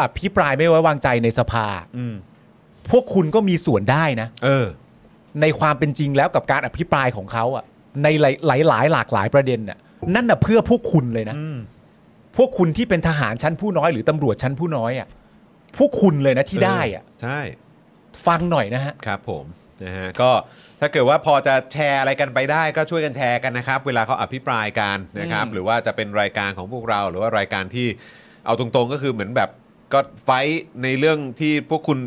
อภิปรายไม่ไว้วางใจในสภา
อืม
พวกคุณก็มีส่วนได้นะ
เออ
ในความเป็นจริงแล้วกับการอภิปรายของเขาอะในหลายหลายๆหลากหลายประเด็นน่ะนั่นน่ะเพื่อพวกคุณเลยนะ
อืม
พวกคุณที่เป็นทหารชั้นผู้น้อยหรือตำรวจชั้นผู้น้อยอะพวกคุณเลยนะที่ได้อะ
ใช่
ฟังหน่อยนะฮะ
ครับผมนะฮะก็ถ้าเกิดว่าพอจะแชร์อะไรกันไปได้ก็ช่วยกันแชร์กันนะครับ เวลาเขาอภิปรายกันนะครับ
อืม
หรือว่าจะเป็นรายการของพวกเรา หรือว่ารายการที่เอาตรงๆก็คือเหมือนแบบก็ไฟท์ในเรื่องที่พวกคุณ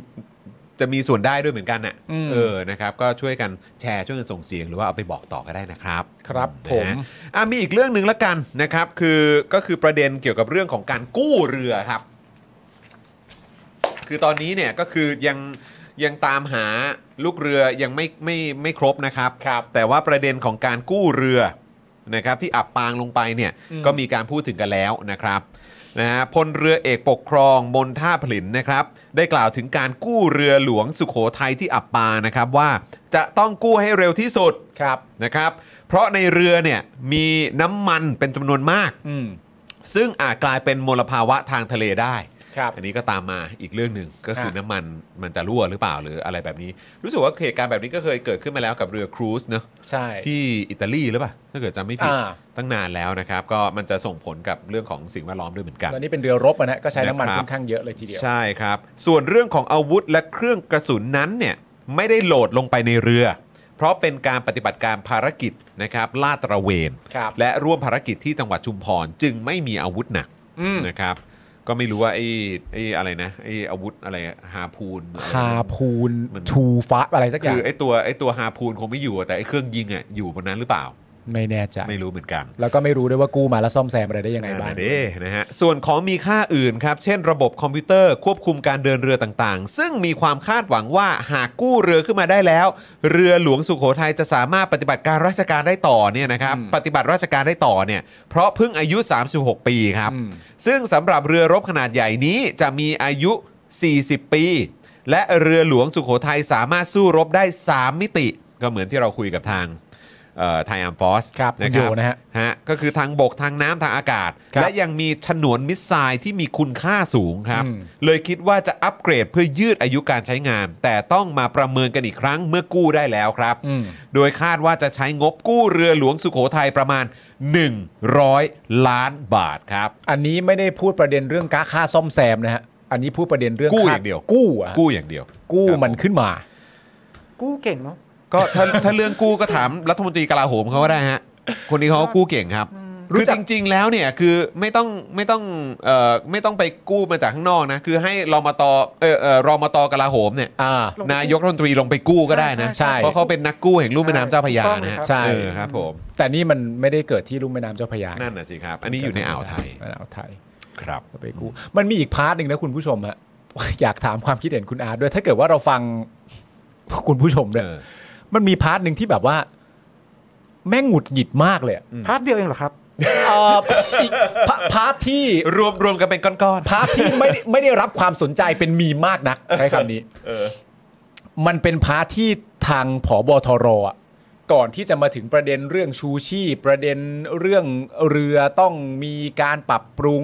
จะมีส่วนได้ด้วยเหมือนกันน่ะ
อืม
เออนะครับก็ช่วยกันแชร์ช่วยกันส่งเสียงหรือว่าเอาไปบอกต่อก็ได้นะครับ
ครับ
นะฮะ
ผม
อ่ะมีอีกเรื่องหนึ่งละกันนะครับ คือก็คือประเด็นเกี่ยวกับเรื่องของการกู้เรือครับ คือตอนนี้เนี่ยก็คือยังยังตามหาลูกเรือยังไม่ไม่ไม่ครบนะครับ
ครับ
แต่ว่าประเด็นของการกู้เรือนะครับที่อับปางลงไปเนี่ย
อืม
ก็มีการพูดถึงกันแล้วนะครับนะฮะพลเรือเอกปกครองมนท่าผลินนะครับ ได้กล่าวถึงการกู้เรือหลวงสุโขทัยที่อับปางนะครับว่าจะต้องกู้ให้เร็วที่สุด
ครับ
นะครับเพราะในเรือเนี่ยมีน้ำมันเป็นจำนวนมาก
อืม
ซึ่งอาจกลายเป็นมลภาวะทางทะเลได้
ครับ
อันนี้ก็ตามมาอีกเรื่องหนึ่งก็คือ
ฮะ
น้ำมันมันจะรั่วหรือเปล่าหรืออะไรแบบนี้ รู้สึกว่าเหตุการณ์แบบนี้ก็เคยเกิดขึ้นมาแล้วกับเรือครูซเนอะ
ใช่
ที่อิตาลีหรือเปล่าถ้าเกิดจำไม่ผิด
อ่า
ตั้งนานแล้วนะครับ ก็มันจะส่งผลกับเรื่องของสิ่งแวดล้อมด้วยเหมือนกัน
แล้วนี่เป็นเรือรบอะนะก็ใช้น้ำมัน
นะครับ
ค่อนข้างเยอะเลยทีเดียว
ใช่ครับ ส่วนเรื่องของอาวุธและเครื่องกระสุนนั้นเนี่ยไม่ได้โหลดลงไปในเรือ เพราะเป็นการปฏิบัติการภารกิจนะครับลาดตระเวน
ครับ
และร่วมภารกิจที่จังหวัดชุมพรจึงไม่มีอาวุธหนัก
อืม
นะครับก็ไม่รู้ว่าไอ้ไอ้อะไรนะไอ้อาวุธอะไรฮาพูน
ฮาพูนชูฟ้าอะไรสักอย่า
คื
ง
อไอ้ตัวไอ้ตัวฮาพูนคงไม่อยู่อะแต่ไอ้เครื่องยิงอ่ะอยู่บนนั้นหรือเปล่า
ไม่แน่ใจ
ไม่รู้เหมือนกัน
แล้วก็ไม่รู้ด้วยว่ากู้มาแล้วซ่อมแซมอะไรได้ยังไงบ้าง
นั่นนะเด้นะฮะส่วนของมีค่าอื่นครับ เช่นระบบคอมพิวเตอร์ควบคุมการเดินเรือต่างๆ ซึ่งมีความคาดหวังว่าหากกู้เรือขึ้นมาได้แล้ว เรือหลวงสุโขทัยจะสามารถปฏิบัติการราชการได้ต่อเนี่ยนะครับ
อืม
ปฏิบัติราชการได้ต่อเนี่ยเพราะเพิ่งอายุ 36 ปีครับ
อืม
ซึ่งสำหรับเรือรบขนาดใหญ่นี้จะมีอายุ 40 ปี และเรือหลวงสุโขทัยสามารถสู้รบได้ 3 มิติ ก็เหมือนที่เราคุยกับทาง ไทยอ r มฟอส
ครับ
นะค
คุ
รั
ณ
บ
โยนะฮะ
ฮะก็คือทางบกทางน้ำทางอากาศ
ครับ
และยังมีฉนวนมิสไซล์ที่มีคุณค่าสูงครับ
อืม
เลยคิดว่าจะอัปเกรดเพื่อยืดอายุการใช้งาน แต่ต้องมาประเมินกันอีกครั้งเมื่อกู้ได้แล้วครับ
อืม
โดยคาดว่าจะใช้งบกู้เรือหลวงสุโขทัยประมาณ 100 ล้านบาทครับ
อันนี้ไม่ได้พูดประเด็นเรื่องก้าค่าซ่อมแซมนะฮะ อันนี้พูดประเด็นเรื่อง
กู้
ค่
อย่างเดียว
กู้อะ
กู้อย่างเดียว
กู้
ครับ
มันขึ้นมา
กู้เก่งเนาะ
ก็ถ้า ถ้าเรื่องกู้ก็ถามรัฐมนตรีกลาโหมเขาก็ได้ฮะ คนนี้เขาก็กู้เก่งครับ
รู้
คือ
จัก
จริง ๆ แล้วเนี่ยคือไม่ต้องไม่ต้องเอ่อไม่ต้องไปกู้มาจากข้างนอกนะ คือให้รมตเออเออรมตกลาโหมเนี่ย
อ่า
นายกรัฐมนตรีลงไปกู้ก็ได้นะ
ใช่
เพราะเขาเป็นนักกู้แห่งลุ่มแม่น้ำเจ้าพระยานะฮะ
ใช่
เออครับผม
แต่นี่มันไม่ได้เกิดที่ลุ่มแม่น้ำเจ้าพระยา
นั่นน่ะสิครับ อันนี้อยู่ในอ่าวไทย
ในอ่าวไทย
ครับ
ไปกู้มันมีอีกพาร์ทหนึ่งนะคุณผู้ชมฮะ อยากถามความคิดเห็นคุณอาร์ตด้วย ถ้าเกิดว่าเราฟัง คุณผู้ชมเนี่ย
เออ
มันมีพาร์ทหนึ่งที่แบบว่า แม่งหงุดหงิดมากเลยอะ
พาร์ทเดียวเองเหรอครับ
เอ่อ อีกพาพาร์ทที่
รวมรวมกันเป็นก้อน
พาร์ทที่ ไม่ได้ไม่ได้รับความสนใจเป็นมีมมากนักใช้คำนี้
ๆเออ
มันเป็นพาร์ทที่ทางผอบอทรอะก่อนที่จะมาถึงประเด็นเรื่องชูชีพประเด็นเรื่องเรือต้องมีการปรับปรุง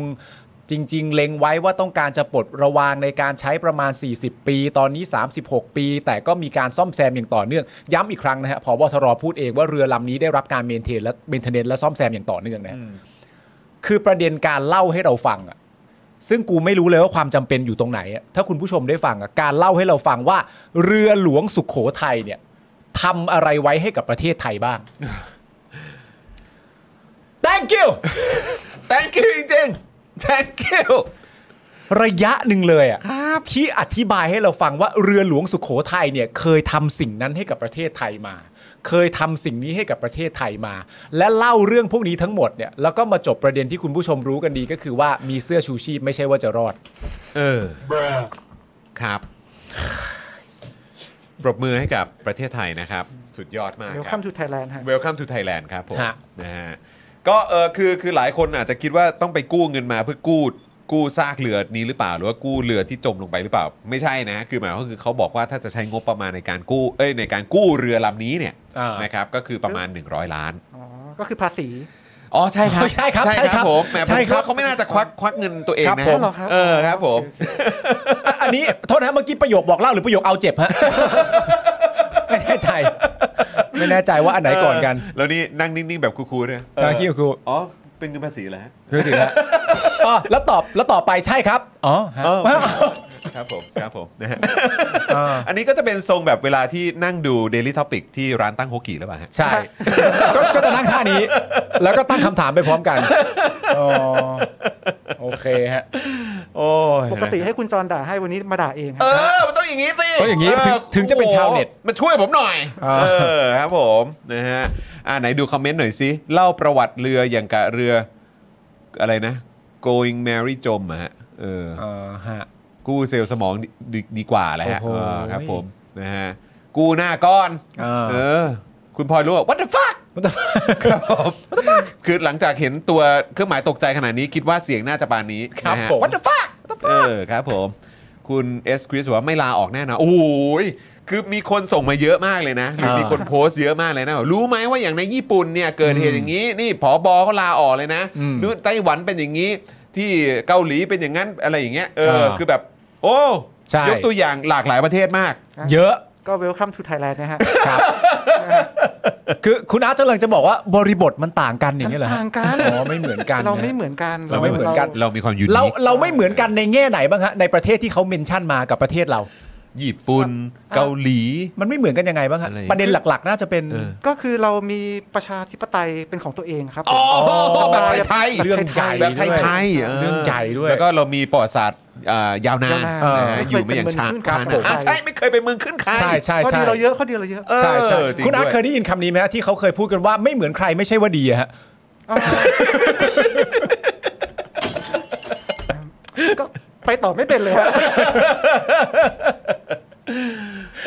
จริง ๆ เล็งไว้ว่าต้องการจะปลดระวางในการใช้ประมาณ 40 ปี ตอนนี้ 36 ปี แต่ก็มีการซ่อมแซมอย่างต่อเนื่อง ย้ำอีกครั้งนะฮะผอบอทรพูดเองว่าเรือลำนี้ได้รับการเมนเทนและเมนเทนและซ่อมแซมอย่างต่อเนื่องนะฮะคือประเด็นการเล่าให้เราฟังอะ ซึ่งกูไม่รู้เลยว่าความจำเป็นอยู่ตรงไหนอะถ้าคุณผู้ชมได้ฟังอะการเล่าให้เราฟังว่า เรือหลวงสุขโขทัยเนี่ยทำอะไรไว้ให้กับประเทศไทย บ้าง thank you
thank you จริงๆ thank you
ระยะหนึ่งเลยอะที่อธิบายให้เราฟังว่าเรือหลวงสุขโขทัยเนี่ยเคยทำสิ่งนั้นให้กับประเทศไทยมา เคยทำสิ่งนี้ให้กับประเทศไทยมา และเล่าเรื่องพวกนี้ทั้งหมดเนี่ยแล้วก็มาจบประเด็นที่คุณผู้ชมรู้กันดีก็คือว่ามีเสื้อชูชีพไม่ใช่ว่าจะรอด
เออครับ ปรบมือให้กับประเทศไทยนะครับ สุดยอดมาก
เดี๋ยว
ค
คั
รั
ม
บ
ทูไทยแลนด์ฮะ
Welcome to Thailand ครับผม
ฮะ
นะฮะก็เออคือคือหลายคนอาจจะคิดว่าต้องไปกู้เงินมาเพื่อกู้กู้ซากเรือนี้หรือเปล่า หรือว่ากู้เรือที่จมลงไปหรือเปล่า ไม่ใช่นะ คือหมายความว่าคือเขาบอกว่าถ้าจะใช้งบประมาณในการกู้เอ้ยในการกู้เรือลำนี้เนี่ย
อ่าน
นะครับก็คือประมาณ 100 ล้าน
อ๋อ ก็คือภาษี
อ๋อใช่ ครับ
ใช่ครับ
ใช่
ใช่
ค
ครั
รับบ ผมแหม
ใช่
ใช่ค
ครั
รับบ เขาไม่น่าจะควักควักเงินตัวเอง
ครับ
นะ
ผม
เหรอครับ
เออครับผม
อันนี้โทษนะเมื่อกี้ประโยคบอกเล่าหรือประโยคเอาเจ็บฮะ ไม่แน่ใจ ไม่แน่ใจว่าอันไหนก่อนกัน
เแล้วนี่นั่งนิ่ง ๆ แบบคูลๆเนี่ย
นะคิวครู
อ๋อ เป็นเงินภาษีแล้ว
รู้สึกแล้วอ๋อแล้วตอบแล้วตอบไปใช่ครับอ๋อฮะ
ครับผมครับผมนะฮะ
อ่า
อันนี้ก็จะเป็นทรงแบบเวลาที่นั่งดู Daily Topic ที่ร้านตั้งโฮกี้หรือเปล่าฮะ
ใช่ ก็ก็จะนั่งท่านี้ แล้วก็ตั้งคำถามไปพร้อมกันอ๋อโอเคฮะ
โอ้ย
ปกติให้คุณจรด่าให้วันนี้มาด่าเองฮะ
เออ มันต้องอย่างนี้สิ
ต้องอย่างนี้
เ
ถึงถึงจะเป็นชาวเน็ต
โอ้โหมาช่วยผมหน่อย
อ่า
เออครับผมนะฮะอ่าไหนดูคอมเมนต์หน่อยสิเล่าประวัติเรืออย่างกะเรืออะไรนะ going Mary จมอะฮะเออ
อ่าฮะ
กู้เซลล์สมองดดดีกว่าแหละฮะ
โอ้โห
เออครับผมนะฮะกู้หน้าก้อน
เออ
เออ คุณพลอยรู้ว่า what the fuck ครับผม what the fuck คือหลังจากเห็นตัวเครื่องหมายตกใจขนาดนี้คิดว่าเสียงน่าจะปานนี้
ครับ
นะฮะ
ผม
what the fuck เออครับผม คุณเอสคริสบอกว่าไม่ลาออกแน่นอนโอ้โหยคือมีคนส่งมาเยอะมากเลยนะหรือ
เออ
มีคนโพสต์เยอะมากเลยนะบอกรู้ไหมว่าอย่างในญี่ปุ่นเนี่ยเกิดเหตุอย่างนี้ นี่ผอบอเขาลาออกเลยนะ
อืม
ดูไต้หวันเป็นอย่างนี้ ที่เกาหลีเป็นอย่างนั้นอะไรอย่างเงี้ยเอ
เอ
อ
อ
คือแบบ โอ้
ใช่
ยกตัวอย่างหลากหลายประเทศมาก
เยอะ
ก็เวลคัมทูไทยแลนด์นะฮะ
ครับ คือคุณอาร์ตกำลังจะบอกว่าบริบทมันต่างกันอย่างเงี้ยเหรอฮะ
ต่างกัน
อ๋อไม่เหมือนกัน
เรา
นะฮะ
ไม่เหมือนกัน
เราไม่เหมือนกัน
เรามีความยูนิ
เรา
ค
เราไม่เหมือนกันในแง่ไหนบ้างฮะในประเทศที่เขาเมนชั่นมากับประเทศเรา
ญี่ปุ่นเกาหลี
มันไม่เหมือนกันยังไงบ้างฮะ
อะไร
ประเด็นหลักๆ น่าจะเป็น
เออ
ก็คือเรามีประชาธิปไตยเป็นของตัวเองครับผม
อ๋อแบบไทย
เรื่องใหญ่
ๆแบบไทยๆเออ
เรื่องใหญ่ด้วย
แล้วก็เรามีประวัติศาสตร์อ่ายาวนาน
ยาวนาน
เออ
นะฮะอยู่มาอย่างช้า
ไม่เคยเป็น
ช้า
เมืองขึ้นค
นาน
รับผม
อ่ะใช่ ไม่เคยไปเมืองขึ้นใคร
ใช่ใช่
ข้อดี
ใช่
เราเยอะข้อดีเราเยอะ
เออ
ใช่ใช่
จริง
คุณอาร์ต
ด้วย
เคยได้ยินคำนี้ไหมฮะที่เขาเคยพูดกันว่าไม่เหมือนใครไม่ใช่ว่าดีอะฮะ
เออ ก็ไปต่อไม่เป็นเลยฮะ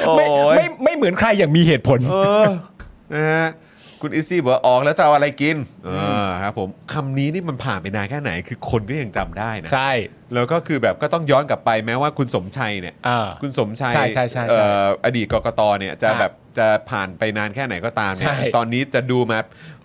โอ้ย
ไม่ไม่ไม่เหมือนใครอย่างมีเหตุผล
เออนะฮะ คุณอิซี่บอกว่าออกแล้วจะเอาอะไรกินเออครับผมคำนี้นี่มันผ่านไปนานแค่ไหน คือคนก็ยังจำได้นะ
ใช่
แล้วก็คือแบบก็ต้องย้อนกลับไปแม้ว่าคุณสมชัยเนี่ย
อ่า
คุณสมชัย
ใช่ใช่ใช่ใช่
เอ่ออดีตกกตเนี่ยจะ
ครับ
แบบจะผ่านไปนานแค่ไหนก็ตามเนี่ย
ใช่
ตอนนี้จะดูมา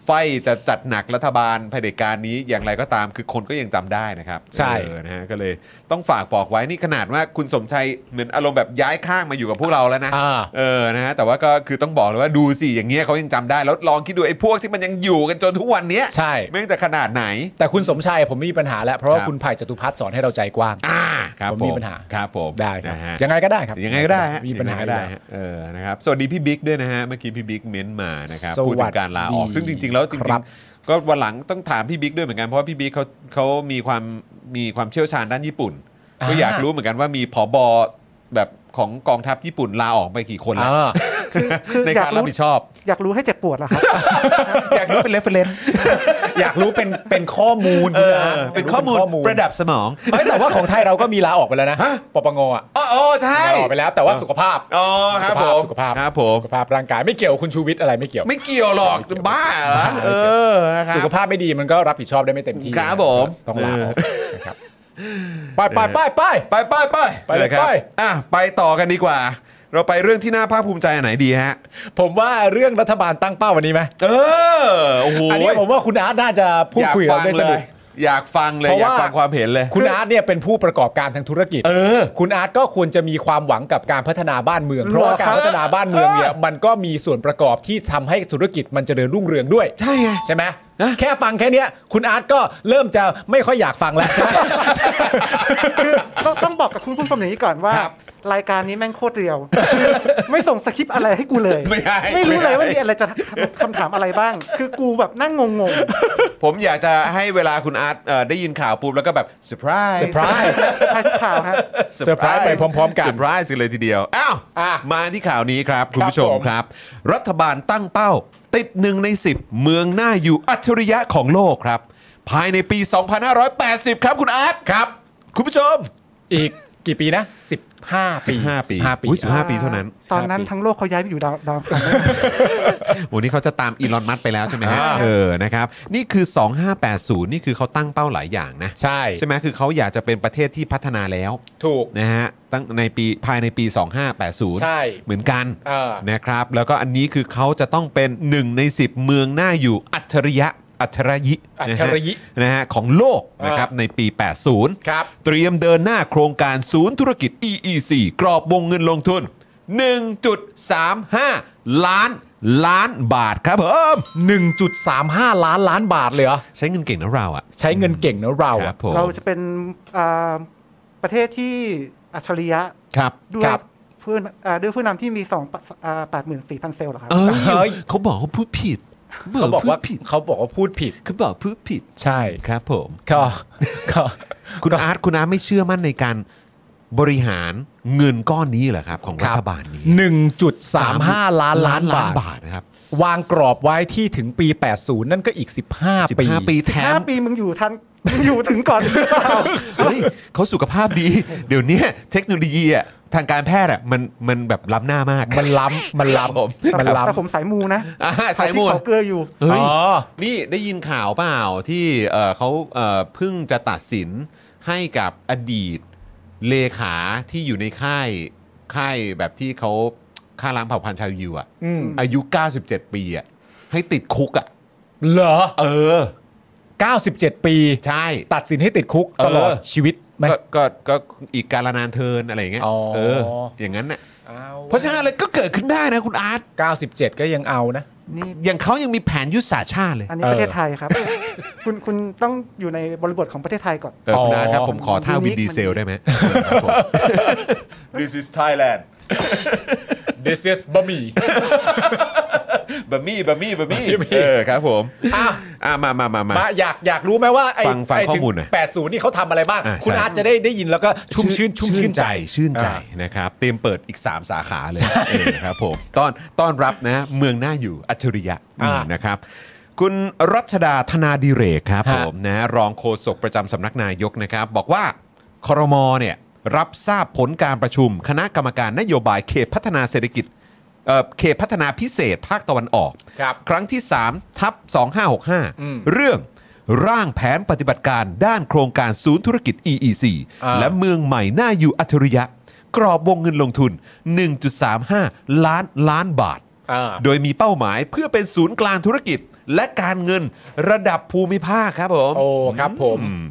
ไฟจะจัดหนักรัฐบาลเผด็จการนี้อย่างไรก็ตามคือคนก็ยังจำได้นะครับ
ใช่
เออนะฮะก็เลยต้องฝากบอกไว้นี่ขนาดว่าคุณสมชัยเหมือนอารมณ์แบบย้ายข้างมาอยู่กับพวกเราแล้วนะ
อ่า
เออ นะฮะ แต่ว่าก็คือต้องบอกเลยว่าดูสิ อย่างเงี้ยเขายังจำได้ แล้วลองคิดดูไอ้พวกที่มันยังอยู่กันจนทุกวันเนี้ย
ใช่
แม่งจะขนาดไหน
แต่คุณสมชัยผมไม่มีปัญหาแล้ว เพราะว่า
ครับ
คุณไผ่จตุพัฒน์สอนให้เราใจกว้าง
อ่า ครับผม
ผมมีปัญหา
ครับผม
ได้ครับ
นะฮะ
ยังไงก็ได้ครับ
ยังไงก็ได้ฮะ
มีปัญหา
ยังไงก็ได้
อยู่แล้ว
ฮะเออนะครับสวัสดีพี่บิ๊กด้วยนะฮะเมื่อกี้พี่บิ๊กเม้นมานะครับ
สวั
พูด
สดี
ถึงการลาออกซึ่งจริง ๆ แล้วจริ
ครั
ง
บ
ๆก็วันหลังต้องถามพี่บิ๊กด้วยเหมือนกันเพราะว่าพี่บิ๊กเขาเขามีความมีความเชี่ยวชาญด้านญี่ปุ่น
อ่า
ก็อยากรู้เหมือนกันว่ามีผบแบบของกองทัพญี่ปุ่นลาออกไปกี่คนแล้ว
อ่า
คือคืออยา
ในา
ก
ก รรั
รู้
บผิดชอบ
อยากรู้ให้เจ็บปวดเหรอครับ
อยากรู้เป็นเรฟเฟลน
อยากรู้เป็นเป็นข้อมูลคุณนะ
เป็นข้อมูลประดับสมอง
เฮ้ยแต่ว่าของไทยเราก็มีลาออกไปแล้วนะปปงอ่ะ
อ๋ออ๋อใช่
ลาออกไปแล้วแต่ว่า
เออ
สุขภาพ
อ๋อครับผม
สุขภาพ
ครับผม
สุขภาพร่างกายไม่เกี่ยวกับคุณชูวิทย์อะไรไม่เกี่ยว
ไม่เกี่ยวหรอก
ไม่เกี่ยว
บ้าเหรอเออนะครั
สุข
บ
ภาพไม่ดีมันก็รับผิดชอบได้ไม่เต็มที่
ครับผม
ต้องลาออกนะครับไปไปไปไป
ไปไปไป
ไปเลย
นะครับ
ไป
อ่ะไปต่อกันดีกว่า เราไปเรื่องที่น่าภาคภูมิใจอันไหนดีฮะ
ผมว่าเรื่องรัฐบาลตั้งเป้าวันนี้ไหม
เออโอ้โห
อันนี้ผมว่าคุณอาร์ตน่าจะพูดคุยกับเราได้ส
เล
นุ
ย
ก
อยากฟังเลย
เพราะ
อยาก
ว่า
ฟังความเห็นเลย
คุณอาร์ตเนี่ยเป็นผู้ประกอบการทางธุรกิจ
เออ
คุณอาร์ตก็ควรจะมีความหวังกับการพัฒนาบ้านเมือง เพราะว่า
เหรอ
กา
คั
รร
บ
พัฒนาบ้านเมืองเนี่ยมันก็มีส่วนประกอบที่ทำให้ธุรกิจมันเจริญรุ่งเรืองด้วย ใช่ไงใช่ไหมแค่ฟังแค่เนี้ย คุณอาร์ตก็เริ่มจะไม่ค่อยอยากฟังแล้วใช่ไหม
คือต้องต้องบอกกับคุณผู้ชมอย่างนี้ก่อนว่า
ครับ
รายการนี้แม่งโคตรเรียว ไม่ส่งสคริปต์อะไรให้กูเลย
ไม่ได้
ไม่รู้
ไม่ได้
เลยว่ามีอะไรจะคำถามอะไรบ้าง คือกูแบบนั่งงง
ผมอยากจะให้เวลาคุณอาร์ตเอ่อได้ยินข่าวปุ๊บแล้วก็แบบเซอร์ไพรส์
surprise
ๆสุดท้ายทุกข่าวฮะ
เซอร์ไพรส์ไปพร้อมๆกัน
เซอร์ไพรส์กันเลยทีเดียว อ้าว
อ่ะ
มาที่ข่าวนี้ครับ คุณผู้ชม
ผม
ครับ รัฐบาลตั้งเป้า ติดหนึ่งใน 10 เมืองหน้าอยู่อัจฉริยะของโลกครับ ภายในปี 2580 ครับคุณอาร์ตครับ คุณผู้ชม
อีกกี่ปีนะ 15 ปี
15 ปี
15ปี
อุ๊ย
อ่ะ
15 ปีเท่านั้น
ตอนนั้น
ปี
ทั้งโลกเขาย้ายไปอยู่ดาวดาวอังคาร
โอ้นี่เขาจะตามอีลอนมัสก์ไปแล้วใช่ไหมฮะ
อ่า
เออนะครับ นี่คือ 2580 นี่คือเขาตั้งเป้าหลายอย่างนะ
ใช่
ใช่ไหมคือเขาอยากจะเป็นประเทศที่พัฒนาแล้ว
ถูก
นะฮะตั้งในปีภายในปี 2580
ใช่
เหมือนกัน
เออ
นะครับ แล้วก็อันนี้คือเขาจะต้องเป็น 1 ใน 10 เมืองหน้าอยู่อัจฉริยะอัจฉริยะ
อัจฉริยะ
นะฮะของโลกนะครับในปี 80
ครับ
เตรียมเดินหน้าโครงการศูนย์ธุรกิจ EEC กรอบวงเงินลงทุน 1.35 ล้านล้านบาทครับผม
1.35 ล้านล้านบาทเลยเหรอ
ใช้เงินเก่งนะเราอ่ะ
ใช้เงินเก่งนะเรา
ครั
อะ
บผม
เราจะเป็นอ่าประเทศที่อัจฉริยะ
ครับ
ด้วย
ครับ
ผู้อ่าด้วยผู้นำที่มี2 84,000 เซลล์เหรอครับ
เอ้ย
เฮ้ย
เขาบอกเขาพูดผิด
เขาบอก
พู
ว่า
ดผิด
เขาบอกว่าพูดผิด
เขาบอกพูดผิด
ใช่
ครับผม
ก็ก็
คุณอาร์ตคุณอาร์ตไม่เชื่อมั่นในการบริหารเงินก้อนนี้เหรอครับ ของ
ค
รั
รับ
ฐบาลนี้
1.35 ล้านล้าน
ล้า
บาน ท
บาทนะครับ
วางกรอบไว้ที่ถึงปี 80 นั่นก็อีก 15 ปี
15 ปีแถม
5 ปีมึงอยู่ทันมึงอยู่ถึงก่อนหรือเปล่า
เฮ้ยเขาสุขภาพดี เดี๋ยวเนี้ยเทคโนโลยีอะทางการแพทย์อะมันมันแบบล้ำหน้ามาก
มันล้ำมัน
ครับผม
ล้ำมัน
แต่ผม
ล้ำ
สายมูนะ
อ่าสายมู
ที่เขาเกลืออยู่
เฮ้ย
อ๋อ
นี่ได้ยินข่าวเปล่าที่เอ่อเขาเอ่อเพิ่งจะตัดสินให้กับอดีตเลขาที่อยู่ในค่ายค่ายแบบที่เขาฆ่าล้างเผ่าพันธุ์ชาวยิวอะ
อืม
อายุ 97 ปีอะให้ติดคุกอะ
เหรอ
เออ
97 ปี
ใช่
ตัดสินให้ติดคุก
เออ
ตลอดชีวิตไหม
ก็ก็ก็อีกการนานเทินอะไรอย่างเงี้ย
อ๋อ
เออ อย่างนั้นน่ะเพราะฉะนั้นอะไรก็เกิดขึ้นได้นะคุณอาร์ต
97 ก็ยังเอานะ
นี่
อย่างเขายังมีแผนยุทธศาสตร์ชาติเลย
อันนี้
เออ
ประเทศไทยครับ คุณคุณต้องอยู่ในบริบทของประเทศไทยก่อน
เออคุณอาร์ตครับ
อ๋อ
ผมขอท่าวินดีเซลได้ไหม This is Thailand
This is บะหมี่
บะมี่บะมี่บะมี่
บะมี่
เออครับผม
อ่ะ
อ่ะมามามามา
มาอยากอยากรู้ไหมว่าไอ้
ฟังฟัง
ไอ้
ข้อ
ถึง
มูลหน่อย
80 นี่เขาทำอะไรบ้าง
อ่ะ
คุณ
ใช่
อาร์ตจะได้ได้ยินแล้วก็ชุ่มชื่นชุ่มชื่นใจ
ชื่นใจ
อ่
นะครับ เตรียมเปิดอีก 3 สาขาเลยเออครับผมต้อนต้อนรับนะเมืองหน้าอยู่อัจฉริยะ
อ่า
อืมนะครับ คุณรัชดาธนาดิเรกครับ
ฮะ
ผมนะรองโฆษกประจำสำนักนายกนะครับ บอกว่าครมเนี่ยรับทราบผลการประชุม คณะกรรมการนโยบายเขตพัฒนาเศรษฐกิจ เอ่อเขตพัฒนาพิเศษภาคตะวันออก
ครับ
ครั้งที่3ทับ
อืม
2565 เรื่องร่างแผนปฏิบัติการด้านโครงการศูนย์ธุรกิจ EEC
อ่า
และเมืองใหม่น่าอยู่อัจฉริยะ กรอบวงเงินลงทุน 1.35 ล้านล้านบาท
อ่า
โดยมีเป้าหมายเพื่อเป็นศูนย์กลางธุรกิจ และการเงินระดับภูมิภาคครับผม
โอ้ครับผม
อืม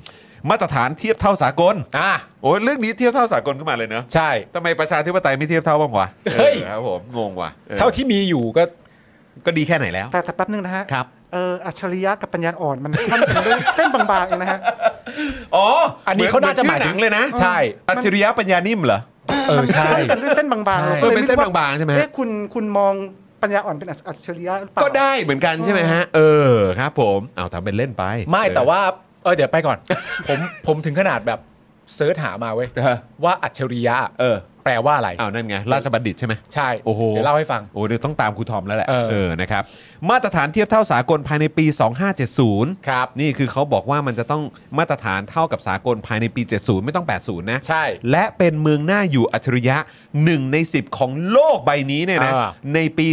มาตรฐานเทียบเท่าสากล
อ่า
โอ้ยเรื่องนี้เทียบเท่าสากลขึ้นมาเลยเนอะ
ใช่
ทำไมประชาธิปไตยไม่เทียบเท่าบ้างวะ
เฮ้ย
ออครับผมงงว่ะออ
เท่าที่มีอยู่ก็
ก็ดีแค่ไหนแล้ว
แต่แต่แป๊บนึงนะฮะ
ครับ
เอออัจฉริยะกับปัญญาอ่อนมันขั้นกันด้วยเส้นบางๆเองนะฮะ
อ๋อ
อันนี้เขาน่าจะหมายถึ
ถึ
ง
งเลยนะ
ใช่
อัจฉริยะปัญญานิ่มเหรอ
เออใช่
ขั้นกันด้วยเส้นบางๆ
ใช่
เออ
เราก็ลย
เป็น
ไม่
เส้น
รู้ว่า
บางๆใช่ไหม
เอ๊ะคุณคุณมองปัญญาอ่อนเป็นอัจฉริยะหรือเปล่า
ก็ได้เหมือนกันใช่ไหมฮะ เออครับ ผมเอาทำเป็นเล่นไป
ไม่
เออ
แต่ว่าเออเดี๋ยวไปก่อน ผมผมถึงขนาดแบบเซิร์ชหามาเว้ย
เออ
ว่าอัจฉริยะ
เออ
แปลว่าอะไร
เอานั่นไงราชบัณฑิตใช่ไหม
ใช่
โอ้โห
เดี๋ยวเล่าให้ฟัง
โอ้เดี๋ยวต้องตามครูทอมแล้วแหละ
เออ
นะครับ มาตรฐานเทียบเท่าสากลภายในปี 2570
ครับ
นี่คือเขาบอกว่ามันจะต้องมาตรฐานเท่ากับสากลภายในปี 70 ไม่ต้อง 80 นะ
ใช่
และเป็นเมืองหน้าอยู่อัจฉริยะ 1 ใน 10 ของโลกใบนี้เนี่ยนะ
อ่า
ในปี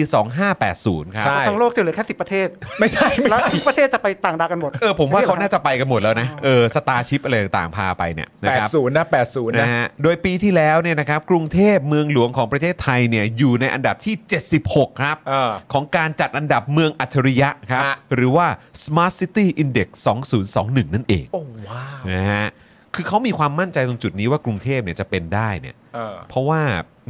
2580 ครับ
ใช่
ทั้งโลกจะเหลือแค่สิบประเทศ
ไม่ใช่ไม่
แล้ว
ใช่
ทุกประเทศจะไปต่างดาวกันหมด
เออ ผมว่าเขาน่าจะไปกันหมดแล้วนะ เออ สตาร์ชิพอะไรต่างๆพาไปเนี่ยนะ
แป
ค
ด
รับ
ศูนย์นะแปดศูนย์นะ
นะฮะ โดยปีที่แล้วเนี่ยนะครับกรุงเทพเมืองหลวงของประเทศไทยเนี่ยอยู่ในอันดับที่ 76 ครับ
เออ
ของการจัดอันดับเมืองอัจฉริยะครับ
ฮะ
หรือว่า Smart City Index 2021 นั่นเอง
โอ้ว้าว
นะฮะ คือเขามีความมั่นใจตรงจุดนี้ว่ากรุงเทพเนี่ยจะเป็นได้เนี่ย
เออ
เพราะว่า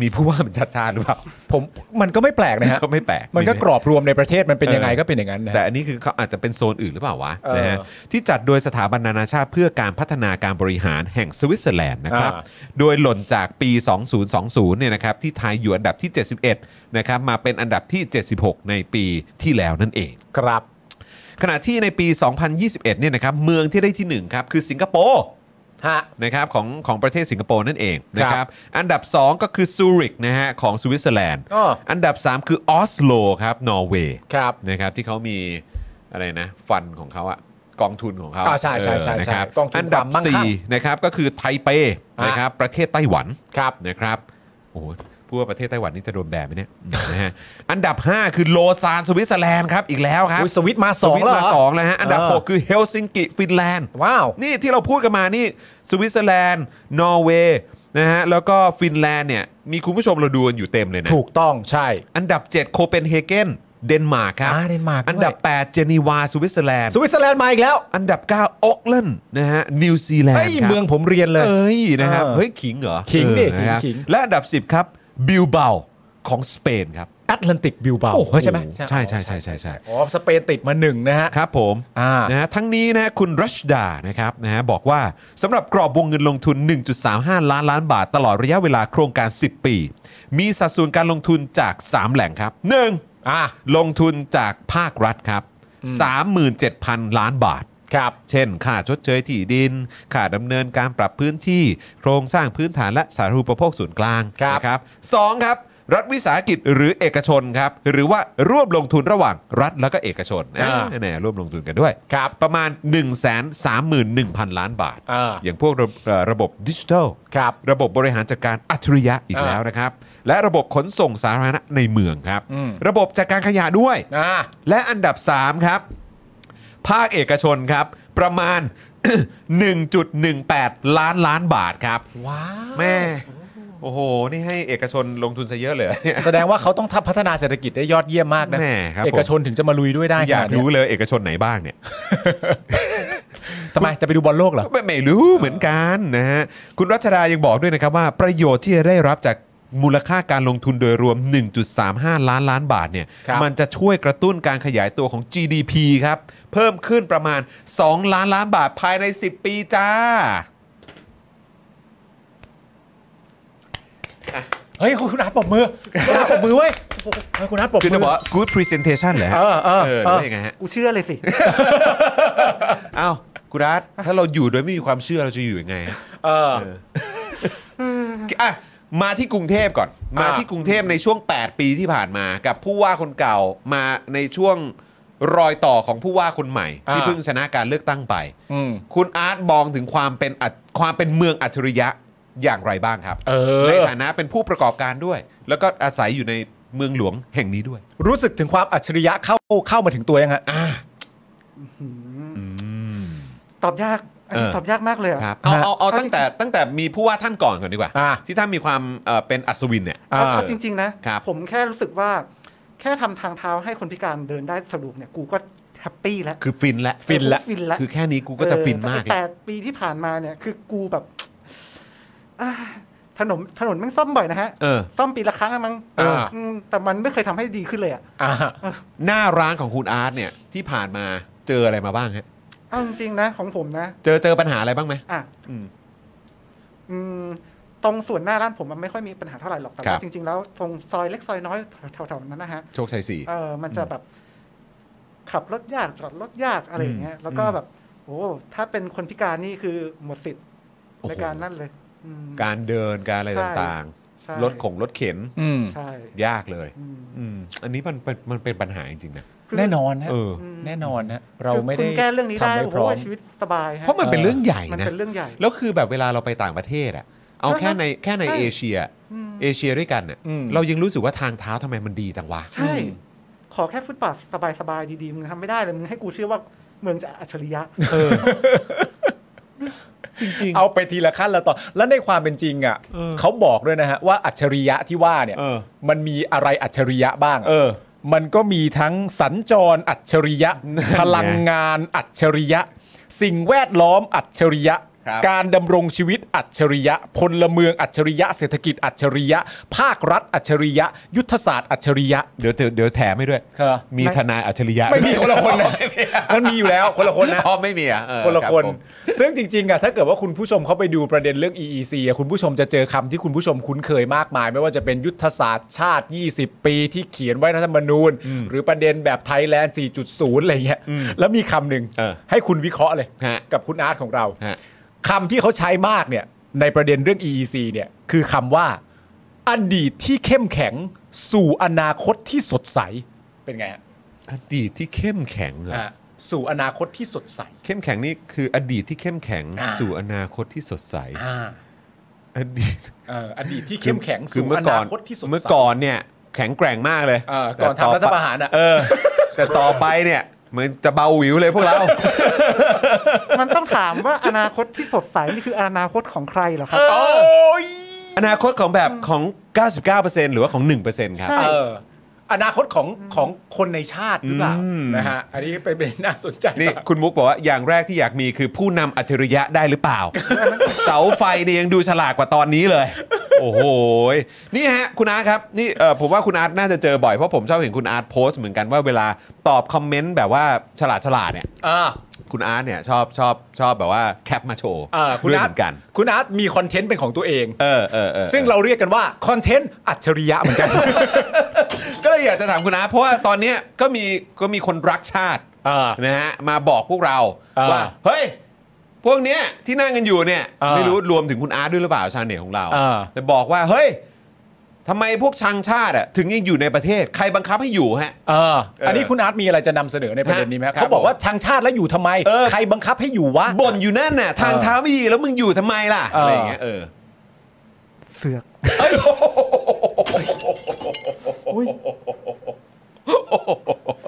มีผู้ว่าเป็นชาติชาติหรือเปล่า
ผมมันก็ไม่แปลกนะฮะ
ก็ไม่แปลก
มันก็กรอบรวมในประเทศมันเป็นยังไง
เออ
ก็เป็นอย่างนั้นนะ
แต่อันนี้คือเขาอาจจะเป็นโซนอื่นหรือเปล่าวะ
เออ
นะฮะที่จัดโดยสถาบันนานาชาติเพื่อการพัฒนาการบริหารแห่งสวิตเซอร์แลนด์นะครับ
อ่า
โดยหล่นจากปี 2020 เนี่ยนะครับที่ไทยอยู่อันดับที่ 71 นะครับมาเป็นอันดับที่ 76 ในปีที่แล้วนั่นเอง
ครับ
ขณะที่ในปี 2021 เนี่ยนะครับเมืองที่ได้ที่หนึ่งครับคือสิงคโปร์
ฮะ
นะครับของของประเทศสิงคโปร์นั่นเองนะค
ครั
รับบ อันดับ 2 ก็คือซูริกนะฮะของสวิตเซอร์แลนด์
อ้ออั
อันดับ 3 คือออสโลครับนอร์เวย์
ครับ
นะครับที่เขามีอะไรนะฟันของเขาอะกองทุนของเขา
อ่าใช่ใช่ใช่
เออนะครับ
ใช่กองทุน
อันดับ
ความมั่งคั่ง
4นะครับก็คือไทเป
อ่าน
นะครับประเทศไต้หวัน
ครับ
นะครับโอ้โหพูดว่าประเทศไต้หวันนี่จะโดนแบนไหมเนี่ย นะฮะอันดับ 5 คือโลซานสวิตเซอร์แลนด์ครับอีกแล้วครับ
อุ๊ยสวิตมา
ส
สอง
วิต
แล้ว
มา
เหรอ
สองแล้วฮะอันดับ
เออ
หกคือเฮลซิงกิฟินแลนด์
ว้าว
นี่ที่เราพูดกันมานี่สวิตเซอร์แลนด์ นอร์เวย์นะฮะแล้วก็ฟินแลนด์เนี่ยมีคุณผู้ชมเราดูกันอยู่เต็มเลยนะ
ถูกต้องใช่
อันดับ 7 โคเปนเฮเกนเดนมาร์กครับ
อ่าเดนมาร์กวย
อันดับ 8 เจนีวาสวิตเซอร์แลนด์
สวิตเซอร์แลนด์มาอีกแล้ว
อันดับ 9 ออกแลนด์นะฮะนิวซีแลนด์
เฮ้ย
ครับ
เมืองผมเรียนเลย
เอ้ยนะครับ
เออ
เฮ้ยขิงเหรอ
ขิงดิ
เออนะครับ
ขิงขิง
และอันดับ 10 ครับบิลเบาของสเปนครับ
แอตแลนติกบิลเบา
โอ้โห
ใช่ไหม
ใช่ใช่ใช่ใช่ใช่
อ๋อสเปนติดมาหนึ่งนะฮะ
ครับผม
อ่าน
นะฮะทั้งนี้นะฮะคุณรัชดานะครับนะฮะบอกว่าสำหรับกรอบวงเงินลงทุน 1.35 ล้านล้านบาท ตลอดระยะเวลาโครงการ 10 ปี มีสัดส่วนการลงทุนจาก 3 แหล่งครับ 1.
อ่า
ลงทุนจากภาครัฐครับ 37,000 ล้านบาท
ครับ
เช่น ค่าชดเชยที่ดิน ค่าดำเนินการปรับพื้นที่ โครงสร้างพื้นฐานและสาธารณูปโภคส่วนกลาง
ครับ
นะครับสองครับ รัฐวิสาหกิจหรือเอกชนครับ หรือว่าร่วมลงทุนระหว่างรัฐแล้วก็เอกชน
อ่า
แน่ๆร่วมลงทุนกันด้วย
ครับ
ประมาณ 1 3 1 0 0 0 ล้านบาท
อ่า
อย่างพวกระเอ่อระบบดิจิทัล
ครับ
ระบบบริหารจัดการอัจฉริยะอีก
อ่า
แล้วนะครับ และระบบขนส่งสาธารณะในเมืองครับ
อืม
ระบบจัดการขยะด้วย
อ่า
และอันดับ 3 ครับ ภาคเอกชนครับ ประมาณ 1.18 ล้านล้านบาทครับ
ว้าว
แม่ โอ้โห นี่ให้เอกชนลงทุนซะเยอะเลยเนี่ย
แสดงว่าเขาต้องทับพัฒนาเศรษฐกิจได้ยอดเยี่ยมมากนะ
แหม่ครับผม
เอกชนถึงจะมาลุยด้วยได้
อยาก
ขนดเนี้
รู้เลยเอกชนไหนบ้างเนี่ย
ทำไมจะไปดูบอลโลกเหรอ
ไม่ไม่รู้เหมือนกันนะฮะ คุณรัชดายังบอกด้วยนะครับว่าประโยชน์ที่จะได้รับจากมูลค่าการลงทุนโดยรวม 1.35 ล้านล้านบาทเนี่ย
ครับ
มันจะช่วยกระตุ้นการขยายตัวของ GDP ครับ เพิ่มขึ้นประมาณ 2 ล้านล้านบาทภายใน 10 ปีจ้า
เฮ้ยคุณนัทปรบมือคุณนัทปรบมือเว้ยเฮ้ยคุณนัทปรบมือ
คือจะบอกว่า good presentation เหรอฮะ
เออเออ
เออห
เอ
รือ
อ
ว่ายังไงฮะ
กูเชื่อเลยสิ
อ้าวกูรัฐถ้าเราอยู่โดยไม่มีความเชื่อเราจะอยู่ยังไงฮะ
เออ
อ่ะมาที่กรุงเทพก่อน มาที่กรุงเทพในช่วง 8 ปีที่ผ่านมา กับผู้ว่าคนเก่ามาในช่วงรอยต่อของผู้ว่าคนใหม่
อ่า
ที่เพิ่งชนะการเลือกตั้งไป
อืม
คุณอาร์ตมองถึงความเป็นอัจความเป็นเมืองอัจฉริยะอย่างไรบ้างครับ
เออ
ในฐานะเป็นผู้ประกอบการด้วย แล้วก็อาศัยอยู่ใน เมืองหลวงแห่งนี้ด้วย
รู้สึกถึงความอัจฉริยะเข้าเข้ามาถึงตัวยังฮะ
ตอบยาก อันนี้
เออ
ตอบยากมากเลยอะ
ครับเอาเอาเอาตั้งแต่
จริ
ตั้งแต่มีผู้ว่าท่านก่อนก่อนดีกว่า
อ่า
ที่ท่านมีความเอ่อเป็นอัศวินเนี่ย
ๆเอา
อ่า
เอาจริง ๆ นะ
ครับ
ผมแค่รู้สึกว่า แค่ทำทางเท้าให้คนพิการเดินได้สะดวกเนี่ยกูก็แฮปปี้แล้ว
คือฟินและ
ฟินละ
ฟินละ
คือแค่นี้กูก็จะฟินมาก
เออ
เล
แต่
ย
ไอ้แปดปีที่ผ่านมาเนี่ย คือกูแบบอ่าถนนถนนแม่งซ่อมบ่อยนะฮะ
เออ
ซ่อมปีละครั้งนะมั้ง
อ่า
อืมแต่มันไม่เคยทำให้ดีขึ้นเลยอ่ะ
อ่า
หน้าร้านของคุณอาร์ตเนี่ยที่ผ่านมาเจออะไรมาบ้างฮะ
เอาจริงๆนะของผมนะ
เจอเจอปัญหาอะไรบ้างไหม
อ่ะ
อืม
อืมตรงส่วนหน้าร้านผมมันไม่ค่อยมีปัญหาเท่าไหร่หรอก แต่
ครั
ว่า
บ
จริง ๆ แล้วตรงซอยเล็กซอยน้อยแถวๆนั้นนะฮะ
โชคชัยสี่
เออมันจะแบบขับรถยากจอดรถยากอะไรอย่างเงี้ย แล้วก็แบบ โอ้ถ้าเป็นคนพิการนี่คือหมดสิทธิ์ในการนั่นเลย อืม
การเดินการอะไร
ใช่
ต่าง
ใช่
ๆ รถของรถเข็น
อืม
ใช่
ยากเลย
อืม
อืมอันนี้มันเป็นมันเป็นปัญหาจริงๆนะ
คื
แน่นอนฮะ
เออ
อืม
แน่นอนฮะเรา
คือ
ไม่ได้
คุณแก้เรื่องนี้ได้
ทำให้
โอ้
พ
โห
ร้อม
ชีวิตสบายฮะ
เพราะมันเป็น
เออ
เรื่องใหญ่
มัน
นะ
เป็นเรื่องใหญ่
แล้วคือแบบเวลาเราไปต่างประเทศอะเอาแค่
อ่าฮะ
ในแค่ใน
ใช่
เอเชีย
อืม
เอเชียด้วยกันเนี่ย
อืม
เรายังรู้สึกว่าทางเท้าทำไมมันดีจังวะ
ใช่ ขอแค่ฟุตบาทสบายๆดีๆมึงทำไม่ได้เลยมึงให้กูเชื่อว่าเมืองจะอัจฉริยะ
เอาไปทีละขั้นละตอนแล้วในความเป็นจริงอ่ะ
เออ
เขาบอกด้วยนะฮะว่าอัจฉริยะที่ว่าเนี่ย
เออ
มันมีอะไรอัจฉริยะบ้างอะ
เออ
มันก็มีทั้งสัญจรอัจฉริยะ
นั่นไง
พลังงานอัจฉริยะ สิ่งแวดล้อมอัจฉริยะ
ครับ
การดำรงชีวิตอัจฉริยะ พลเมืองอัจฉริยะ เศรษฐกิจอัจฉริยะ ภาครัฐอัจฉริยะ ยุทธศาสตร์อัจฉริยะ
เดี๋ยวเดี๋ยวเดี๋ยวแถมให้ด้วย
ครับ
มีทนายอัจฉริยะ
ไม่มีคนละคนนะมันมีอยู่แล้วคนละคนนะ
อ๋อไม่มีอ่ะเออ
คนละ
รับ
คน
ผม
ซึ่งจริงๆอะถ้าเกิดว่าคุณผู้ชมเขาไปดูประเด็นเรื่อง EEC อะคุณผู้ชมจะเจอคำที่คุณผู้ชมคุ้นเคยมากมาย ไม่ว่าจะเป็นยุทธศาสตร์ชาติ 20 ปีที่เขียนไว้ในรัฐธรรมนูญ หรือประเด็นแบบไทยแลนด์ 4.0 อะไรเงี้ย แล้วมีคำหนึ่ง
เออ
ให้คุณวิเคราะห์เลย
ฮะ
กับคุณอาร์ตของเรา
ฮะ
คำที่เขาใช้มากเนี่ยในประเด็นเรื่อง EEC เนี่ยคือคำว่า อดีตที่เข้มแข็งสู่อนาคตที่สดใสเป็นไงฮะ
อดีตที่เข้มแข็งเหรอ
อ่ะสู่อนาคตที่สดใส
เข้มแข็งนี่คืออดีตที่เข้มแข็ง
อ่า
สู่อนาคตที่สดใส
อ่า
อดีต
เอ่ออดีตที่เข้มแข็ง
คื
สู่
เมื่
อ
ก่
นาน คตที่สดใส
เมื่อก่อนเนี่ยแข็งแกร่งมากเลย
เออก่อน
แต่
ทำรัฐประหารอะ
เออ แต่ต่อไปเนี่ยมันจะเบาหวิวเลยพวกเรา
มันต้องถามว่าอนาคตที่สดใสนี่คืออนาคตของใครเหรอครับ
โอ้ย
อนาคตของแบบของ 99%หรือว่าของ 1%ครับ
ใช่
เอออนาคตของของคนในชาติหรือเปล่า
อืม
นะฮะอันนี้เป็นประเด็นน่าสนใจ
นี่
มาก
คุณมุกบอกว่าอย่างแรกที่อยากมีคือผู้นำอัจฉริยะได้หรือเป ล่า เสาไฟเนี่ยยังดูฉลาดกว่าตอนนี้เลย โอ้โหยนี่ฮะคุณอาร์ตครับนี่เอ่อผมว่าคุณอาร์ตน่าจะเจอบ่อยเพราะผมชอบเห็นคุณอาร์ตโพสต์เหมือนกันว่าเวลาตอบคอมเมนต์แบบว่าฉลาดฉลาดๆเนี่ย
อ่า
คุณอาร์ตเนี่ยชอบชอบชอบแบบว่าแคปมาโชว์
อ่าคุณ
ด้วย
อา
เห
ร์ต
มือนกัน
คุณอาร์ตมีคอนเทนต์เป็นของตัวเอง
เออเออเออ
ซึ่งเราเรียกกันว่าคอนเทนต์อัจฉริยะเหมือนกัน
ก็เลยอยากจะถามคุณอาร์ตเพราะว่าตอนเนี้ยก็มีก็มีคนรักชาติ
อ่า
นะฮะมาบอกพวกเรา
อ่า
ว่า เฮ้ย พวกเนี้ยที่นั่งกันอยู่เนี่ย
อ่า
ไม่รู้รวมถึงคุณอาร์ตด้วยหรือเปล่าชาวเน็ตของเรา
อ่า
แต่บอกว่า เฮ้ยทำไมพวกชังชาติอะถึงยังอยู่ในประเทศ ใครบังคับให้อยู่ฮะ
เอออันนี้คุณอาร์ตมีอะไรจะนำเสนอในประเด็นนี้ไหม
ฮะครับ
เขาบอกว่าชังชาติแล้วอยู่ทำไม
เออ
ใครบังคับให้อยู่วะ
บ่นอยู่นั่นน่ะ ทางเท้าไม่ดีแล้วมึงอยู่ทำไมล่ะ
อ่า
อะไรอย่างเงี้ยเออ
เสือก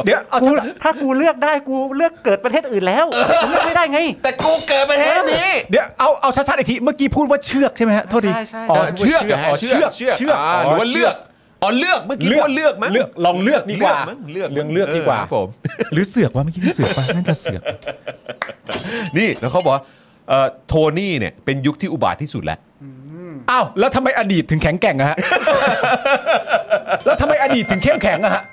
เดี๋ยวเอา
กู
ชังชาติ
ถ้ากูเลือกได้กูเลือกเกิดประเทศอื่นแล้วกูเลือกไม่ได้ไง
แต่กูเกิดประเทศนี้
เดี๋ยวเอาเอาชัดๆอีกทีเมื่อกี้พูดว่าเชือกใช่ไหมฮะโทษที
ใช่ใช่
อ๋อ
เชือกนะฮะ
เชือก
เชือก
เชือก
าหรือว่าเลือกอ๋อเลือกเมื่อกี้ว่าเลือกมั้ง
เลือกลองเลือกดีกว่า
มั้งเลือก
เรื่องเลือกดีกว่า
ครับผม
หรือเสือกว่าเมื่อกี้คือเสือกว่าน่าจะเสือก
นี่แล้วเขาบอกว่าเอ่อโทนี่เนี่ยเป็นยุคที่อุบาทที่สุดแล้ว
อ้าวแล้วทำไมอดีตถึงแข็งแกร่งอะฮะ แล้วทำไมอดีตถึงเข้มแข็งอะฮะ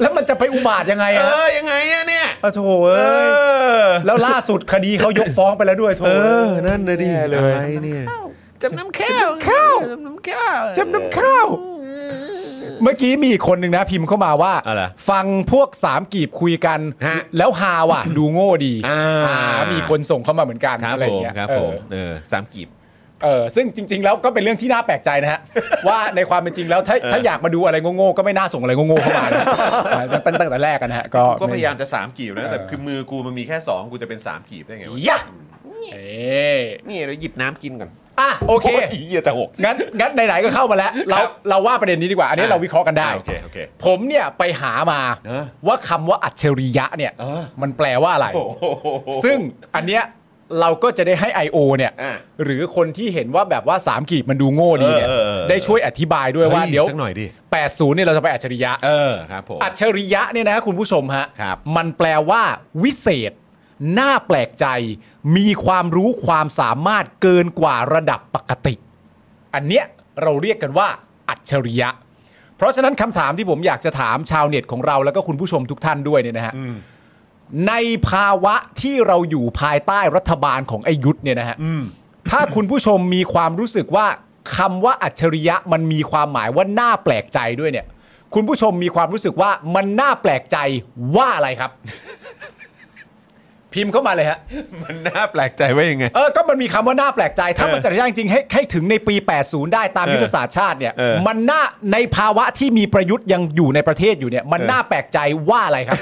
แล้วมันจะไปอุบาทยังไง
เอ
อะ
อ ยังไงเนี่ยเนี่ย
โอ้โถเอ้ยแล้วล่าสุดคดีเขายกฟ้องไปแล้วด้วยโถ
เออ นั่นนะดิ
แเลย
อะไรเนี่ยจำน้ำแข้วจำน้ำแข้ว
จำนำข้าว เมื่อกี้มีอีกคนหนึ่งนะพิมพ์เข้ามาว่า
อะไร
ฟังพวกสามกีบคุยกัน
ฮะ
แล้วฮาว่ะ ดูโง่ดี
อ่า
อ่ามีคนส่งเข้ามาเหมือนกัน
ครับ
อะไรอ
ผ
ย่าม งเงี้ย
ครับ
เอ
ผ
อ
มเออสามกีบ
เออซึ่งจริง ๆ แล้วก็เป็นเรื่องที่น่าแปลกใจนะ ฮะ ว่าในความเป็นจริงแล้วถ้าถ้าอยากมาดูอะไรโง่ๆก็ไม่น่าส่งอะไรโง่ๆเข้ามานะ ตั้งตั้งแต่แรกกันนะฮะก็
กูก็พยายามจะสามกีบนะแต่คือมือกูมันมีแค่สองกูจะเป็นสามกีบได้ไงวะ
ยะ เอ๊ะ
นี่เราหยิบน้ำกินก่อน
อ่ะโอเค
ยเหี้ยจะหก
งั้นงั้นไหนๆก็เข้ามาแล้ว เรา
ครับ
เราว่าประเด็นนี้ดีกว่า อันนี้
อ่ะ
เราวิเคราะห์กันได้
อ่ะโอเคโอเค
ผมเนี่ยไปหามา
เออ
ว่าคำว่าอัจฉริยะเนี่ย
เออ
มันแปลว่าอะไร
โอ้โห
ซึ่งอันเนี้ยเราก็จะได้ให้ I.O. เนี่ย
อ่ะ
หรือคนที่เห็นว่าแบบว่า 3กีบมันดูโง่ดีเนี่ย
เออเออเออ
ได้ช่วยอธิบายด้วยว่า
ฮ้
เดี๋ยว
สักหน่อยดิ
80เนี่ยเราจะไปอัจฉริยะ
เออครับผม
อัจฉริยะเนี่ยนะคุณผู้ชมฮะ
ครับ
มันแปลว่าวิเศษ น่าแปลกใจ มีความรู้ความสามารถเกินกว่าระดับปกติ อันเนี้ยเราเรียกกันว่า อัจฉริยะ เพราะฉะนั้นคำถามที่ผมอยากจะถามชาวเน็ตของเราแล้วก็คุณผู้ชมทุกท่านด้วยเนี่ยนะฮะในภาวะที่เราอยู่ภายใต้รัฐบาลของไอายุทธเนี่ยนะฮะถ้าคุณผู้ชมมีความรู้สึกว่าคำว่าอัจฉริยะมันมีความหมายว่าน่าแปลกใจด้วยเนี่ย คุณผู้ชมมีความรู้สึกว่ามันน่าแปลกใจว่าอะไรครับ พิมพ์เข้ามาเลยฮะ
มันน่าแปลกใจว่ายังไง
เออ ก็มันมีคำว่าน่าแปลกใจ ถ้า
เออ
มันจะได้จริงๆให้ให้ถึงในปี 80 ได้ตามยุทธศาสตร์ชาติเนี่ย
เออ
มันน่าในภาวะที่มีประยุทธ์ยังอยู่ในประเทศอยู่เนี่ย มัน
เออ
น่าแปลกใจว่าอะไรครับ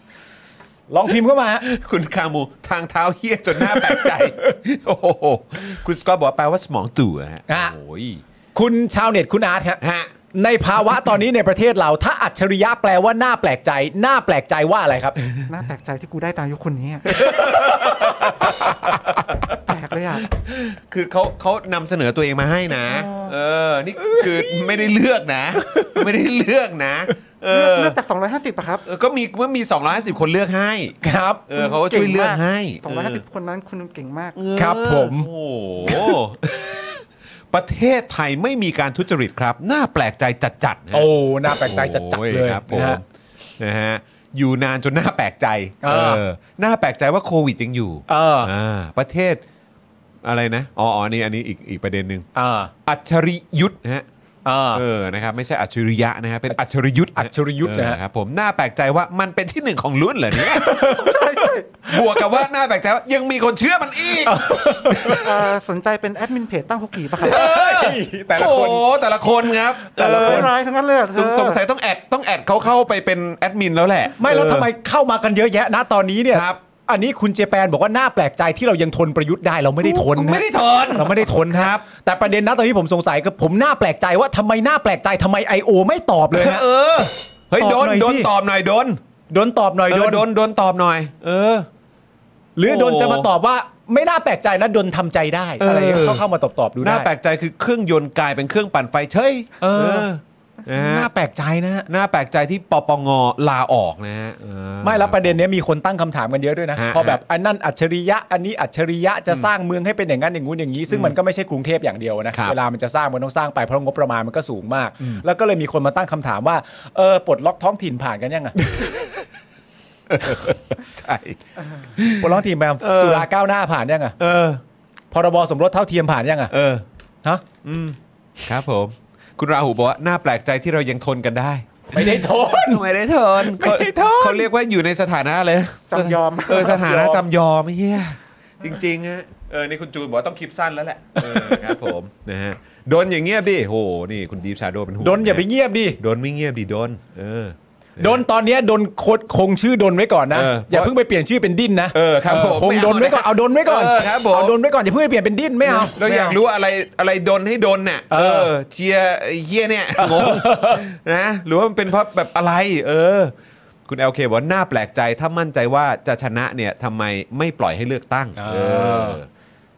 ลองพิมพ์เข้ามาฮะ
คุณคามูทางเท้าเฮี้ยจนหน้าแปลกใจ โอ้โห คุณสกอตบอกว่าแปลว่าสมองตู่อะฮะ
ฮะ
โอ้ย
คุณชาวเน็ตคุณอาร์ตฮะ
ฮะ
ในภาวะตอนนี้ในประเทศเรา ถ้าอัจฉริยะแปลว่าน่าแปลกใจ น่าแปลกใจว่าอะไรครับ
น่าแปลกใจที่กูได้ตายกคนนี้อะ แปลกเลยอ่ะ
คือเขาเขานำเสนอตัวเองมาให้นะ เออ นี่คือไม่ได้เลือกนะ ไม่ได้เลือกนะ เออ
เลือกเลือกจาก250ป่ะครับ
เออก็มีเมื่อมี 250 คนเลือกให้
ครับ
เออเขาก็ช่วยเลือกให้
งร้อยห้าสิบคนนั้นคุณเก่งมาก
เออ
ครับผม
โอ้โห ประเทศไทยไม่มีการทุจริตครับ น่าแปลกใจจัดๆนะฮะ
โอ้น่าแปลกใจจัดๆเลย
โอ้ครับผม
นะฮะ
นะฮะอยู่นานจนหน้าแปลกใจ
เออ
หน้าแปลกใจว่าโควิดยังอยู่
เออ
อ่าประเทศอะไรนะอ๋ออ๋ออันนี้อันนี้อีกอีกประเด็นหนึ่ง
เออ
อัจฉริยุทธ์นะฮะ
เออ
เออนะครับไม่ใช่อัจฉริยะนะฮะเป็นอัจฉริยุทธ์
อัจฉริยุทธ์นะฮะ
เออครับผมหน้าแปลกใจว่ามันเป็นที่หนึ่งของรุ่นเหรอเนี่ยบวกกับว่าหน้าแปลกใจว่ายังมีคนเชื่อมันอีก
เอ่อสนใจเป็นแอดมินเพจตั้งฮกกี้ป่ะครับ
แต่ละ
โอ้
คน
โหแต่ละคนครับ
แต่ละคน
เออร้ายทั้งนั้นเลยอะเธ
ส
อง
สงสัยต้องแอดต้องแอดเขาเข้าไปเป็นแอดมินแล้วแหละ
ไม่แล้ว
เออ
ทำไมเข้ามากันเยอะแยะนะตอนนี้เนี่ย
ครับ
อันนี้คุณเจแปนบอกว่าน่าแปลกใจที่เรายังทนประยุทธ์ได้เราไม่ได้ทนนะ
ไม่ได้ทน
เราไม่ได้ทน
ครับ
แต่ประเด็นนะตอนนี้ผมสงสัยคือผมน่าแปลกใจว่าทำไมน่าแปลกใจทำไม I.O. ไม่ตอบเลยฮะ
เออ เฮ้ย
ต
โด
อบ
น
หน่อย
โดน
สิ
ตอบหน่อยโดน
โดนตอบหน่อย
เอ
โด
อน โดนโดนตอบหน่อย เออ
หรือโดน
โอ้
จะมาตอบว่าไม่น่าแปลกใจนะโดนทำใจได้อะไรอย่างเงี้
เออ
ยเขาเข้ามาตอบตอบๆดู
ห
ได้
น้าแปลกใจคือเครื่องยนต์กลายเป็นเครื่องปั่นไฟเฉย
เออ
นะฮะ
น่าแปลกใจนะฮะ
หน้าแปลกใจที่ปปงลาออกนะฮะเออ
ไม่แล้วประเด็นเนี้ยมีคนตั้งคำถามกันเยอะด้วยนะ
ฮะ
พอแบบอันนั้นอัจฉริยะอันนี้อัจฉริยะจะสร้างเมืองให้เป็นอย่างนั้นอย่างงู้นอย่างนี้ ซึ่งมันก็ไม่ใช่กรุงเทพอย่างเดียวนะครับ เวลามันจะสร้างมันต้องสร้างไปเพราะงบประมาณมันก็สูงมาก แล้วก็เลยมีคนมาตั้งคำถามว่าเออปลดล็อกท้องถิ่นผ่านกันยังอะ
ใช่
ปลดล็อกท้องถิ่นแบบสุราก้าวหน้าผ่านยังอะ
เออ
พรบสมรสเท่าเทียมผ่านยังอะ
เออ
ฮะ
ครับผม คุณราหูบอกว่าหน้าแปลกใจที่เรายังทนกันได้
ไม่ได้โทษ
ไม่ได้ทน
ไม่ได้ทน
เขาเรียกว่าอยู่ในสถานะเลยนะ
จำยอม
เออสถานะจำยอมไอ้เฮียจริงๆฮะเออนี่คุณจูนบอกว่าต้องคลิปสั้นแล้วแหละเออครับผมนะฮะโดนอย่างเงียบดิโหนี่คุณดีฟชาโดเป็นห่วง
โดนอย่าไปเงียบดิ
โดนไม่เงียบดิโดนเออ
โดนตอนเนี้ยโดนโคดคงชื่อโดนไว้ก่อนนะ
เออ
อย่าเพิ่งไปเปลี่ยนชื่อเป็นดิ้นนะ
เออครับผม
คงโดนไว้ก่อนเอาโดนไว้ก่อน
เออครับผม
เอาโดนไว้ก่อนอย่าเพิ่งไปเปลี่ยนเป็นดิ้นไม่เอา
เราอยากรู้อะไรอะไรโดนให้โดนเนี่ย
เออ
เชียร์ไอ้เฮียเนี่ยงงนะหรือว่ามันเป็นเพราะแบบอะไร เออ คุณ LK บอกว่าน่าแปลกใจถ้ามั่นใจว่าจะชนะเนี่ยทำไมไม่ปล่อยให้เลือกตั้งเออ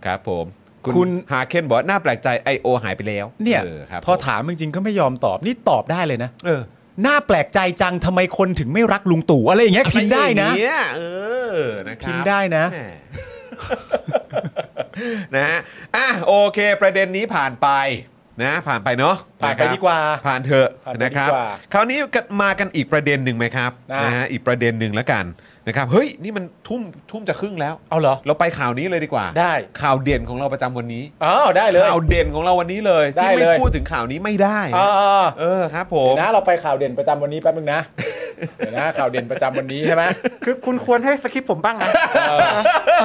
ครับผม
คุ
คุณ
ณ
ฮาเคนบอกว่าน่าแปลกใจไอโอหายไปแล้ว
เนี่ย
ออครับ
พอ
ผม
ถามจริงๆก็ไม่ยอมตอบนี่ตอบได้เลยนะ
เออ
น่าแปลกใจจังทำไมคนถึงไม่รักลุงตู่อะไรอย่างเงี้ยพิมพ์ได้นะ
อรอย่างเงี้ยเออนะครับ
พิมพ์ได้นะ
แหมนะฮะอ่ะโอเค ประเด็นนี้ผ่านไปนะผ่านไปเนาะ
ผ่านไป
ะครับ
ดีกว่า
ผ่านเถอะ
ผ่านไป
นะครับ
ดีกว่า
คราวนี้กันมากันอีกประเด็นหนึ่งไหมครับ
นะ
นะฮะอีกประเด็นหนึ่งแล้วกันนะครับเฮ้ยนี่มันทุ่มทุ่มจะครึ่งแล้ว
เอาเหรอ
เราไปข่าวนี้เลยดีกว่า
ได้
ข่าวเด่นของเราประจำวันนี้
อ๋อได้เลย
ข่าวเด่นของเราวันนี้เลยที่
ได้
ไม่
เลย
พูดถึงข่าวนี้ไม่ได้
อ่า
เออครับผม
ๆนะเราไปข่าวเด่นประจำวันนี้แป๊บนึงนะ เดี๋ยวนะข่าวเด่นประจำวันนี้ใช่ไหม
คือคุณควรให้สคริปต์ผมบ้างนะ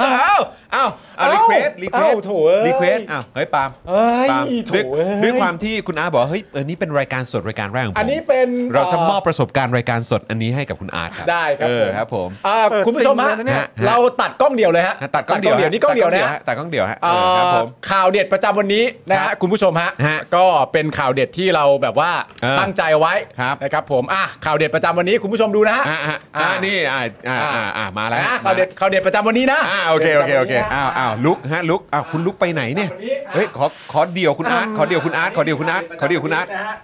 เอ้าเอ้าเอ้ารีเควสรีเควส
เอ้าโถ่เอ้ย
รีเควสอ้าวเฮ้ยปาล์ม
เอ้ย
ปาล์ม
โถ
ด้วย
เอ้
ด้วยความที่คุณอาร์ตบอกว่าเฮ้ยเออนี่เป็นรายการสดรายการแรกของผม
อันนี้เป็น
เราจะมอบประสบการณ์รายการสดอันนี้ให้กับคุณอาร์ตครับ
ได้ครับ
เอ
ผ
อ
ม
ครับผม
อ่า
เปิด
คุณผู้ชม
ซิง
ฮะ
เลยนะเนี่ย
เราตัดกล้องเดียวเลยฮะ
ฮะตัดกล้องเดียวฮะ
นี่กล้องเดียวนะฮะ
ตัดกล้องเดียวฮะเออครับผม
อ่าข่าวเด็ดประจำวันนี้นะ
ครั
ฮะ
บ
คุณผู้ชมฮะ
ฮะ
ก็เป็นข่าวเด็ดที่เราแบบว่า
เออ
ตั้งใจเอาไว้
ครับ
นะครับผมอ่ะข่าวเด็ดประจำวันนี้คุณผู้ชมดูนะฮะ
อ่ะอ่ะอ่ะ
อ่า
นี่อ่ะอ่ะอ่ะอ่ะมาแล้ว
อ่ข่าวเด็ดข่าวเด็ดประจำวันนี้นะ
อ่ะโอเคโอเคโอเคอ้าวอ้าวลุกฮะลุกอ้าวคุณลุกไปไหนเนี่ยเฮ้ยขอขอเดี่ยวคุณอาร์ตขอเดี่ยวคุณอาร์ตขอเดี่ยวคุณอาร์ตขอเดี่ยวคุณอาร์ต
นะฮะ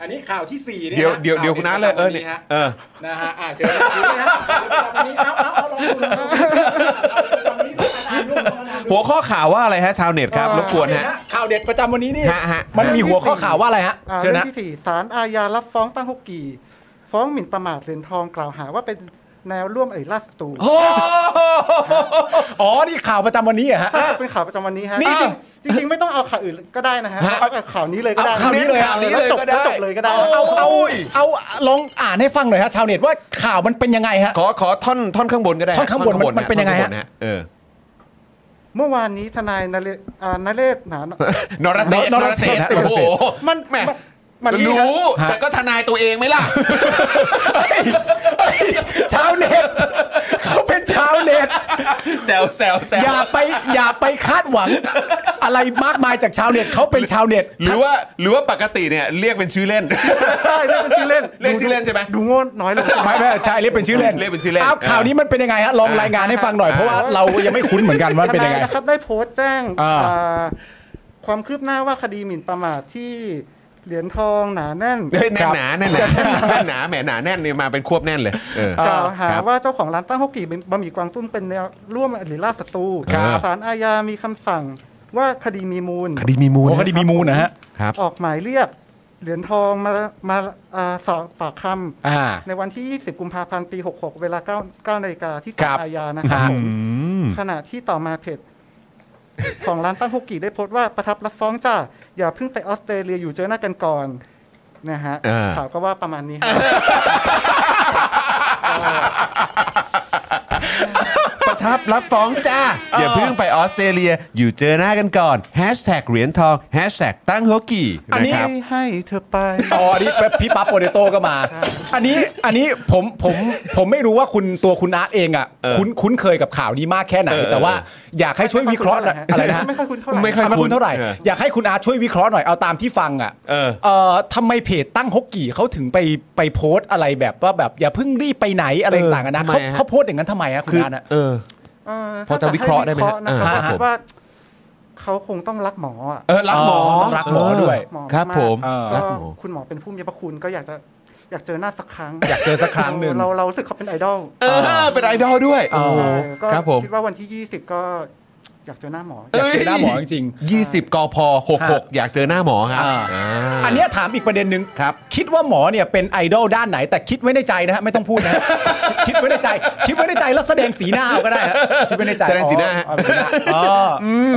อันนี้ข่าวที่สี่นี่นะ
เดี๋ยวเดี๋ยวเดี๋ยวคุณอาร์ตเลยเออเนี่ยเออ
นะฮะอ่ะเชิญดูนะฮะข่าวเด็ดประจำวันนี้เอาเอาเอาลองดูลองดูลองดูลองดูลองดู
หัวข้อข่าวว่าอะไรฮะชาวเน็ตครับรบกวนฮะ
ข่าวเด็ดประจำวันนี้นี่
ฮะฮะ
มันมีหัวข้อข่าวว่าอะไรฮะ
อ่า
เชิญ
เรื่อง
นะ
ที่สี่ศาลอาญารับฟ้องตั้งฮกกีฟ้องหมิ่นประมาทเหรียญทองกล่าวหาว่าเป็นแนวร่วมเอ่ยล่าศัตรู
โอ้โห
อ๋อ นี่ข่าวประจำวันนี้เหรอฮะ
ใช่ครับเป็นข่าวประจำวันนี้ฮะ
นี่
จริงจริงๆไม่ต้องเอาข่าวอื่นก็ได้นะฮะ
ฮะ
เอาแบบข่าวนี้เลยก็ได้
เอาข่าวนี้เลย
แวจบแล้วจบเลยก็ได้
เอาเอาเอาลองอ่านให้ฟังหน่อยฮะชาวเน็ตว่าข่าวมันเป็นยังไงฮะ
ขอขอท่อนท่อนข้างบนก็ได้ฮะ
ท่อนข้างบนมันเป็นยังไงฮะ
ท่อข้าบนเอ อ
เมื่อวานนี้ทนายนเรศอ่านเรศหนาน
นรเศษ
นรเศษฮะ
โอ้โห
มัน
แหม่
มันนี่ฮะ
รู้แต่ก็ทนายตัวเองไหมล่ะ
ชาวเน็ตเขาเป็นชาวเน็ต
แซวแซวแซว
อย่าไปอย่าไปคาดหวัง อะไรมากมายจากชาวเน็ตเขาเป็นชาวเน็ต
หรือว่าหรือว่าปกติเนี่ยเรียกเป็นชื่อเล่น
ใช่เรียกเป็นชื่อเล่น
เรียกชื่อเล่นใช่ไหม
ดูโง่น้อยลง
ไม่ไม่ใช่เรียกเป็นชื่อเล่น
เรียกเป็นชื่อเล่น
อ้าวข่าวนี้มันเป็นยังไงฮะลองรายงานให้ฟังหน่อยเพราะว่าเรายังไม่คุ้นเหมือนกันว่าเป็นยังไง
ทายนะครับได้โพสต์แจ้ง
อ่า
อ่าความคืบหน้าว่าคดีหมิ่นประมาทที่เหรียญทองหนาแน่น
เฮ้ยแน่นหนาแน่นหนาแน่นหนาแหมหนาแน่นเนี่ยมาเป็นควบแน่นเลยเออ
กล่าวหา
ครับ
ว่าเจ้าของร้านตั้งฮกกี่บะหมี่กวางตุ้งเป็นแนวร่วมหรือล่าศัตรู
ครับ
ศาลอาญามีคำสั่งว่าคดีมีมูล
คดีมีมูล
โอ้คดีมีมูลนะฮะ
ครับ
ออกหมายเรียกเหรียญทองมามาอ่าสอบปากคำ
อ่า
ในวันที่ 20 กุมภาพันธ์ปี 66 เวลา9 9นาฬิกาที่
ค
ศา
รั
ล
บ
อาญานะครับ
ครับ
ผม
อืม
ขณะที่ต่อมาเพจ ของร้านตั้งฮกกิได้โพสต์ว่าประทับรับฟ้องจ้า อย่าเพิ่งไปออสเตรเลียอยู่เจอหน้ากันก่อน นะฮะ
อ่า
ข่าวก็ว่าประมาณนี้ฮะ
ประทับรับฟ้องจ้า อย่าเพิ่งไปออสเตรเลีย อยู่เจอหน้ากันก่อนแฮชแท็กเหรียญทองแฮชแท็กตั้งฮกกี้
อันนี้
ะครับ
ให้ให้เธอไป
อ๋ออันนี้ พี่ปั๊บโปเตโต้ก็มา อันนี้อันนี้ผมผมผมไม่รู้ว่าคุณตัวคุณอาร์ตเองอ่ะคุ้นคุ้นเคยกับข่าวนี้มากแค่ไหน
เออเออ
แต่ว่าอยากให้ช่วยวิเคราะห์หน่อยอะ
ไม่ค่
ไร
อย
นะฮะ
ไม่ค่อยคุ้นเท่าไหร่
ไม่ค่อย
ไม่ค่อยคุ้
คุ้
น
นเท่าไหร่
เออ
อยากให้คุณอาร์ตช่วยวิเคราะห์หน่อยเอาตามที่ฟังอ่ะ
เออ
เอ่อทำไมเพจตั้งฮกกี่เขาถึงไปไปโพสต์อะไรแบบว่าแบบอย่าเพิ่งรีบไปไหนอะไรต่างๆอะนะ
เออทำไม
เขา
ฮะ
เขาโพสต์อย่างนั้นทำไมอ่ะคุณ
คือ
อาร์ตอะ
เออ
เ
พอจะวิเคราะห์ได้ไหมฮะ
ถ้จให้วิเคราห์นะ
อ่า
ค
ครับบผม
รัว่า เขาคงต้องรักหมออะ
เออรักหมอ
เออต้องรักหมอด้วย
หมอ
ครับ
าก
ผม
เออ
รั
ก็
กหมอ
คุณหมอเป็นผู้มีพระคุณก็อยากจะอยากเจอหน้าสักครั้ง
อยากเจอสักครั้งหนึ่ง
เราเรารู้สึกเขาเป็นไอดอล
เออเป็นไอดอลด้วย
อ๋อ
โโห
ใช่ก็
ครับผม
คิดว่าวันที่ 20 ก็อยากเจอหน้าหมอ
อยากเจอหน้าหมอจริง
20กพ66 อยากเจอหน้าหมอครับ
อ่า
อ่า
อันเนี้ยถามอีกประเด็นหนึ่ง
ครับ
คิดว่าหมอเนี่ยเป็นไอดอลด้านไหน แต่คิดไว้ในใจนะฮะไม่ต้องพูดนะฮะ คิดไว้ในใจ คิดไว้ในใจแล้วแสดงสีหน้าเอาก็ได้ฮะคิดไว้ในใจ
แสดงสีหน้า
อ๋อเป็นสีหน้าอ๋อออืม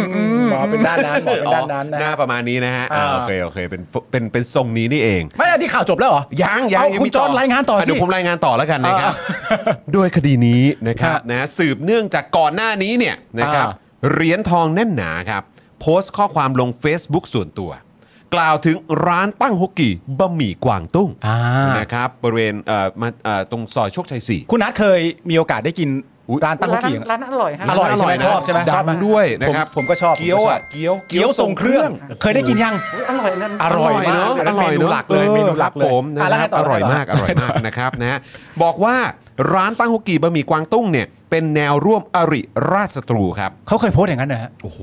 หมอเป็นด้านนั้นหมอเป็นด้านนั้นนะ
หน้า
ฮะ
ประมาณนี้นะฮะอ่า
อ่า
โอเคโอเคเป็นเป็นเป็นทรงนี้นี่เอง
ไม่อันที่ข่าวจบแล้วเหรอ
ยังยัง
เอา
ยัง
คุณ
มี
จอห์นรายงานต่อสิ
เดี๋ยวผมรายงานต่อแล้วกันนะครับ ด้วยคดีนี้นะครับ
ฮะ
นะสืบเนื่องจากก่อนหน้านี้เนี่ยนะครับ
อ่า
เหรียญทองแน่นหนาครับ โพสต์ข้อความลง Facebook ส่วนตัว กล่าวถึงร้านตั้งฮกกี้บะหมี่กวางตุ้ง
อ่า
นะครับบริเวณเอ่อมาเอ่อตรงซอยโชคชัย 4
คุณนัทเคยมีโอกาสได้กินร้านตั้งข้าวเกี๊ยง
ร้านนั้นอร่อยฮะ
อร่อยใช่ไหม
นะ
ชอบใช่ไหม
ดัง
ชอบไหม
ด้วยนะครับ
ผมผมก็ชอบ
เกี๊ยว
ผมก็ช
อ่ะ
อบ
เกี๊ยว
เกี๊ยวทรงเครื่อง เคยได้กินยัง
อุ๊ยอร่อยนั่น
อร่อย มาก
เนอะอ
เมนู
ร่อย
หลักเลยเมนูหลักเลย
ผมนะ
อ่ะแล้ว
ค
ไง
รับ
ต่อ
อร่อย
แล้วไง
มาก
ต่
อ
อ
ร่อยมากนะครับนะฮะบอกว่าร้านตั้งฮกกี้บะหมี่กวางตุ้งเนี่ยเป็นแนวร่วมอริราชศัตรูครับ
เขาเคยโพสต์อย่างนั้นนะฮะโอ้โห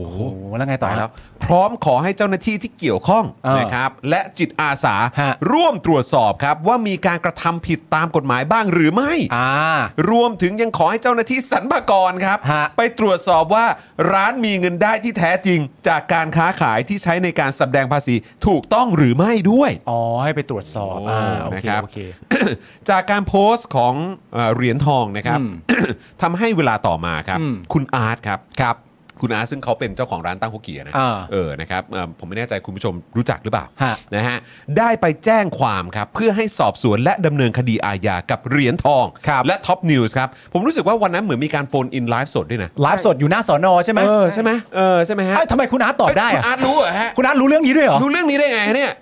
แล้วไงต่อ
ตาย
แล้
แล้ว วพร้อมขอให้เจ้าหน้าที่ที่เกี่ยวข้อง
เออ
นะครับและจิตอาสา
ฮะ
ร่วมตรวจสอบครับว่ามีการกระทำผิดตามกฎหมายบ้างหรือไม่
อ่า
รวมถึงยังขอให้เจ้าหน้าที่สรรพากรครับ
ฮะ
ไปตรวจสอบว่าร้านมีเงินได้ที่แท้จริง จากการค้าขายที่ใช้ในการสำแดงภาษีถูกต้องหรือไม่ด้วย
อ๋อให้ไปตรวจสอบอ่าโอ
นะ
เค
ครับ
โอเค
จากการโพสต์ของเอ่อเหรียญทองนะครับ
อืม
ทำให้เวลาต่อมาครับ
อืม
คุณอาร์ตครับ
ครับ
ค คุณอาร์ตซึ่งเขาเป็นเจ้าของร้านตั้งฮกเกียนะ
อ่า
เออนะครับเอ่อผมไม่แน่ใจคุณผู้ชมรู้จักหรือเปล่า
ฮะ
นะฮะได้ไปแจ้งความครับ เพื่อให้สอบสวนและดำเนินคดีอาญากับเหรียญทอง
ครับ
และท็อปนิวส์ครับ ผมรู้สึกว่าวันนั้นเหมือนมีการโฟนอินไลฟ์สดด้วยนะ
ไลฟ์สดอยู่หน้าสอนอใช่ไหม
เออ ใช่ไหมเออ ใช่ไหมฮะ
เอ้ยทำไมคุณอาร์ตตอบได้
เยคุณ
อะ
อาร์ตรู้เหรอฮะ
คุณอาร์ตรู้เรื่องนี้ด้วยเหรอ
รู้เรื่องนี้ได้ไงเนี่ย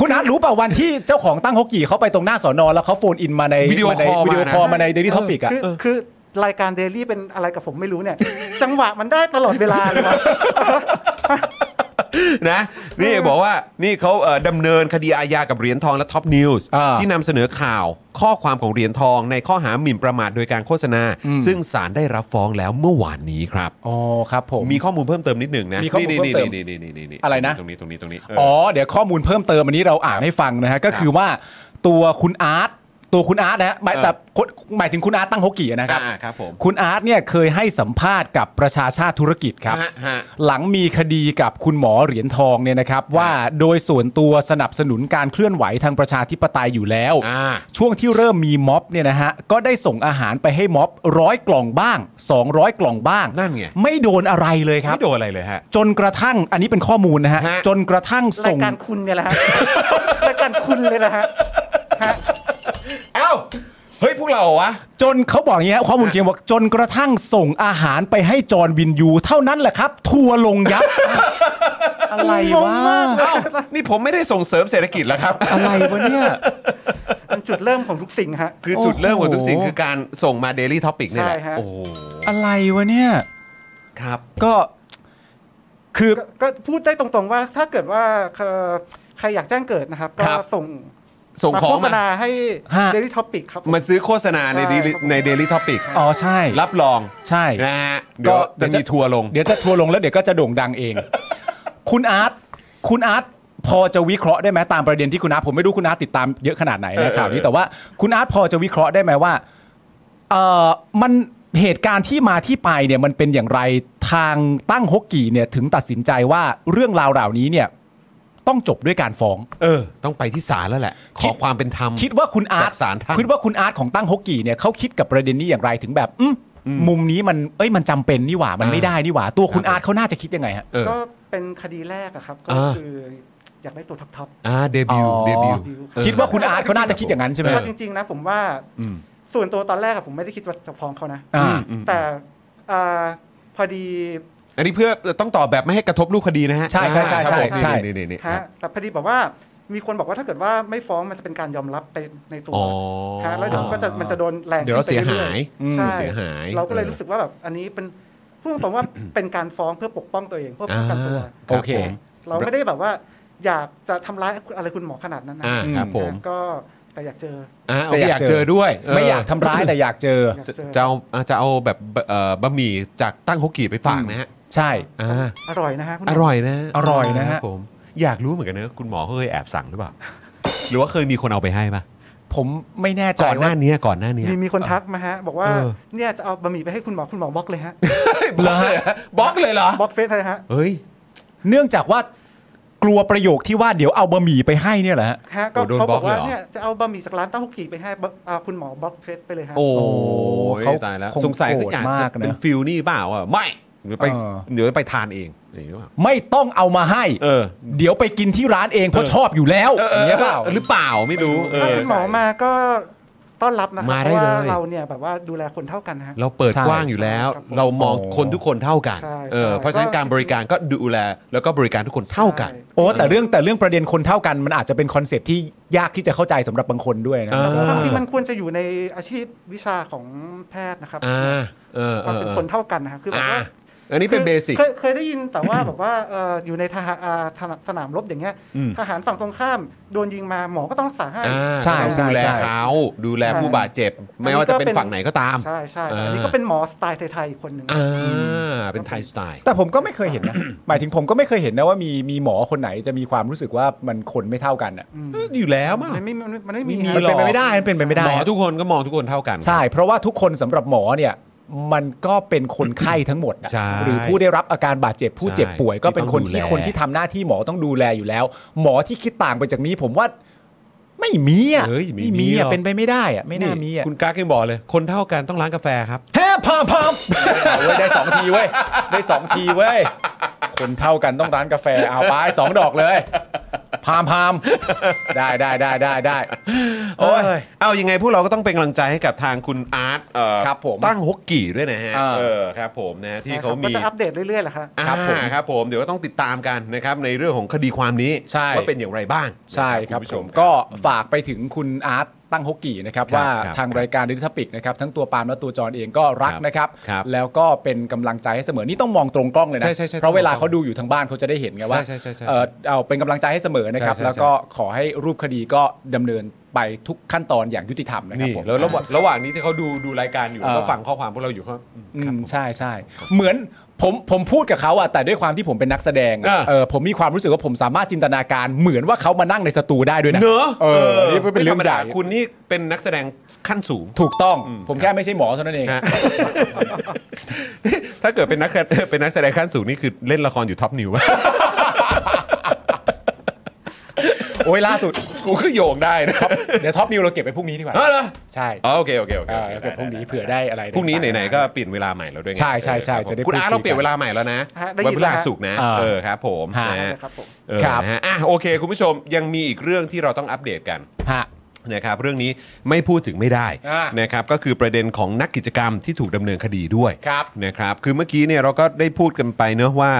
คุณอาร์ตรู้เปล่าวันที่ เจ้าของตั้งฮกกี่เขาไปตรงหน้าสอนอแล้วเขาโฟนอินมาใน
วิดีโอ
มาใน
คอล
วิดี
มา
โอ
นะ
คอลมาในเดลี่ท็อปิกอะ
คือคือรายการเดลี่เป็นอะไรกับผมไม่รู้เนี่ย จังหวะมันได้ตลอดเวลาเลยว่ะ
นะนี่บอกว่านี่เขาเอ่อดำเนินคดีอาญากับเหรียญทองและท็อปนิวส์
า
ที่นำเสนอข่าวข้อความของเหรียญทองในข้อหาหมิ่นประมาทโดยการโฆษณา
อืม
ซึ่งศาลได้รับฟ้องแล้วเมื่อวานนี้ครับ
อ๋อครับผม
มีข้อมูลเพิ่มเติมนิดหนึ่งนะ
มีข้อมูลเพิ่มเติม
นี่นี่นี่นี่นี่
อะไรนะ
ตรงนี้ตรงนี้ตรงนี้เ
อ๋อเดี๋ยวข้อมูลเพิ่มเติมอันนี้เราอ่านให้ฟังนะฮะก็คือว่าตัวคุณอาร์ตตัวคุณอาร์ตนะฮะหมาย
เออ
แต่คนหมายถึงคุณอาร์ตตั้งฮกกี่นะครับ
อ่าครับผม
คุณอาร์ตเนี่ยเคยให้สัมภาษณ์กับประชาชาติธุรกิจครับ
ฮะฮะ
หลังมีคดีกับคุณหมอเหรียญทองเนี่ยนะครับ ว่าโดยส่วนตัวสนับสนุนการเคลื่อนไหวทางประชาธิปไตยอยู่แล้ว
อ่า
ช่วงที่เริ่มมีม็อบเนี่ยนะฮะ ก็ได้ส่งอาหารไปให้ม็อบร้อยกล่องบ้าง 200 กล่องบ้าง
นั่นไง
ไม่โดนอะไรเลยครับ
ไม่โดนอะไรเลยฮะ
จนกระทั่งอันนี้เป็นข้อมูลนะฮะ
ฮะ
จนกระทั่ง
รา
ส่
ย
ง
การคุณเนี่ยแหละ ฮะ รายการคุณเลยนะฮะฮะ
เอ้า เฮ้ย พวกเราเหรอวะ
จนเขาบอกอย่างเงี้ยข้อมูลเขียนบอกจนกระทั่งส่งอาหารไปให้จอร์นวินยู เท่านั้นแหละครับ ทัวร์ลงยับ อะไรวะ
เอ้า นี่ผมไม่ได้ส่งเสริมเศรษฐกิจแล้วครับ
อะไรวะเนี่ย
มันจุดเริ่มของทุกสิ่งฮะ
คือจุดเริ่มของทุกสิ่ง
โอ้โห
คือการส่งมา Daily Topic เนี่ยแหละ
ใช่ฮะ
โอ้โห
อะไรวะเนี่ย
ครับ
ก็คือ
ก็ก็พูดได้ตรงๆว่าถ้าเกิดว่าเอ่อใครอยากแจ้งเกิดนะครับ ก็
ครับ
ส่ง
ส่ง
มา
ขอ
โฆ
ง
ษ
มา
ณาให้
ฮะ
Daily Topic ครับผม
มาซื้อโฆษณาใน
ใช่
Daily- ใน Daily Topic
อ๋อใช่
รับรอง
ใช่
นะฮะ เดี๋ยว
เดี๋
จะ
ย
มี
วจะ
ทัวร์ลง
เดี๋ยวจะทัวร์ลงแล้วเดี๋ยวก็จะโด่งดังเอง คุณอาร์ต คุณอาร์ตพอจะวิเคราะห์ได้ไหมตามประเด็นที่คุณอาร์ตผมไม่รู้คุณอาร์ตติดตามเยอะขนาดไหน
เออ
นะข่าวนี้
เออ
แต่ว่าคุณอาร์ตพอจะวิเคราะห์ได้ไหมว่าเออมันเหตุการณ์ที่มาที่ไปเนี่ยมันเป็นอย่างไรทางตั้งฮกกี่เนี่ยถึงตัดสินใจว่าเรื่องราวเหล่านี้เนี่ยต้องจบด้วยการฟ้อง
เออ ต้องไปที่ศาลแล้วแหละ ข
คิ
อ
ด
ความเป็นธรรม
คิดว่าคุณอาร์ต
จากศาลท่าน
คิดว่าคุณอาร์ตของตั้งฮกกี่เนี่ยเขาคิดกับประเด็นนี้อย่างไรถึงแบบอืมมุมนี้มันเอ้ยมันจำเป็นนี่หว่ามันไม่ได้นี่หว่าตัวคุณอาร์ตเขาน่าจะคิดยังไงฮะ
เออ
ก็เป็นคดีแรกอะครับ ก็
อ่า
คืออยากได้ตัวท็อปท็อป
อ่าเดบิว
อ๋อ
เดบิว
เออ
คิดว่าคุณอาร์ตเขาน่าจะคิดอย่างนั้นใช่ไหม
ก็จริง ๆ นะ ผมว่า
อืม
ส่วนตัวตอนแรกอะผมไม่ได้คิดว่าจะฟ้องเขานะ
อ่า
แต่อ่าพอดี
อันนี้เพื่อต้องตอบแบบไม่ให้กระทบรูปคดีนะฮะ
ใช่ใช่ใช่ใช่ใช่
นี่นี่นี่
ฮะแต่พอดีบอกว่ามีคนบอกว่าถ้าเกิดว่าไม่ฟ้องมันจะเป็นการยอมรับไปในตัว
อ๋อ
ฮะแล้วเดี๋ยวก็จะมันจะโดนแรง
เดี๋ยวเราเสียหาย
ขึ้นไป
อืม
เรื่อๆใช่
เสียหาย
เราก็เลย
เออ
รู้สึกว่าแบบอันนี้เป็นพูดตรงๆว่า เป็นการฟ้องเพื่อปกป้องตัวเองเพื่อป้องกันตัว
โอเค
รับผม
เราไม่ได้แบบว่า อยากจะทำร้ายอะไรคุณหมอขนาดนั้นนะ
อ่าครับผม
ก็แต่อยากเจอ
อ่า
แต่
ไม่
อ
อาย
ยาก ก
เจ
เจ
อ
อ
ด้วยเ
ไม่อยากทำร้ายแต่อยากเจอ
อยาก
จะ
เจอ
จะเอาอ่าจะเอาแบบเอ่อบะหมี่จากตั้งฮกกี้ไปฝากนะฮะ
ใช่
อ่า
อร่อยนะฮะคุณหม
อร่อยนะ
อร่อยนะ
ค
ฮะ
รับผมอยากรู้เหมือนกันเนอะคุณหมอเขาเคยแอบสั่งหรือเปล่า หรือว่าเคยมีคนเอาไปให้ป่ะ
ผมไม่แน่ใจ
ก่อนห
ว่า
น้านี้ก่อนหน้านี้
มีมีคนทักมาฮะ บอกว่า
เออ
เนี่ยจะเอาบะหมี่ไปให้คุณหมอคุณหมอบล็อกเลยฮะ
บล็อกเลยบล็อกเลยเหรอบ
ล็อกเฟซเลยฮะ
เฮ้ย
เนื่องจากว่ากลัวประโยคที่ว่าเดี๋ยวเอาบะหมี่ไปให้เนี่ยแหละฮะ
ฮะก็
โอ้โดน
เขา
บล็
บ
อ
อก ก
เลย
ว่า
เหรอ
เนี่ยจะเอาบะหมี่จากร้านเต้าหู้กี่ไปให้บะอ่าคุณหมอบล็อกเฟซไปเลยฮะ
โอ้ย
เขา
ตายแล้ว
คง
สงสัยคืออยากจะ
โกรธมากนะ
เป็นฟิลนี่เปล่าอ่ะไม่เดี๋ยวไป
เออ
เดี๋ยวไปทานเองอย่างนี้เปล่า
ไม่ต้องเอามาให้
เออ
เดี๋ยวไปกินที่ร้านเองเพราะชอบอยู่แล้ว
เออ
อย่างเงี้ยเปล่า
หรือเปล่าไม่รู้เอ
ถ้า
อ
คุณหมอมาก็ต้อนรับนะครั
มา
เพ
ได้
ราะว่า
เลย
เราเนี่ยแบบว่าดูแลคนเท่ากันฮะ
เราเปิด
ใช่
กว้างอยู่แล้ว
ครับผม
เรามอง
อ๋อ
คนทุกคนเท่ากัน
ใช่
เออ
ใช่
เพราะฉะนั้น
ก็
การบริการก็ดูแล แล้วก็บริการทุกคนเท่ากัน
โอ้แต่เรื่องแต่เรื่องประเด็นคนเท่ากันมันอาจจะเป็นคอนเซปต์ที่ยากที่จะเข้าใจสำหรับบางคนด้วยนะ
เออ
ความจริงมันควรจะอยู่ในอาชีพวิชาของแพทย์นะครับ
อ่าเออ
ความเป็นคนเท่ากันนะครับคือแบบ
อ่า
ว่า
อันนี้เป็นเบสิก
คยเคยได้ยินแต่ว่า แบบว่า เอ่ออยู่ในทหารอ่าทหารสนามรบอย่างเงี้ย
อืม
ทหารฝั่งตรงข้ามโดนยิงมาหมอก็ต้องรักษาให้
อ่า
ใช่
ต้อง
ใช่
ดูแล
ใช่
เขาดูแลผู้บาดเจ็บ ไม่ว่าจะเป็นฝั่งไหนก็ตาม
ใช่ใช่แต่อันนี้
อ่า
ก็เป็นหมอสไตล์ไทยๆอีกคนหนึ่ง
อ่าเป็นไทยสไตล์
แต่ผมก็ไม่เคยเห็นนะ หมายถึงผมก็ไม่เคยเห็นนะว่ามีมีหมอคนไหนจะมีความรู้สึกว่ามันคนไม่เท่ากันอ่ะ
อืม
อยู่แล้วมั้ง
มันไม่มันไม่มันไม่มี
ไม่มี
มันเป็นไปไม่ได้มันเป็นไปไม่ได้
หมอ
อะ
ทุกคนก็มองทุกคนเท่ากัน
ใช่ เพราะว่าทุกคนสำหรับหมอเนี่ยมันก็เป็นคนไข้ทั้งหมดอะ
ใช่
หรือผู้ได้รับอาการบาดเจ็บผู้เจ็บป่วย
ใช่
ก็เป็นคนที่
ที่ต้องดูแล
คนที่ทำหน้าที่หมอต้องดูแลอยู่แล้ว หมอที่คิดต่างไปจากนี้ผมว่าไม่ ไม่มีอ่ะ
เฮ้ยไม่มี
ไม่มี
หร
อ่ะ
อก
เป็นไปไม่ได้อ่ะไม่น่ามีอ่ะ
คุณกั๊กยังบอกเลย คนเท่ากันต้องล้างกาแฟครับ
แฮ่พามพามเอาเว้ยได้สองทีเว้ยได้สองทีเว้ยคนเท่ากันต้องร้านกาแฟเอาไปสองดอกเลยพามพามได้ได้ได้ได้ได้โอ้
โอ้ย
ย
เอายังไงพวกเราก็ต้องเป็นกำลังใจให้กับทางคุณอาร์ตเอ่อ
ครับผม
ตั้งฮกกี่ด้วยนะฮะ
อ่า
เออครับผมนะฮะที่เขา
ก็
มี
จะอัปเดตเรื่อยๆแหละฮะ
อ่า
ครับผม
ครับผมเดี๋ยวก็ต้องติดตามกันนะครับในเรื่องของคดีความนี้
ใช่
ว่าเป็นอย่างไรบ้าง
ใช่
นะ
ค
ค
รั
รั
บบ ผ
ผม ม
ก็ฝากไปถึงคุณอาร์ตตั้งฮกกี้นะครับ
ครับ
ว่า
ครับ
ทางรายการดิทปิกนะครับทั้งตัวปาล์มและตัวจอนเองก็รัก
ครับ
นะครับ
ครับ
แล้วก็เป็นกำลังใจให้เสมอนี่ต้องมองตรงกล้องเลยนะ
ใช่ใช่ใช่
เพราะเวลาเขาดูอยู่ทางบ้านเขาจะได้เห็นไงว่า
ใช่ใช่ใช่ใช่
เอ่อเอาเป็นกำลังใจให้เสมอนะครับ
ใช่ใช่ใช่
แล้วก็ขอให้รูปคดีก็ดำเนินไปทุกขั้นตอนอย่างยุติธรรมนะครับ
นี่
ผม
แล้วระหว่างระหว่างนี้ที่เขาดูดูรายการอยู่
เออ
ก็ฟังข้อความพวกเราอยู่ครับอืม
อืมใช่ใช่เหมือนผมผมพูดกับเขาอะแต่ด้วยความที่ผมเป็นนักแสดงอะ
อ่า
เออผมมีความรู้สึกว่าผมสามารถจินตนาการเหมือนว่าเขามานั่งในสตูได้ด้วยนะ
เนอะ
เออนี่เป็นเรื่องใหญ่
คุณนี่เป็นนักแสดงขั้นสูง
ถูกต้องผมแค่ไม่ใช่หมอเท่านั้นเอง
ฮะ ถ้าเกิดเป็นนักเป็นนักแสดงขั้นสูงนี่คือเล่นละครอยู่ท็อปนิว
โอ้ยล่าสุด
กูคือโยงได้นะ
ท็อปเดี๋ยวท็อปนิวเราเก็บไปพรุ่งนี้ดีกว่า
อ๋อเหรอ
ใช่
อ๋อโอเคโอเคโอเค
เออเราเก็บพรุ่งนี้เผื่อได้อะไร
พรุ่งนี้ไหนๆก็เปลี่ยนเวลาใหม่แล้วด้วยไง
ใช่ใช่ใช่
เออครับ
จะได้
คุณอาร์ตเราเปลี่ยนเวลาใหม่แล้วนะ
ฮะได้ยิน
วันพฤ
แล้ว
หัส
ฮะ
ศุกร์นะ
อ่า
เออครับผม
ฮะ
นะฮะ
นะครับผม
เออ
ครับ
นะฮะอ่ะโอเค คุณผู้ชมยังมีอีกเรื่องที่เราต้องอัปเดตกัน
ฮะ
นะครับเรื่องนี้ไม่พูดถึงไม่ได้
อ่า
นะครับก็คือประเด็นของนักกิจกรรมที่ถูกดำเนินคดีด้วย
ครับ
นะครับคือเมื่อกี้เนี่ยเราก็ได้พูดกันไปเนอะว่า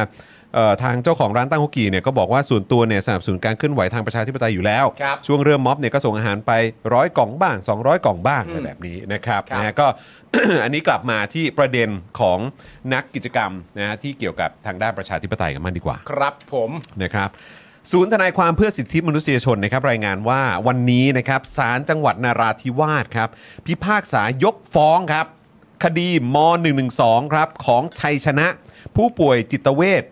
เอ่อทางเจ้าของร้านตั้งฮกกีเนี่ยก็บอกว่าส่วนตัวเนี่ยสนับสนุนการเคลื่อนไหวทางประชาธิปไตยอยู่แล้ว
ครับ
ช่วงเริ่มม็อบเนี่ยก็ส่งอาหารไปร้อยกล่องบ้าง 200 กล่องบ้างอะไรแบบนี้นะครับ
ครับ
นะฮะก็ อันนี้กลับมาที่ประเด็นของนักกิจกรรมนะฮะที่เกี่ยวกับทางด้านประชาธิปไตยกันบ้างดีกว่า
ครับผม
นะครับศูนย์ทนายความเพื่อสิทธิมนุษยชนนะครับรายงานว่าวันนี้นะครับศาลจังหวัดนาราธิวาสครับพิพากษายกฟ้องครับ คดีม .112 ครับของชัยชนะ ผู้ป่วยจิตเวช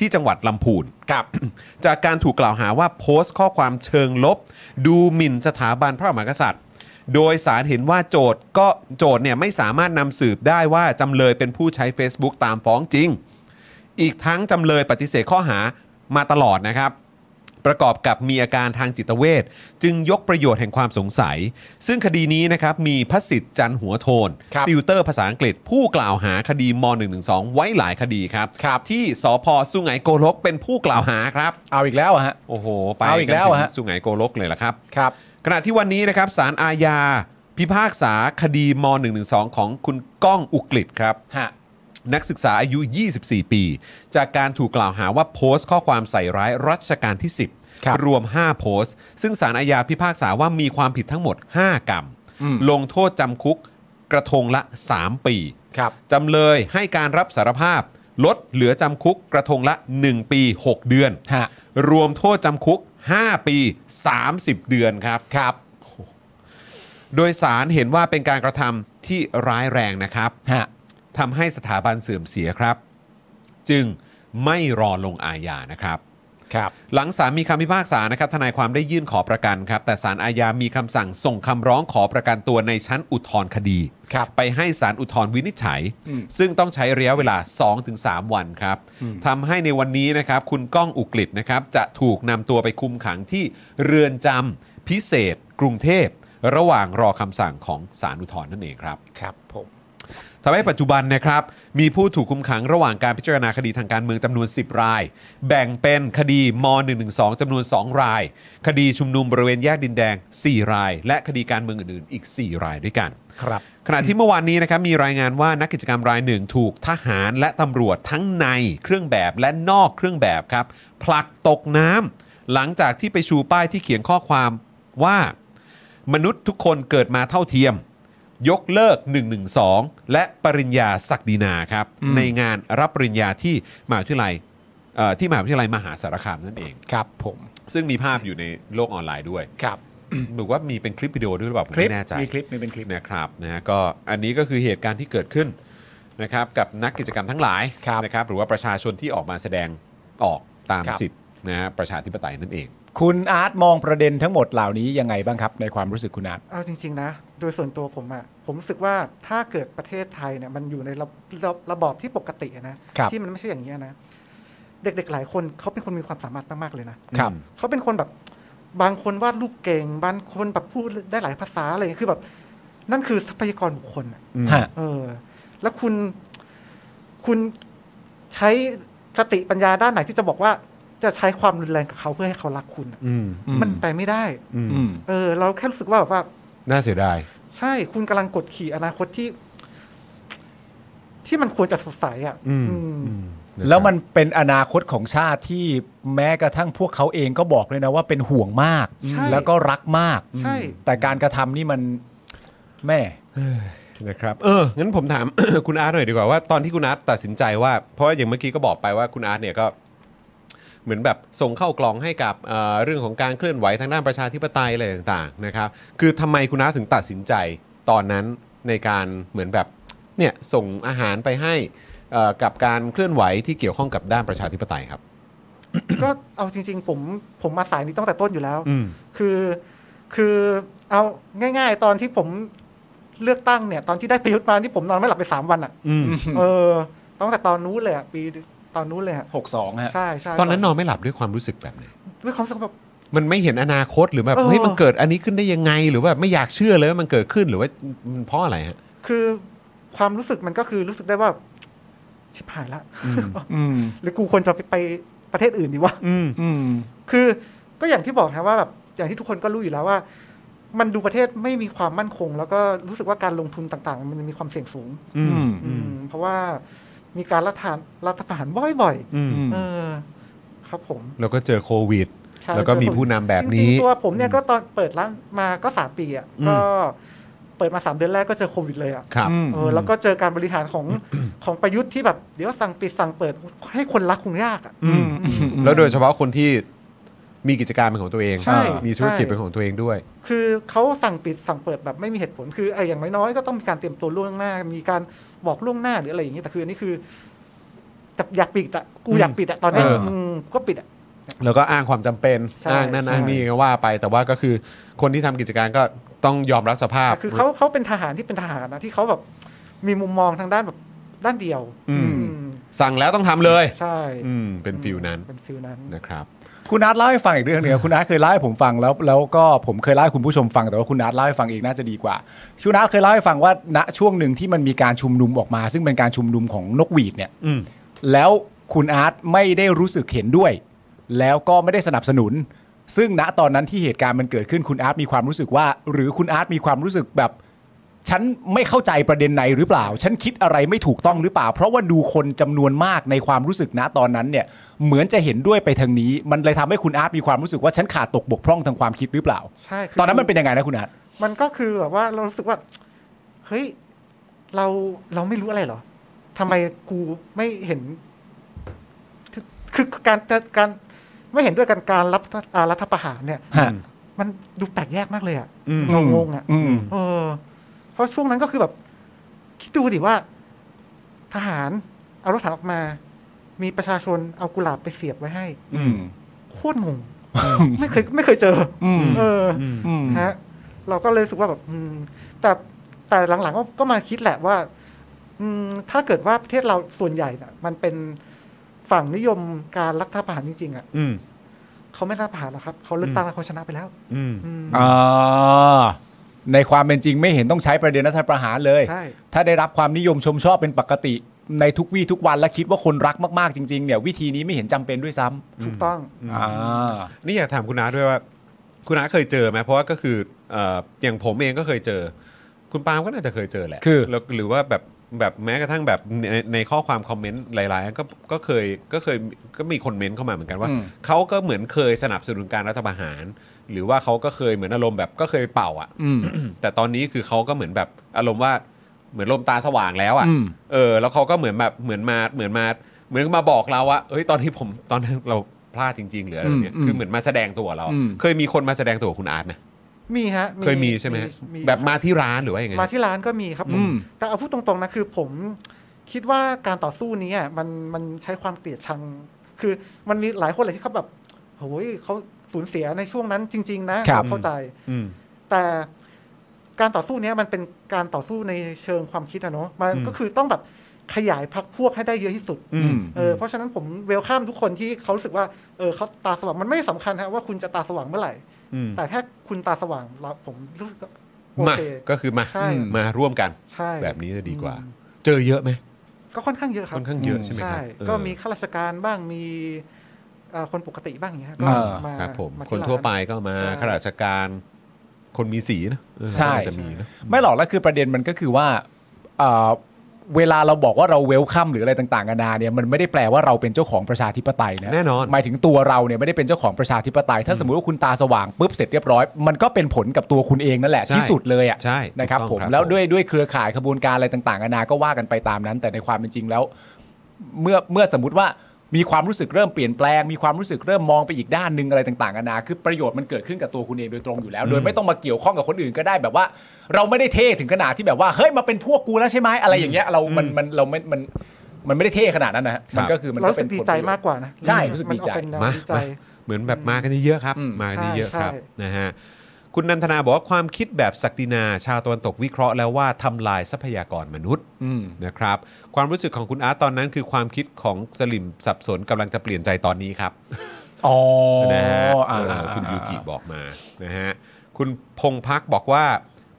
ที่จังหวัดลำพูน
กับ
จากการถูกกล่าวหาว่าโพสต์ข้อความเชิงลบ ดูหมิ่นสถาบันพระมหากษัตริย์ โดยสารเห็นว่าโจทย์ก็โจทย์เนี่ยไม่สามารถนำสืบได้ว่าจำเลยเป็นผู้ใช้ Facebook ตามฟ้องจริง อีกทั้งจำเลยปฏิเสธข้อหามาตลอดนะครับ ประกอบกับมีอาการทางจิตเวชจึงยกประโยชน์แห่งความสงสัย ซึ่งคดีนี้นะครับมีพระสิทธิ์จันทร์หัวโทน
ครับ
ติวเตอร์ภาษาอังกฤษผู้กล่าวหาคดีม .112 ไว้หลายคดีครับ
ครับ
ที่สพสุไหงโกลกเป็นผู้กล่าวหาครับ
เอาอีกแล้วอะฮะ
โอ้โห ไป
เอาอีกแล้ว
นถึง
ฮะ
สุไหงโกลกเลยล่ะครับ
ครับ
ขณะที่วันนี้นะครับสารอาญา พิพากษาคดีม .112 ของคุณก้องอุกฤษครับ
ฮะ
นักศึกษาอายุ 24 ปี จากการถูกกล่าวหาว่าโพสต์ข้อความใส่ร้ายรัชกาลที่ 10
ครับ
รวม 5 โพสต์ ซึ่งสารอาญาพิพากษาว่ามีความผิดทั้งหมด 5 กรรม ลงโทษจำคุกกระทงละ 3 ปี
ครับ
จำเลยให้การรับสารภาพ ลดเหลือจำคุกกระทงละ 1 ปี 6 เดือน
ฮะ
รวมโทษจำคุก 5 ปี 30 เดือนครับ
ครับ
โดยสารเห็นว่าเป็นการกระทำที่ร้ายแรงนะครับ
ฮะ
ทำให้สถาบันเสื่อมเสียครับ จึงไม่รอลงอาญานะครับ
ครับ
หลังศาลมีคำพิพากษานะครับทนายความได้ยื่นขอประกันครับ แต่ศาลอาญามีคำสั่งส่งคำร้องขอประกันตัวในชั้นอุทธรณ์คดี
ครับ
ไปให้ศาลอุทธรณ์วินิจฉัย
อืม
ซึ่งต้องใช้ระยะเวลา 2-3 วันครับทำให้ในวันนี้นะครับ คุณก้องอุกฤษนะครับ จะถูกนำตัวไปคุมขังที่เรือนจำพิเศษ กรุงเทพ ระหว่างรอคำสั่งของศาลอุทธรณ์นั่นเองครับ
ครับผม
ทำให้ปัจจุบันนะครับ มีผู้ถูกคุมขังระหว่างการพิจารณาคดีทางการเมืองจำนวน 10 ราย แบ่งเป็นคดีม .112 จำนวน 2 ราย คดีชุมนุมบริเวณแยกดินแดง 4 ราย และคดีการเมืองอื่นๆ อีก 4 รายด้วยกัน
ครับ
ขณะที่เมื่อวานนี้นะครับมีรายงานว่านักกิจกรรมรายหนึ่งถูกทหารและตำรวจทั้งในเครื่องแบบและนอกเครื่องแบบครับผลักตกน้ำหลังจากที่ไปชูป้ายที่เขียนข้อความว่า มนุษย์ทุกคนเกิดมาเท่าเทียม ยกเลิก 112 และปริญญาศักดินาครับ
อืม
ในงานรับปริญญาที่มหาวิทยาลัยเอ่อที่มหาวิทยาลัยมหาสารคามนั่นเอง
ครับผม
ซึ่งมีภาพอยู่ในโลกออนไลน์ด้วย
ครับ
บอกว่ามีเป็นคลิปวิดีโอด้วยหรือเปล่าผม
คลิป
ไม่แน่ใจ
มีคลิปมีเป็นคลิป
นะครับนะฮะก็อันนี้ก็คือเหตุการณ์ที่เกิดขึ้นนะครับกับนักกิจกรรมทั้งหลาย
ครับ
นะครับหรือว่าประชาชนที่ออกมาแสดงออกตาม
ครับ
สิทธินะฮะประชาธิปไตยนั่นเอง
คุณอาร์ตมองประเด็นทั้งหมดเหล่านี้ยังไงบ้างครับ ในความรู้สึกคุณอาร์ต
เอาจริงๆนะ โดยส่วนตัวผมอะ่ะ ผมรู้สึกว่าถ้าเกิดประเทศไทยเนี่ยมันอยู่ในระระระบอบที่ปกติอะนะ
ครับ
ที่มันไม่ใช่อย่างนี้ยนะ เด็กๆหลายคนเขาเป็นคนมีความสามารถมากๆเลยนะครับ เขาเป็นคนแบบ บางคนวาดรูปเก่ง บางคนแบบพูดได้หลายภาษาอะไรอย่างเงี้ยคือแบบ นั่นคือทรัพยากรบุคคลอะ
ฮะ
เออ แล้วคุณ คุณใช้สติปัญญาด้านไหนที่จะบอกว่า จะใช้ความรุนแรงกับเขาเพื่อให้เขารักคุณอะ
อืม
อืม
มันไปไม่ได้
อืม
เออ เราแค่รู้สึกว่าแบบว่า
น่าเสียดาย
ใช่คุณกำลังกดขี่อนาคตที่ ที่มันควรจะสดใสอ่ะ
อืม
อืม
อืม
แล้วมันเป็นอนาคตของชาติที่แม้กระทั่งพวกเขาเองก็บอกเลยนะว่าเป็นห่วงมาก
ใช่
แล้วก็รักมาก
ใช่
แต่การกระทำนี่มันแม่
นะครับ เออ งั้นผมถาม คุณอาร์ตหน่อยดีกว่าว่าตอนที่คุณอาร์ตตัดสินใจว่า เพราะอย่างเมื่อกี้ก็บอกไปว่าคุณอาร์ตเนี่ยก็ เหมือนแบบส่งเข้ากล่องให้กับเอ่อเรื่องของการเคลื่อนไหวทางด้านประชาธิปไตยอะไรต่างๆนะครับ คือทำไมคุณอาร์ตถึงตัดสินใจตอนนั้นในการเหมือนแบบเนี่ยส่งอาหารไปให้เอ่อกับการเคลื่อนไหวที่เกี่ยวข้องกับด้านประชาธิปไตยครับ
ก็เอาจริง ๆ ผมผมมาสายนี้ตั้งแต่ต้นอยู่แล้ว
อืม
คือคือเอาง่าย ๆ ตอนที่ผมเลือกตั้งเนี่ย ตอนที่ได้ประยุทธ์มาที่ผมนอนไม่หลับไปสามวันอ่ะ
อืม
อืม
เออตั้งแต่ตอนนู้นเลยอะปีตอนนู้นเลยอะ
หกสองฮะ
ใช่ใช่
ตอนนั้นนอนไม่หลับด้วยความรู้สึกแบบไหน
ด้วยความรู้สึกแบบ
มันไม่เห็นอนาคตหรือแบบ
เออ
เฮ้ยมันเกิดอันนี้ขึ้นได้ยังไง หรือว่าไม่อยากเชื่อเลยว่ามันเกิดขึ้นหรือว่ามันเพราะอะไรฮะ
คือความรู้สึกมันก็คือรู้สึกได้ว่า ชิบหายละ
อืม
หรือกูควรจะไปไปประเทศอื่นดีวะ
อืม
อืม
คือก็อย่างที่บอกนะว่าแบบอย่างที่ทุกคนก็รู้อยู่แล้วว่า มันดูประเทศไม่มีความมั่นคง แล้วก็รู้สึกว่าการลงทุนต่างๆ มันมีความเสี่ยงสูง
อืม
อืม เพราะว่ามีการรัฐทานรัฐประหารบ่อย
อืม
อืม
ๆเออ ครับผม
แล้วก็เจอโควิด
ใช่
แล้วก็มีผู้นำแบบ
จ
นี้
ริงๆตัวผมเนี่ยก็ตอนเปิดร้านมาก็สามปีอ่ะ
อืม
ก็เปิดมาสามเดือนแรกก็เจอโควิดเลยอ่ะ
ครับ
ม
เออแล้วก็เจอการบริหารของ ของประยุทธ์ที่แบบเดี๋ยวสั่งปิดสั่งเปิดให้คนรักคงยากอ่ะ
อืม
แล้วโดยเฉพาะคนที่มีกิจการเป็นของตัวเอง
ใช่
มีธุรกิจ
ใช่
เป็นของตัวเองด้วย
คือเขาสั่งปิดสั่งเปิดแบบไม่มีเหตุผลคือไอ้อย่างน้อยๆก็ต้องมีการเตรียมตัวล่วงหน้า มีการบอกล่วงหน้าหรืออะไรอย่างเงี้ยแต่คืออันนี้คือแต่อยากปิดอ่ะกูอยากปิดอ่ะตอนเนี้ย
เออ
มึงก็ปิดอ่ะ
แล้วก็อ้างความจำเป็น
ใช่
อ้างนั่น
ใช่
อ้างนี่ก็ว่าไป แต่ว่าก็คือคนที่ทำกิจการก็ต้องยอมรับสภาพ
แต่คือเขาเขาเป็นทหารที่เป็นทหารนะที่เขาแบบมีมุมมองทางด้านแบบด้านเดียว
อืม
อืม
สั่งแล้วต้องทำเลย
ใช่
อืมเป็นฟิลนั้น
เป็นฟิลนั้น
นะครับ
คุณอาร์ตเล่าให้ฟังอีกเรื่องหนึงครับคุณอาร์ตเคยเล่าให้ผมฟังแล้วแล้วก็ผมเคยเล่าให้คุณผู้ชมฟังแต่ว่าคุณอาร์ตเล่าให้ฟังเองน่าจะดีกว่าคุณอาร์ตเคยเล่าให้ฟังว่าณช่วงหนึ่งที่มันมีการชุมนุมออกมา ซึ่งเป็นการชุมนุมของนกหวีดเนี่ย
อืม
แล้วคุณอาร์ตไม่ได้รู้สึกเห็นด้วย แล้วก็ไม่ได้สนับสนุน ซึ่งณตอนนั้นที่เหตุการณ์มันเกิดขึ้นคุณอาร์ตมีความรู้สึกว่า หรือคุณอาร์ตมีความรู้สึกแบบ ฉันไม่เข้าใจประเด็นไหนหรือเปล่า ฉันคิดอะไรไม่ถูกต้องหรือเปล่า เพราะว่าดูคนจำนวนมากในความรู้สึกณตอนนั้นเนี่ย เหมือนจะเห็นด้วยไปทางนี้ มันเลยทำให้คุณอาร์ตมีความรู้สึกว่าฉันขาดตกบกพร่องทางความคิดหรือเปล่า
ใช่คื
ตอนนั้นมันเป็นยังไงนะคุณอาร์ต
มันก็คือแบบว่าเรารู้สึกว่า เฮ้ย เราเราไม่รู้อะไรเหรอทำไมกูไม่เห็น คือคือการการไม่เห็นด้วยกันการรับอ่ารัฐประหารเนี่ย
ฮะ
มันดูแปลกแยกมากเลยอะ
อืม
งงงๆอะ
อืม
เออ เพราะช่วงนั้นก็คือแบบ คิดดูดิว่า ทหารเอารถถังออกมา มีประชาชนเอากุหลาบไปเสียบไว้ให้
อืม
โคตรงง ไม่เคย ไม่เคยเจออ
ม
เออ
อืม
ฮะเราก็เลยรู้สึกว่าแบบอืมแต่แต่หลังๆก็ก็มาคิดแหละว่า อืมถ้าเกิดว่าประเทศเราส่วนใหญ่น่ะ มันเป็นฝั่งนิยมการรัฐประหารจริงๆอ่ะ
อืม
เขาไม่รัฐประหารหรอกครับเขาเลือกตั้งแล้วเขาชนะไปแล้ว
อืม
อืม
อ่าในความเป็นจริงไม่เห็นต้องใช้ประเด็นรัฐประหารเลย
ใช่
ถ้าได้รับความนิยมชมชอบเป็นปกติ ในทุกวี่ทุกวันและคิดว่าคนรักมากๆจริงๆเนี่ยวิธีนี้ไม่เห็นจำเป็นด้วยซ้ำ
ถูกต้อง
อ่า
นี่อยากถามคุณน้าด้วยว่า คุณน้าเคยเจอไหมเพราะว่าก็คือเอ่ออย่างผมเองก็เคยเจอ คุณปาล์มก็น่าจะเคยเจอแหละ
คือ
แล้วหรือว่าแบบแบบแม้กระทั่งแบบในในข้อความคอมเมนต์หลายๆอันก็ก็เคยก็เคยก็มีคนเมนต์เข้ามาเหมือนกันว่า
อืม
เขาก็เหมือนเคยสนับสนุนการรัฐประหาร หรือว่าเขาก็เคยเหมือนอารมณ์แบบก็เคยเป่าอ่ะ
อืม
แต่ตอนนี้คือเขาก็เหมือนแบบอารมณ์ว่าเหมือนลมตาสว่างแล้ว
อื
อะ่ะ
ม
เออ แล้วเขาก็เหมือนแบบเหมือนมาเหมือนมาเหมือนมาบอกเราว่าเอ้ยตอนที่ผมตอนนั้นเราพลาดจริง ๆ หรืออะไรแบบเนี่ย
อืม
คือเหมือนมาแสดงตัวเราอะ
อืม
เคยมีคนมาแสดงตัวกับคุณอาร์ตไหม
มีฮะ
เคยมีใช่ไหมฮะ
แบ
แบบ บมาที่ร้านหรือว่ายังไง
มาที่ร้านก็มีครับผ
อื
ม
ม
แต่เอาพูดตรงๆนะคือผมคิดว่าการต่อสู้นี้อะมันมันใช้ความเกลียดชัง คือมันมีหลายคนเลยที่เขาแบบโอ้ยเขาสูญเสียในช่วงนั้นจริง ๆ นะครับ เราเข้าใจ
อืม
แต่การต่อสู้เนี้ยมันเป็นการต่อสู้ในเชิงความคิดอะเนาะมัน
อืม
ก็คือต้องแบบขยายพักพวกให้ได้เยอะที่สุด
อืม
เออเพราะฉะนั้นผมเวลข้ามทุกคนที่เขารู้สึกว่าเออเขาตาสว่างมันไม่สำคัญฮะว่าคุณจะตาสว่างเมื่อไหร่
อืม
แต่ถ้าคุณตาสว่างเราผมรู้สึกว่าโอ
มา
เค
ก็คือมา
ใช่
มาร่วมกัน
ใช่
แบบนี้จะดีกว่า
อืม
เจอเยอะไหม
ก็ค่อนข้างเยอะครับ
ค่อนข้างเยอะใช่ไหมครับเออ
ก็มีข้าราชการบ้างมีเอ่อคนปกติบ้างอย่างเงี้ย
เอ
ก็
อ
มา
ครับผม
มาที่
คนทั่วไป
ร้า
ก็มา
ใช่
ข้าราชการคนมีสีนะเออ
ใช่
น่าจะมีนะ
ไม่หรอกแล้วคือประเด็นมันก็คือว่าเอ่อเวลาเราบอกว่าเราเวลคัมหรืออะไรต่างๆกันานาเนี่ยมันไม่ได้แปลว่าเราเป็นเจ้าของประชาธิปไตยนะ
แน่นอน
หมายถึงตัวเราเนี่ยไม่ได้เป็นเจ้าของประชาธิปไตย ถ้าสมมติว่าคุณตาสว่างปุ๊บเสร็จเรียบร้อย มันก็เป็นผลกับตัวคุณเองนั่นแหละ
ใช่
ที่สุดเลยอ่ะ
ใช่
นะครับ
ถูก
ผ
ต้อง
มแล้วด้วยด้วยเครือข่ายขบวนการอะไรต่างๆกันานาก็ว่ากันไปตามนั้น แต่ในความเป็นจริงแล้ว เมื่อเมื่อสมมติว่ามีความรู้สึกเริ่มเปลี่ยนแปลง มีความรู้สึกเริ่มมองไปอีกด้านหนึ่งอะไรต่างๆนานาคือประโยชน์มันเกิดขึ้นกับตัวคุณเองโดยตรงอยู่แล้ว โดยไม่ต้องมาเกี่ยวข้องกับคนอื่นก็ได้แบบว่า เราไม่ได้เท่ถึงขนาดที่แบบว่าเฮ้ยมาเป็นพวกกูแล้วใช่ไหมอะไรอย่างเงี้ยเรา มันมันเราไม่มันมันไม่ได้เท่ขนาดนั้นนะฮะ
ครับ
มันก็คือมัน
เรา
ก็
รู้
เป็
สึ
น
ก
ผล
ดี
ประโยชน์
ใจมากกว่านะ
ใช่รู้สึกดีใจ
มันออเป็นแนว
มา
ดีใจ
มาเหมือนแบบมากันเยอะๆครับ
อืม
มากันเยอะๆครับ
ใช่
นะฮะคุณนันทนาบอกว่าความคิดแบบศักดินา ชาวตะวันตกวิเคราะห์แล้วว่าทำลายทรัพยากรมนุษย์
อืม
นะครับความรู้สึกของคุณอาร์ตตอนนั้นคือความคิดของสลิมสับสนกำลังจะเปลี่ยนใจตอนนี้ครับ
อ๋อ
นะฮะ
อ่า
เออคุณยูกิบอกมานะฮะคุณพงพักบอกว่า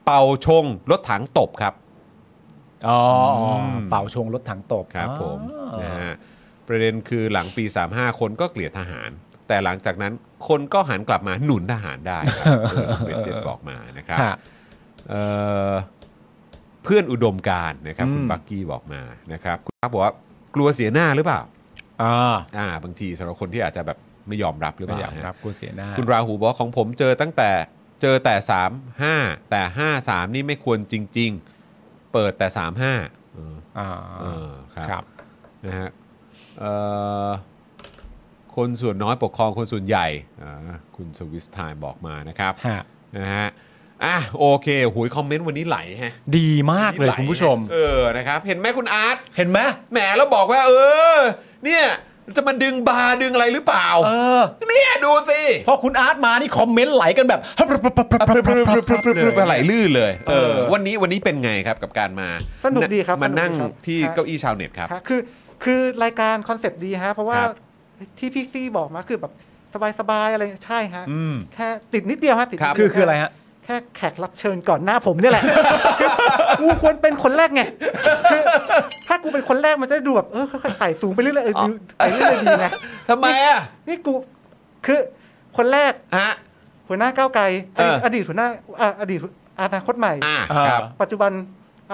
เป่าชงรถถังตบครับ
อ๋ออ๋อ
ม
เป่าชงรถถังตก
ครับผม
อ๋อ
นะฮะประเด็นคือหลังปี 35 คนก็เกลียดทหาร แต่หลังจากนั้นคนก็หันกลับมาหนุนทหารได้ครับเออคุณเบนเจนบอกมานะครับ
ฮะ
เอ่อเพื่อนอุดมการณ์นะครับคุณ
อืม
บักกี้บอกมานะครับคุณบักบอกว่ากลัวเสียหน้าหรือเปล่า
อ่า
อ่าบางทีสำหรับคนที่อาจจะแบบไม่ยอมรับหรือเป
ไม่
ล่า
อยากรับ
ฮะ
กูเสียหน้า
คุณราหูบอกของผมเจอตั้งแต่เจอแต่ 3 5 แต่ 5 3 นี่ไม่ควรจริง ๆ เปิดแต่ 3 5เออ
อ่า
เออค
ครั
รับบ นะฮะเอ่อคนส่วนน้อยปกครองคนส่วนใหญ่อ่าคุณสวิสไทม์บอกมานะครับ
ฮะ
นะฮะอ่ะโอเคหุยคอมเมนต์วันนี้ไหลฮะ
ดีมากเลย
วันนี้ไห
คุณผู้ชม
เออนะครับเห็นไหมคุณอาร์ต
เห็นไหม
แหมแล้วบอกว่า เออ เนี่ยจะมาดึงบาร์ดึงอะไรหรือเปล่า
เออ
เนี่ยดูสิ
พอคุณอาร์ตมานี่คอมเมนต์ไหลกัน แบบ
ไหลลื่นเลยเออวันนี้วันนี้เป็นไงครับกับการมา
สนุกดีครับ
มานั่ง
สนุกดีครับ
ที่เก้าอี้ชาวเน็ตครับ
ฮะคือคือรายการคอนเซปต์ดีฮะ เพราะว่า
ครับ
ที่พี่ซี่บอกมาคือแบบสบายๆอะไรใช่ฮะ
อืม
แค่ติดนิดเดียวฮะติดนิดเดียว
คือคืออะไรฮะ
แค่แขกรับเชิญก่อนหน้าผมเนี่ยแหละ คือกูควรเป็นคนแรกไงคือถ้ากูเป็นคนแรกมันจะดูแบบเออค่อยๆไต่สูงไปเรื่อยๆเออดูไต่เรื่อยๆดีนะ
ทำไมอ่ะ
นี่กูคือคนแรก
ฮะ
หัวหน้าก้าวไกลอ
เอ
ดีต
ออ
ดีตหัวหน้าอ่ะอดีตอนาคตใหม่
อ่า
อ่า
ครับ
ปัจจุบัน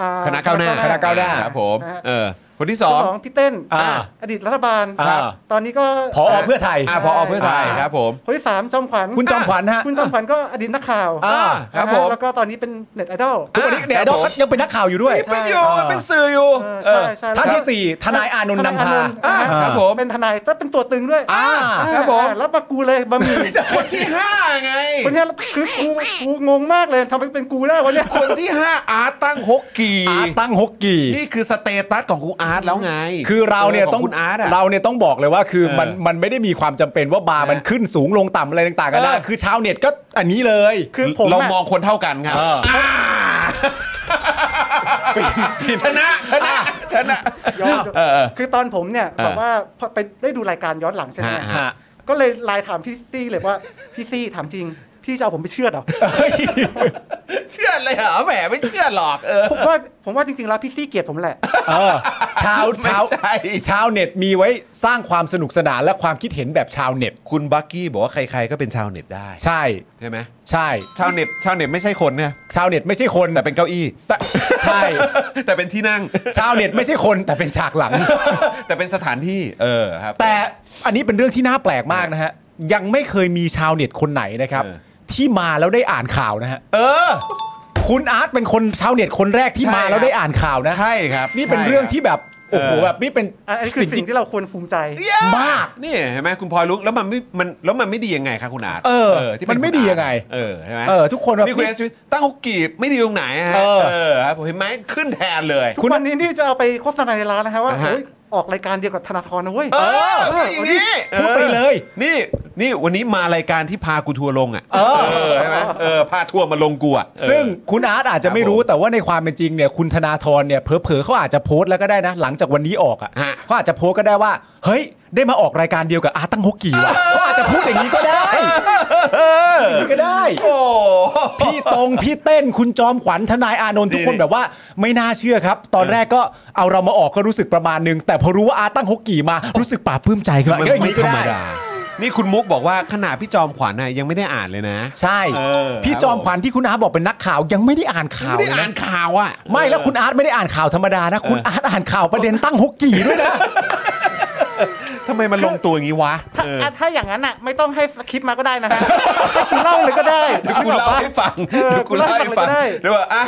อ่
คณะก้าวหน้า
คณะก้าวหน้า
ครับผม
นะฮะ
เออคนที่ส
ส
อง
องพี่เต้น
อ่า
ะอดีตรัฐบาล
ครับ
ตอนนี้ก็
พอเพื่อไทย
อ่าพอเพื่อไทยครับผม
คนที่สามจอมขวัญ
คุณจอมขวัญฮะ
คุณจอมขวัญก็อดีตนักข่าว
อ่า
นะฮะ
ครับผม
แล้วก็ตอนนี้เป็นเน็ตไอดอล
ทุกวันนี้เดี๋ยวยังเป็นนักข่าวอยู่ด้วย
นี่เป็นอยู่
ใช่
เป็นสื่ออยู่
เออใช่ใช่
ท่านที่สี่ทนายอานนท์นำพา
อ่าครับผม
เป็นทนายแต่เป็นตัวตึงด้วย
อ่า
อ่า
ครับผม
แล้วมากูเลยบะหมี่
คนที่ห้าไง
คนเนี้ยคือกูกูงงมากเลยทำไมเป็นกูได้วะเนี่ย
คนที่ห้าอาร์ตตั้งฮกกี
อาร์ตตั้งฮกกี
นี่คือสเตตัสของคุณอาร์ตแล้วไง
คือเราเนี่ยต้อง
ขคุณอาร์ตอะ
เราเนี่ยต้องบอกเลยว่าคือ
เออ
มันมันไม่ได้มีความจำเป็นว่าบาร์
นะ
มันขึ้นสูงลงต่ำอะไรต่างๆกันนะ
เออ
คือชาวเน็ตก็อันนี้เลย
คือผม
เรา
อะ
มองคนเท่ากันครับ
เออ
าชนะชนะชนะ
ย้อน
เออเออ
คือตอนผมเนี่ย
เออ
แบบว่าพอไปได้ดูรายการย้อนหลังใช่ไหม
ฮะฮะ
ฮะ
ก็เลยไลน์ถามพี่ซี่เลยว่า พี่ซี่ถามจริง พี่จะเอาผมไปเชื่อดเหรอ
เชื่อเลยเหรอแหมไม่เชื่อหรอกเออ
ผมว่าผมว่าจริงๆแล้วพี่ซี่เกลียดผมแหละ
เออ ชาวชาว
ไม่ใช่
ชาวเน็ตมีไว้สร้างความสนุกสนานและความคิดเห็นแบบชาวเน็ต
คุณบักกี้บอกว่าใครๆก็เป็นชาวเน็ตได้
ใช่
ใช่ไหม
ใช่
ชาวเน็ตชาวเน็ตไม่ใช่คนนะ
ชาวเน็ตไม่ใช่คน
แต่เป็นเก้าอี้
แต่ใช่
แต่เป็นที่นั่ง
ชาวเน็ตไม่ใช่คนแต่เป็นฉากหลัง
แต่เป็นสถานที่เออครับ
แต่อันนี้เป็นเรื่องที่น่าแปลกมากนะฮะ ยังไม่เคยมีชาวเน็ตคนไหนนะครับ
เออ
ที่มาแล้วได้อ่านข่าวนะฮะ
เออ
คุณอาร์ตเป็นคนชาวเน็ตคนแรกที่
ใช่
มา
ครับ
แล้วได้อ่านข่าวนะ
ใช่ครับ
นี่เป็น
ใช่
เรื่อง
คบ
ที่แบบโอ้โห
เออ
แบบนี่เป็น
อันนี้คือสิ่งที่เราควรภูมิใจ
มาก
นี่เห็นไหมคุณพลอยลุกแล้วมันไม่มันแล้วมันไม่ดียังไงครับคุณอาร์ต
เออ
ที่เป็
มันไม่
คุณ
ดี
อาร์ต
ยังไง
เออใช่ไหม
เออทุกคนแบบ
นี่คุณเอสวิทตั้งฮกกีบไม่ดีตรงไหนฮะ
เออ
ครับผมเห็นไหมขึ้นแทนเลย
ทุกวันนี้นี่จะเอาไปโฆษณาในร้านนะฮะว่า
อ่าฮะ
เฮ้ยออกรายการเดียวกับธนาธรนะเว้ย
เออก็อย่างนี้
พูดไปเลย
นี่ นี่วันนี้มารายการที่พากูทัวร์ลงอ่ะ
เออ
ใช่ไหมเออพาทัวร์มาลงกูอ่ะเออ
ซึ่งคุณอาร์ตอาจจะไม่รู้
ครับผม
แต่ว่าในความเป็นจริงเนี่ยคุณธนาธรเนี่ยเผลอๆเขาอาจจะโพสต์แล้วก็ได้นะ หลังจากวันนี้ออกอ่ะ
ฮะ
เขาอาจจะโพสต์ก็ได้ว่า เฮ้ย ได้มาออกรายการเดียวกับอาร์ตตั้งฮกกี่ วะเขาอาจจะพูดอย่างนี้ก็ได้อย่างนี้ก็ได้
โอ้
พี่ตรงพี่เต้นคุณจอมขวัญทนายอานนท์ทุกคน
นี่
แบบว่าไม่น่าเชื่อครับ ตอนแรกก็เอาเรามาออกก็รู้สึกประมาณนึง แต่พอรู้ว่าอาตั้งฮกกี่มารู้สึกปลาบปลื้มใจขึ้น
มัน
มาก็อย่าง
ไม่
นี้ก็
ธรรม
ได้
ดา นี่คุณมุกบอกว่าขนาดพี่จอมขวัญน่ะยังไม่ได้อ่านเลยนะ
ใช่
เออ
พี่จอมขวัญที่คุณอาร์ตบอกเป็นนักข่าวยังไม่ได้อ่านข่าว
ไม่ได้
เลย
อ่า
นะ
นข่าวอ่ะ
ไม่แล้วคุณอาร์ตไม่ได้อ่านข่าวธรรมดานะ คุณอาร์ตอ่านข่าวประเด็นตั้งฮกกี่ด้วย นะ
ทำไมมันลงตัวอย่างนี้วะ
ถ้า
เออ
อ่ะถ้าอย่างนั้นอ่ะไม่ต้องให้สคริปต์มาก็ได้นะฮะให้คุณเล่าเลยก็ได้
เดี๋ยวกูเล่าให้ฟัง
เออ
เดี๋ยวกู
คุณ
เล่า
เล่าให้
ให้
ฟั
ฟั
ง
ง
เลยก็ได้
เดี๋ยวว่าอ่ะ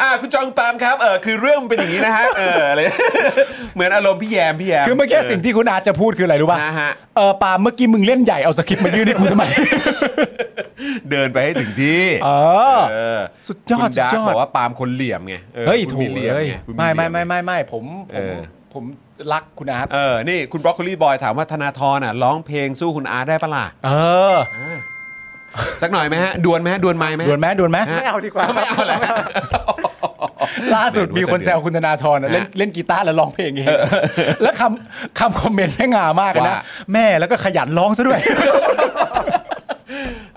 อ่ะคุณจองปาล์มครับเออคือเรื่องมันเป็นอย่างนี้นะฮะเอออะไร เหมือนอารมณ์พี่แยมพี่แยม
คือเมื่อกี้สิ่งที่คุณอาร์ตจะพูดคืออะไรรู้ป่ะ
นะฮ ะ
เออปาล์มเมื่อกี้มึงเล่นใหญ่เอาสคริปต์มายื่นให้กูทำไม
เดินไปให้ถึงที่
เออ
เออ
สุดยอด
คุณ
สุด
ดาร์
ยอด
กบอกว่าปาล์มคนเหลี่ยมไงออ
เฮ้ย
คุณ
ถูก
ห
เลย
งคุณ
ไม่
เห
ไม่
ย
ไม่ไม่ไม่ผมผ
เอ
ม
อ
ผมรักคุณอาร์ต
เออนี่คุณบรอกโคลีบอยถามว่าธนาธรอ่ะร้องเพลงสู้คุณอาร์ตได้ปะล่ะ
เออ
สักหน่อยไหมฮะดวลไหมฮะดวลไม้ไหมฮะ
ดวนไหมดวนไหม
ไม่เอาดีกว่า
ไม่เอาแล้ว
ล่าสุด
ไม่รู้
มีคนแซวคุณธนาธรนะเล่น
ฮะ
เล่นกีตาร์แล้วร้องเพลงเองแล้วคำคำคอมเมนต์แม่งามากเลยนะ
ว่า
แม่แล้วก็ขยันร้องซะด้วย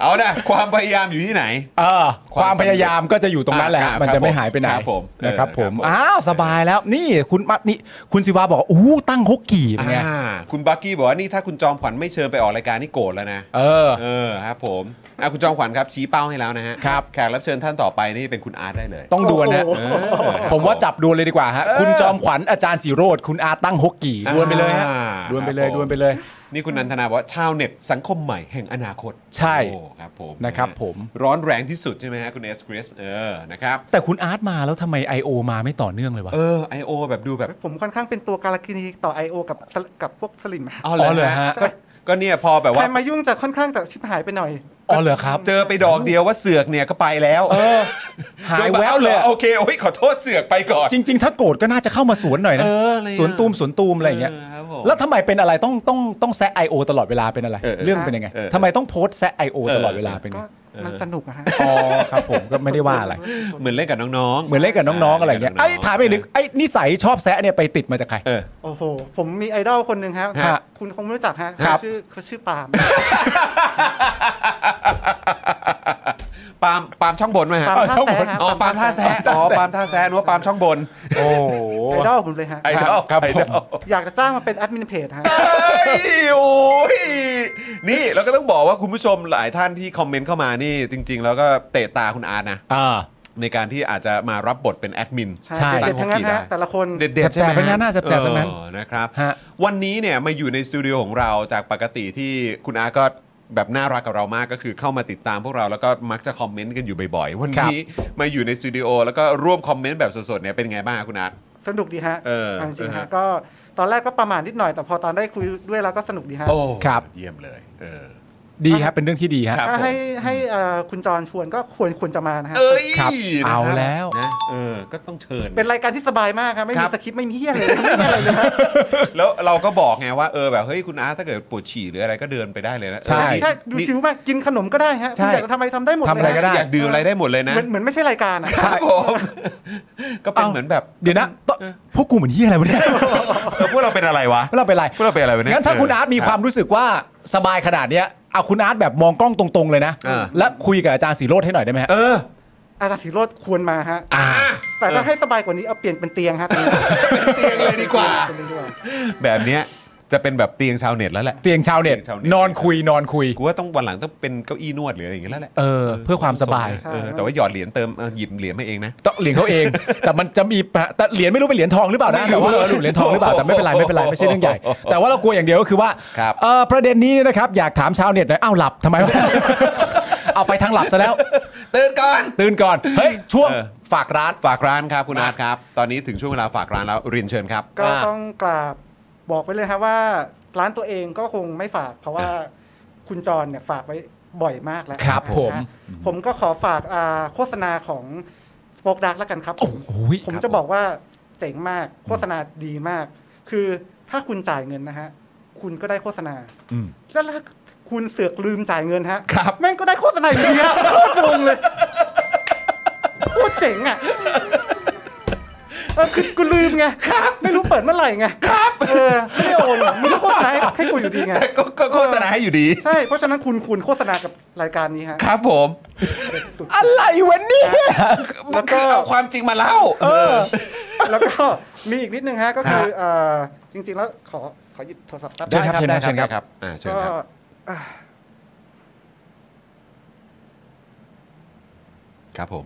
เอานะความพยายามอยู่ที่ไหน
เออค
คาว
วาม มพยายามก็จะอยู่ตรงนั้นแหละ
อ่าครับ
มันจะไม่หายไปไหน
ครับผม
นะครับผม
เออครับผม
อ้าวสบายแล้วนี่คุณมัดนี่คุณศิวาบอกว่าอู้ตั้งฮกกี่เป็นไง
อ่าคุณบักกี้บอกว่านี่ถ้าคุณจอมขวัญไม่เชิญไปออกรายการนี่โกรธแล้วนะ
เออ
เออครับผมอ่ะคุณจอมขวัญครับชี้เป้าให้แล้วนะฮะ
ครับ
แขกรับเชิญท่านต่อไปนี่เป็นคุณอาร์ตได้เลย
ต้องดวลนะ
โอ้โห
เออครับ
ผมว่าจับดวลเลยดีกว่าฮะ คุณจอมขวัญอาจารย์สีโรดคุณอาตั้งฮกกี่ดวลไปเลยฮะ
อ่า
ดวลไปเลย
ครับผม
ดวลไปเลย
นี่คุณนันทนาบอกว่าชาวเน็ตสังคมใหม่แห่งอนาคต
ใช่
โอ้ครับผม
นะครับผม
ร้อนแรงที่สุดใช่ไหมฮะคุณเอสคริสเออนะครับ
แต่คุณอาร์ตมาแล้วทำไม I.O. มาไม่ต่อเนื่องเลยวะ
เออ I.O. แบบดูแบบ
ผมค่อนข้างเป็นตัวการกินีต่อ I.O. กับสลกับพวกสลิมอะ
อ๋อเหร
อ๋อเหร
อ
อฮะ
ฮะก็ก็เนี่ยพอแบบ
ใค
ว่าร
มายุ่งจะค่อนข้างจะชิบหายไปหน่อย
อ๋อเหรอครับ
เจอไปดอกเดียวว่าเสือกเนี่ยก็ไปแล้ว
เออ หายแววเลยอะ
โอเคโอ้ยขอโทษเสือกไปก่อน
จริง ๆ ถ้าโกรธก็น่าจะเข้ามาสวนหน่อยนะ
เอออะไรอย่างเงี้ย
สวนตูมสวนตูมอะไรอย่างเงี้ย
เออครับผม
แล้วทำไมเป็นอะไรต้องต้องต้องแซะ I.O. ตลอดเวลาเป็นอะไร
เออเออ
เรื่องเป็นยังไง
เออ
ทำไมต้องโพสต์แซะ I.O.
เออ
ตลอดเวลาเป็นไง
ก็มันสนุกอะฮะ
อ๋อครับผมก็ไม่ได้ว่าอะไร
เหมือนเล่นกับน้องๆ
เหมือนเล่นกับน้องๆอะไรอย่างเงี้ยไอ้ถามไปลึกไอ้นิสัยชอบแซะเนี่ยไปติดมาจากใคร
เออ
โอ้โห ผมมีไอดอลคนหนึ่งฮะ
ฮะ
คุณคงไม่รู้จักฮะ
ครั
เขา
บ
ชื่อเขาชื่อปาล์ม
ปาล์มปาล์มช่องบนไหมฮะ
ปาล์มท่าแซะฮะ
อ๋อปาล์มท่าแซะอ๋อปาล์มท่าแซะนึกว่าปาล์มช่องบน
โอ้โห
ไอดอลผมเลยฮะ
ไอดอล
ครับ
ไอดอล
อยากจะจ้างมาเป็นแอดมินเพจฮะ
เฮ้ยโอ้ยนี่เราก็ต้องบอกว่าคุณผู้ชมหลายท่านที่คอมเมนต์เข้ามานี่ จริง ๆ แล้วก็เตะตาคุณอาร์ตนะ
อ่า
ในการที่อาจจะมารับบทเป็นแอดมิน
ใช่
เด็ดๆทั้งนั้นฮะ แต่ละคน
เด็ดๆใช่ไหม
แสบๆทั้งนั้นน่ะแสบๆทั้งนั้น
เออนะครับ
ฮะ
วันนี้เนี่ยมาอยู่ในสตูดิโอของเราจากปกติที่คุณอาก็แบบน่ารักกับเรามากก็คือเข้ามาติดตามพวกเราแล้วก็มักจะคอมเมนต์กันอยู่บ่อยๆ วันนี้มาอยู่ในสตูดิโอแล้วก็ร่วมคอมเมนต์แบบสดๆเนี่ยเป็นไงบ้างคุณอา
สนุกดีฮะ
เออ
เอาจริง
เออ
ๆ
ฮะ
ฮะ ก็ตอนแรกก็ประมาณนิดหน่อย แต่พอตอนได้คุยด้วยแล้วก็สนุกดีฮะ
โอ้
ครับ
เยี่ยมเลยเออ
ดีครับ เป็นเรื่องที่ดีฮะ
ครับ
ถ้าให้ให้เอ่อคุณจรชวนก็ควรควรจะมานะฮะ
เอ้ย
ครับ
นะครับ
เอาแล้ว
นะเออก็ต้องเชิญ
เป็นรายการที่สบายมากครับ ไม่
ครั
มี
บ
สคริปต์ไม่มีเฮียเลยไม่มีอะไรเลยฮะ
แล้วเราก็บอกไงว่าเออแบบเฮ้ยคุณอาถ้าเกิดปวดฉี่หรืออะไรก็เดินไปได้เลยนะ
ใช่
เออนี่
ถ้าดู
นี่
ชิวมากกินขนมก็ได้ฮะ
ใช่
คุณอยากจะทำอะไรทำได้หมดเลย
ทำอะไรก็ได้
อยากดื่มอะไรได้หมดเลยนะ
เหมือนเหมือนไม่ใช่รายการอ่ะ
ครับผมก็เป็น
เอ้า
เหมือนแบบ
เดี๋ยวนะตพวกกูเหมือนที่อะไรวะเนี่ย
เออพวกเราเป็นอะไรวะ
เราเป็นไร
พวกเราเป็นอะไรวะเนี่ย
งั้นถ้าคุณอาร์ตมีความรู้สึกว่าสบายขนาดเนี้ยเอาคุณอาร์ตแบบมองกล้องตรงๆเลยนะ
เออ
และคุยกับอาจารย์สีโรดให้หน่อยได้ไหมฮะ
เออ
อาจารย์ธีโรดควรมาฮะ
อ่า
แต่ถ้าให้สบายกว่านี้เอาเปลี่ยนเป็นเตียงฮะ
เป็นเตียงเลยดีกว่า
เป็นเตียงดีกว่า
แบบเนี้ยจะเป็นแบบเตียงชาวเน็ตแล้วแหละ
เตียงชาวเน็ต
เตียงชาวเน็ต
นอนคุยนอนคุย
กูว่าต้องวันหลังต้องเป็นเก้าอี้นวดหรืออะไรอย่างเงี้ยแล้วแหละ
เออ เพื่อความสบาย
เออแต่ว่าหยอดเหรียญเติมเออหยิบเหรียญมาเองนะ
ต้องเหรียญเขาเอง แต่มันจะมีแต่เหรียญไม่รู้เป็นเหรียญทองหรือเปล่านะ
ไม่รู้
แต่ว่าเออหรือเหรียญทองหรือเปล่าแต่ไม่เป็นไรไม่เป็นไรไม่ใช่เรื่องใหญ่ แต่ว่าเรากลัวอย่างเดียวก็คือว่า
ครับ
เออประเด็นนี้เนี่ยนะครับอยากถามชาวเน็ตหน่อยอ้าวหลับทำไม วะ เอาไปทางหลับซะแล้ว
ตื่นก่อน
ตื่นก่อน เฮ้ย ช่วง
เออ
ฝากร้าน
ฝากร้านครับคุณอาร์ตครับ ตอนนี้ถึงช่วงเวลาฝากร้านแล้วเรียนเชิญครับ
ก็
อ่า
ต้องกราบบอกไว้เลยฮะว่า ร้านตัวเองก็คงไม่ฝาก เพราะว่าคุณจรเนี่ยฝากไว้บ่อยมากแล้ว
ครับ
นะฮะ
ผม
ผมก็ขอฝากอ่าโฆษณาของโฟกดักแล้วกันครับ
โอ้โหย
ผม
ครับ
จะ
ผม
บอกว่าเจ๋งมากโฆษณาดีมาก คือถ้าคุณจ่ายเงินนะฮะ คุณก็ได้โฆษณา
อืม
แล้วถ้าคุณเสือกลืมจ่ายเงินฮะ
ครับ
แม่งก็ได้โฆษณาอยู่ดีฮะโคตรงงเลยโคตรเจ๋งอ่ะเออคือกูลืมไงไม่รู้เปิดเมื่อไหร่ไง เออไม่ได้โอนมึงก็โฆษณาให้ให้กูอยู่ดีไง
แต่ก็ก็โฆษณาให้อยู่ดี
ใช่ เพราะฉะนั้นคุณคุณโฆษณากับรายการนี้ฮะ
ครับผม
อะไรวะเนี่ย
มันคือเอาความจริงมาเล่า
แล้วก็มีอีกนิดนึงฮะ ก็คือเอ่อจริง ๆ แล้วขอขอหยิบโทรศัพท์แป๊บ
เชิญครับ
ได้
เชิญครับ
ได้อ่าเชิญ
ก็
ครับ
อ่ะ
ครับผม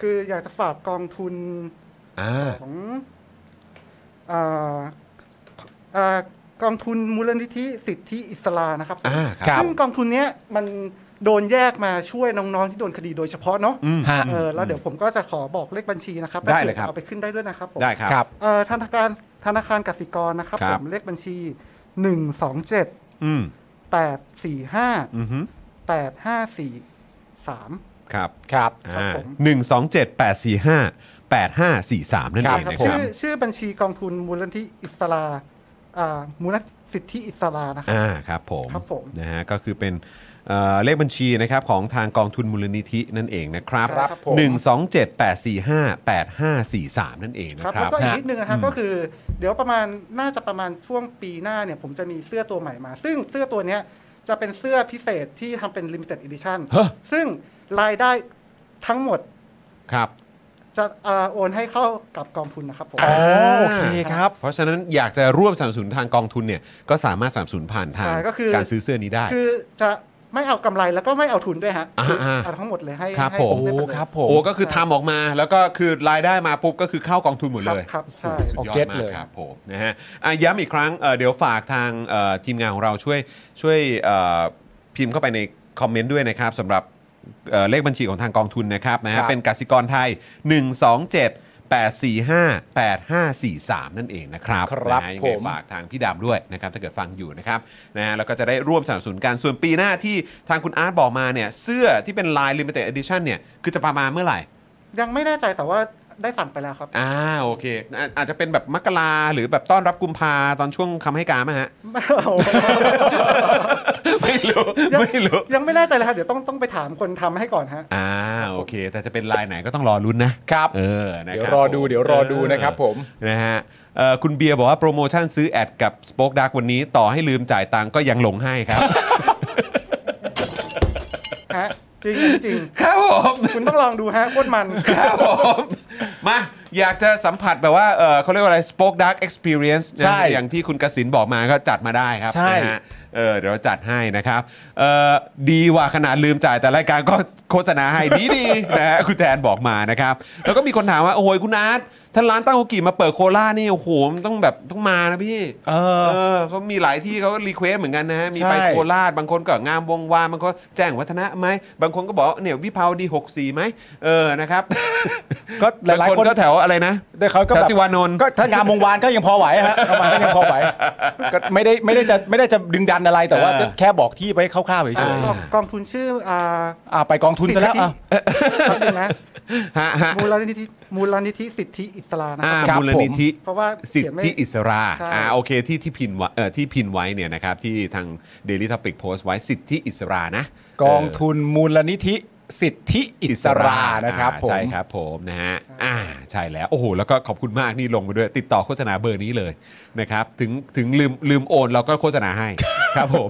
คืออยากจะฝากกองทุน
อ่า
ของเอ่อเอ่อกองทุนมูลนิธิสิทธิอิสลานะครับ
อ่าค
ครั
รับ
บ
ซึ่งกองทุนเนี้ยมันโดนแยกมาช่วยน้องๆที่โดนคดีโดยเฉพาะเนาะ
ฮะ
เออแล้วเดี๋ยวผมก็จะขอบอกเลขบัญชีนะครับ
ได้เลยครับ
เอาไปขึ้นได้ด้วยนะครับผม
ได้ค
ครั
รับ
บ
เอ่อธนาคารธนาคารกสิกรนะครับ
ครั
ผ
บ
มเลขบัญชี 1 2 7
อืม
8 4
อื
5
อฮึ
8 5 4 3
ครับ
ครับ
อ่า
ผม
หนึ่งสองเจ็ดแปดสี่ห้าแปดห้าสี่สามนั่น
ครั
เอบ งนะค
ชื่
รั
อบ ชื่อบัญชีกองทุนมูลนิธิอิสลาอ่ามูลนิธิสิทธิอิสลานะครับ
อ่าครับผม
ครับผม
นะฮะก็คือเป็นเอ่อเลขบัญชีนะครับของทางกองทุนมูลนิธินั่นเองนะครับ
ครับผม
หนึ่งสองเจ็ดแปดสี่ห้าแปดห้าสี่สามนั่นเองนะครับ ค
แล้
รั
ว
บ
ก็อีกนิดนึงนะครับก็คือเดี๋ยวประมาณน่าจะประมาณช่วงปีหน้าเนี่ยผมจะมีเสื้อตัวใหม่มา ซึ่งเสื้อตัวเนี้ยจะเป็นเสื้อพิเศษที่ทำเป็น limited edition
ฮะ
ซึ่งรายได้ทั้งหมด
ครับ
จะเอ่อโอนให้เข้ากับกองทุนนะครับผม
อ๋อโอเคครับ
เพราะฉะนั้นอยากจะร่วมสนับสนุนทางกองทุนเนี่ยก็สามารถสนับสนุนผ่านทาง
ใช่ก็คือ
การซื้อเสื้อนี้ได้
คือจะไม่เอากำไรแล้วก็ไม่เอาทุนด้วยฮะ
อ่า
คืออา เอาทั้งหมดเลยให้
ครับ
ให้
ผม
โอ้
ให้ไปเลย
ครับผม
โอ้ก็คือทำออกมาแล้วก็คือรายได้มาปุ๊บก็คือเข้ากองทุนหมดเลย
ครับครับใช่
สุดยอ
เอาเก็
ด
ต
มา
เล
ก
ย
ครับผมนะฮะอ่ะย้ำอีกครั้งเอ่อเดี๋ยวฝากทางเอ่อทีมงานของเราช่วยช่วยเอ่อพิมพ์เข้าไปในคอมเมนต์ด้วยนะครับสำหรับเอ่อเลขบัญชีของทางกองทุนนะครับนะฮะ
ครับ
เป็นกสิกรไทย 1 2 7 8 4 5 8 5 4 3 นั่นเองนะครับ
ครับ
นะฮะยังไง
ผม
ฝากทางพี่ดำด้วยนะครับถ้าเกิดฟังอยู่นะครับนะฮะแล้วก็จะได้ร่วมสนับสนุนการส่วนปีหน้าที่ทางคุณอาร์ตบอกมาเนี่ย เสื้อที่เป็นลาย Limited Edition เนี่ย คือจะประมาณเมื่อไหร่
ยังไม่แน่ใจแต่ว่าได้สั่งไปแล้วครับ
อ่าโอเคอ่าอาจจะเป็นแบบมกราหรือแบบต้อนรับกุมภาตอนช่วงคำให้การไหมฮะ ไม่รู้ ไม่รู้
ยังไม่แน่ใจเลยครับเดี๋ยวต้องต้องไปถามคนทำให้ก่อนฮะ
อ่าโอเค แต่จะเป็นลายไหนก็ต้องรอลุ้นนะ
ครับ
เออนะคบ
เดี๋ยวรอดู
ผม
เดี๋ยวรอดูนะครับผม
นะฮะเอ่อคุณเบียร์บอกว่าโปรโมชั่นซื้อแอดกับ Spoke Dark วันนี้ต่อให้ลืมจ่ายตังค์ก็ยังหลงให้ครับ
ฮะ จริงจริง
ครับผม
คุณต้องลองดูฮะโคตรมัน
ครับผมมาอยากจะสัมผัสแบบว่าเออเขาเรียกว่าอะไร Spoke Dark Experience นะ
ใช่
อย่างที่คุณกสินบอกมาก็จัดมาได้ครับ
ใช่
นะฮะเออเดี๋ยวจัดให้นะครับเออดีว่าขนาดลืมจ่ายแต่รายการก็โฆษณาให้ ดีดีๆ นะฮะคุณแทนบอกมานะครับ แล้วก็มีคนถามว่า โอ้ยคุณอาร์ตถ้าร้านตั้งโอกิมาเปิดโคราชนี่ โอ้โหมันต้องแบบต้องมานะพี่
เออ
เออเขามีหลายที่เขารีเควสเหมือนกันนะฮะ มี
ใช่
ไปโคราช บางคนก็งามวงวานบางคนแจ้งวัฒนะไหม บางคนก็บอกว่าเนี่ยวิภาวดี 64ไหม เออ นะครับ
ก็หลาย
บง
ๆคน
ก็แถวอะไรนะ
ได้เขาก็
แถ
แบ
ว
บ
ติวานนท์
ก็ถ้างามวงวานก็ยังพอไหวฮะประมาณก็ยังพอไหวก็ไม่ได้ไม่ได้จะไม่ได้จะดึงดันอะไรแต่ว่าแค่บอกที่ไปคร่าวๆเฉย
กองกองทุนชื่ออ่า
ๆอ่าไปกองทุนซะแล้วอ่ะ
ครับนึงนะ
ฮะฮะ
มูลนิธิมูลนิธิสิทธิอิสลานะ
อ่า
ครับ
มูลนิธิ
เพราะว่า
สิท
เขียนไม่
ธิอิสรา
ใช่
อ่าโอเคที่ที่พินไว้เอ่อที่พินไว้เนี่ยนะครับ ที่ทาง Daily Topic โพสต์ไว้สิทธิอิสรานะ
กองทุนมูลนิธิสิทธิอิสรานะครับ
อ่า
ผม
ใช่ครับผมนะฮะอ่าใช่แล้วโอ้โหแล้วก็ขอบคุณมากนี่ลงมาด้วย ติดต่อโฆษณาเบอร์นี้เลยนะครับถึงถึงลืมลืมโอนเราก็โฆษณาให้ ครับผม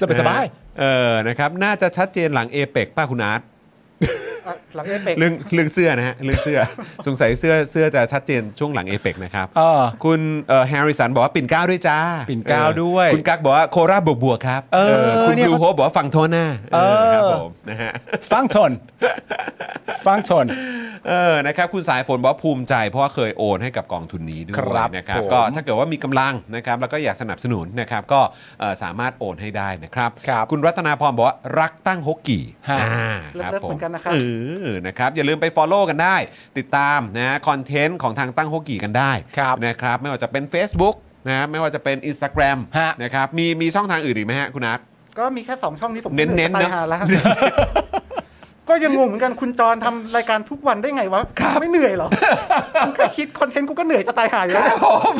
ส บายสบาย
เออนะครับน่าจะชัดเจนหลังเอเปกป้าคุณอาร์ต
อ่ะหลังเอเปก
เรื่องเรื่องเสื้อนะฮะเรื่องเสื้อ สงสัยเสื้อเสื้อจะชัดเจนช่วงหลังเอเปกนะครับ
เออ
คุณแฮร์ริสันบอกว่าปิ่นเกล้าด้วยจ้า
ปิ่นเกล้า
ออ
ด้วย
คุณกักบอกว่าโคราชบวกบวกๆครับ
เออ
คุณ
เนี่ย
บลูโฮปบอกว่าฝั่งโทนหน้าเออ
เออ
ครับผมนะฮะ
ฟังทน ฟังทน
เออ นะครับ คุณสายฝนบอกว่าภูมิใจ เพราะว่าเคยโอนให้กับกองทุนนี้ด้วย
ครับ
นะครับ
ผม
ก็ถ้าเกิดว่ามีกำลังนะครับ แล้วก็อยากสนับสนุนนะครับ ก็เอ่อสามารถโอนให้ได้นะครับ
ครับ
ณรัตนาพรบอกว่ารักตั้งฮกกี่
ฮะ
อ่า
เลิ
ค
ก
รับ
เลิก
ผ
เหมื
ม
อนกันนะครับ
เออ นะครับ อย่าลืมไป Follow กันได้ ติดตามนะคอนเทนต์ของทางตั้งโฮกีกันได้
ครับ
นะครับ ไม่ว่าจะเป็น Facebook นะไม่ว่าจะเป็น Instagram
ฮะ
นะครับ มีมีช่องทางอื่นอีกไหมฮะคุณนัท
ก็มีแค่ 2 ช่องนี้ผม
เน้นๆ
ตาย
นะ
หาแล้วฮะ ก็ยังงงเหมือนกันคุณจรทำรายการทุกวันได้ไงวะไม่เหนื่อยเหรอ กูแค่คิดคอนเทนต์กูก็เหนื่อยจะตายหายอยู่แล้ว
ผม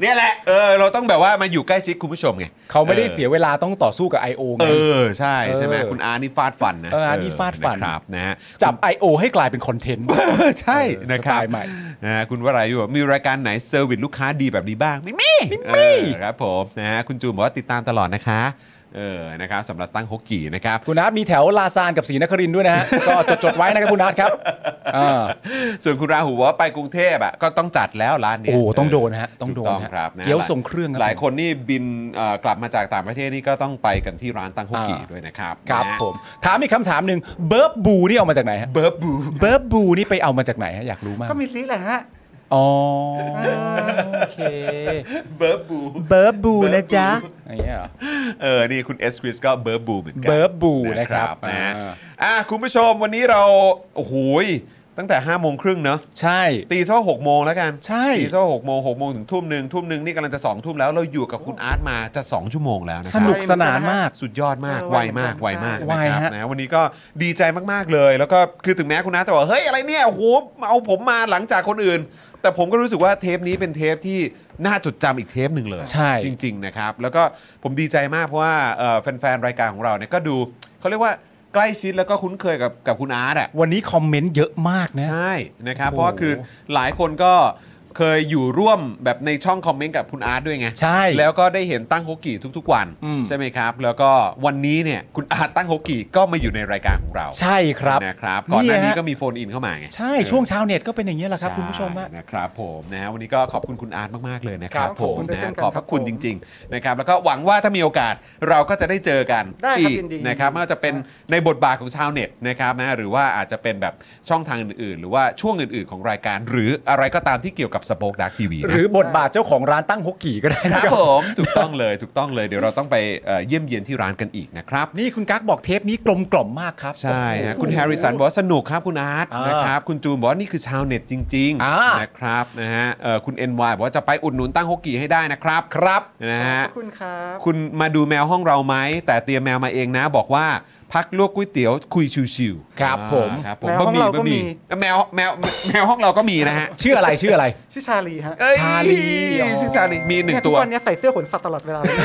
เนี่ยแหละเออเราต้องแบบว่ามาอยู่ใกล้ชิดคุณผู้ชมไง
เขาไม่ได้เสียเวลาต้องต่อสู้กับ I.O. ไง
เออใช่ใช่ไหม
เออ
คุณอาร์ตนี่ฟาดฟันนะ
เอออาร์ตนี่ฟาดฟัน
เออะครับนะฮะ
จับ I.O. ให้กลายเป็นคอนเทนต์
เอ อใช่
เออ
นะครับ
สไตล์ใหม่
นะฮะคุณวรายุบอกมีรายการไหนเซอร์วิสลูกค้าดีแบบนี้บ้าง ไม่มีเออครับผมนะฮะคุณจูนบอกว่าติดตามตลอดนะคะเออนะครับสำหรับตั้งฮกกี่นะครับ
คุณอาร์ตมีแถวลาซานกับศรีนครินทร์ด้วยนะฮะ ก็จดๆไว้นะครับคุณอาร์ตครับอ่า
ส่วนคุณราหูบอกว่าไปกรุงเทพอ่ะก็ต้องจัดแล้วร้านเนี้ย
โอ้ต้องโดนฮะต้องโด
ถู
น
กต้อง
ฮะ
ครับนะ
เกี๊ยวทรงเครื่องครับ
หลายคนนี่บินเอ่อกลับมาจากต่างประเทศนี่ก็ต้องไปกันที่ร้านตั้งฮกกี่
อ่า
ด้วยนะครับ
ครับ
นะฮะ
ผม ถามอีกคำถามหนึ่งเบิร์บบูนี่เอามาจากไหนฮะ
เบิร์บบู
เบิร์บบูนี่ไปเอามาจากไหนฮะอยากรู้มาก
ก็มีซีแหละฮะ
อ๋อโอเค
เบิร์บบู
เบิร์บบูนะจ๊ะอย่างเงี้ยเหรอ
เออนี่คุณเอสคริสก็เบิร์บบูเหมือนกั
เบิร์บบูนะครับ
นะ
อ่า
อ่ะคุณผู้ชมวันนี้เราโอ้โหยตั้งแต่5้าโมงครึ่งเนอะ
ใช่
ตีซะว่าหกโมงแล้วกัน
ใช่
ตีซะว่าหกโมงหกโมงถึงทุ่มหนึ่งทุ่มหนึ่งนี่กำลังจะ2องทุ่มแล้วเราอยู่กับคุณอาร์ตมาจะ 2 ชั่วโมงแล้วนะค
ส
รับ
นุกสนานมาก
สุดยอดมาก
เออ
ไวมาก
ใช่
ไวมาก
ไว
นะครับ
ฮะ
นะวันนี้ก็ดีใจมากๆเลย แล้วก็คือถึงแม้คุณอาร์ตจะบอกเฮ้ยอะไรเนี่ยโอ้โหเอาผมมาหลังจากคนอื่น แต่ผมก็รู้สึกว่าเทปนี้เป็นเทปที่น่าจดจำอีกเทปหนึ่งเลย
ใช่
จริง จริงๆนะครับแล้วก็ผมดีใจมากเพราะว่าเอ่อแฟนๆ รายการของเราเนี่ยก็ดูเขาเรียกว่าใกล้ชิดแล้วก็คุ้นเคยกับกับคุณอาร์ตอ่ะ
วันนี้คอมเมนต์เยอะมากนะ
ใช่นะครับ
โอ้
เพ
โห
ราะว่าคือหลายคนก็เคยอยู่ร่วมแบบในช่องคอมเมนต์กับคุณอาร์ตด้วยไง
ใช่
แล้วก็ได้เห็นตั้งฮกกี้ทุกๆวัน
อืม
ใช่ไหมครับแล้วก็วันนี้เนี่ยคุณอาร์ตตั้งฮกกี้ก็มาอยู่ในรายการของเรา
ใช่ครับ
นะครับก่อนหน้านี้
ฮะ
ก็มีโฟนอินเข้ามาไง
ใช่ช่วงเช้าเน็ตก็เป็นอย่างนี้ยแหละครับ
ใช่
คุณผู้ชมฮะ
นะครับผมนะฮะวันนี้ก็ขอบคุณคุณอาร์ตมากๆเลยนะค
ครั
รับบ ผ
ขอบ
ม
คุณด้วย
นะ
เช่
ฮะ
นกัน
ขอบพ
ครั
ระ
บ
คุณ
ผม
จริง จริงๆนะครับแล้วก็หวังว่าถ้ามีโอกาสเราก็จะได้เจอกัน
ได้ครับ
อีก
ยินดี
นะครับ
ยินดี
ไม่ว่าจะเป็นในบทบาทของชาวเน็ตนะครับนะหรือว่าอาจจะเป็นแบบช่องทางอื่นๆ หรือว่าช่วงอื่นๆของรายการ หรืออะไรก็ตามที่เกี่ยวกับสปอคดักทีวี
หรือบทบาทเจ้าของร้านตั้งฮกกี่ก็ได้
ค
นะ
รับ
ครับ
ผมถูกต้องเลยถูกต้องเลยเดี๋ยวเราต้องไปเอ่อเยี่ยมเยียนที่ร้านกันอีกนะครับ
นี่คุณกั๊กบอกเทปนี้กลมกล่อมมากครับ
ใช่ฮะคุณแฮร์ริสันบอกว่าสนุกครับคุณอาร์ต
อ่าน
นะครับคุณจูนบอกว่านี่คือชาวเน็ตจริง
อ่า
ๆนะครับนะฮะเอ่อคุณ NY บอกว่าจะไปอุดหนุนตั้งฮกกี้ให้ได้นะครับ
ครับ
นะ
ข
ฮะ
อบคุณครับ
คุณมาดูแมวห้องเราไหม แต่เตรียมแมวมาเองนะ บอกว่าพักลวกก๋วยเตี๋ยวคุยชิวๆ
ครับ
อ่า
ผม
ครับผม
แมว
บะ
ห้อง
หมี่
เราก็
บะหมี่
มี
แมวแมวแมวห้องเราก็มีนะฮะ
ชื่ออะไรชื่ออะไร
ชื่อชาลีฮะ
เอ้ย
ชาลีอ๋อ
ชื่อชาลีมีหนึ่
เย
งตัว
กวันเนี้ยใส่เสื้อขนสัตว์ตลอดเวลาเลย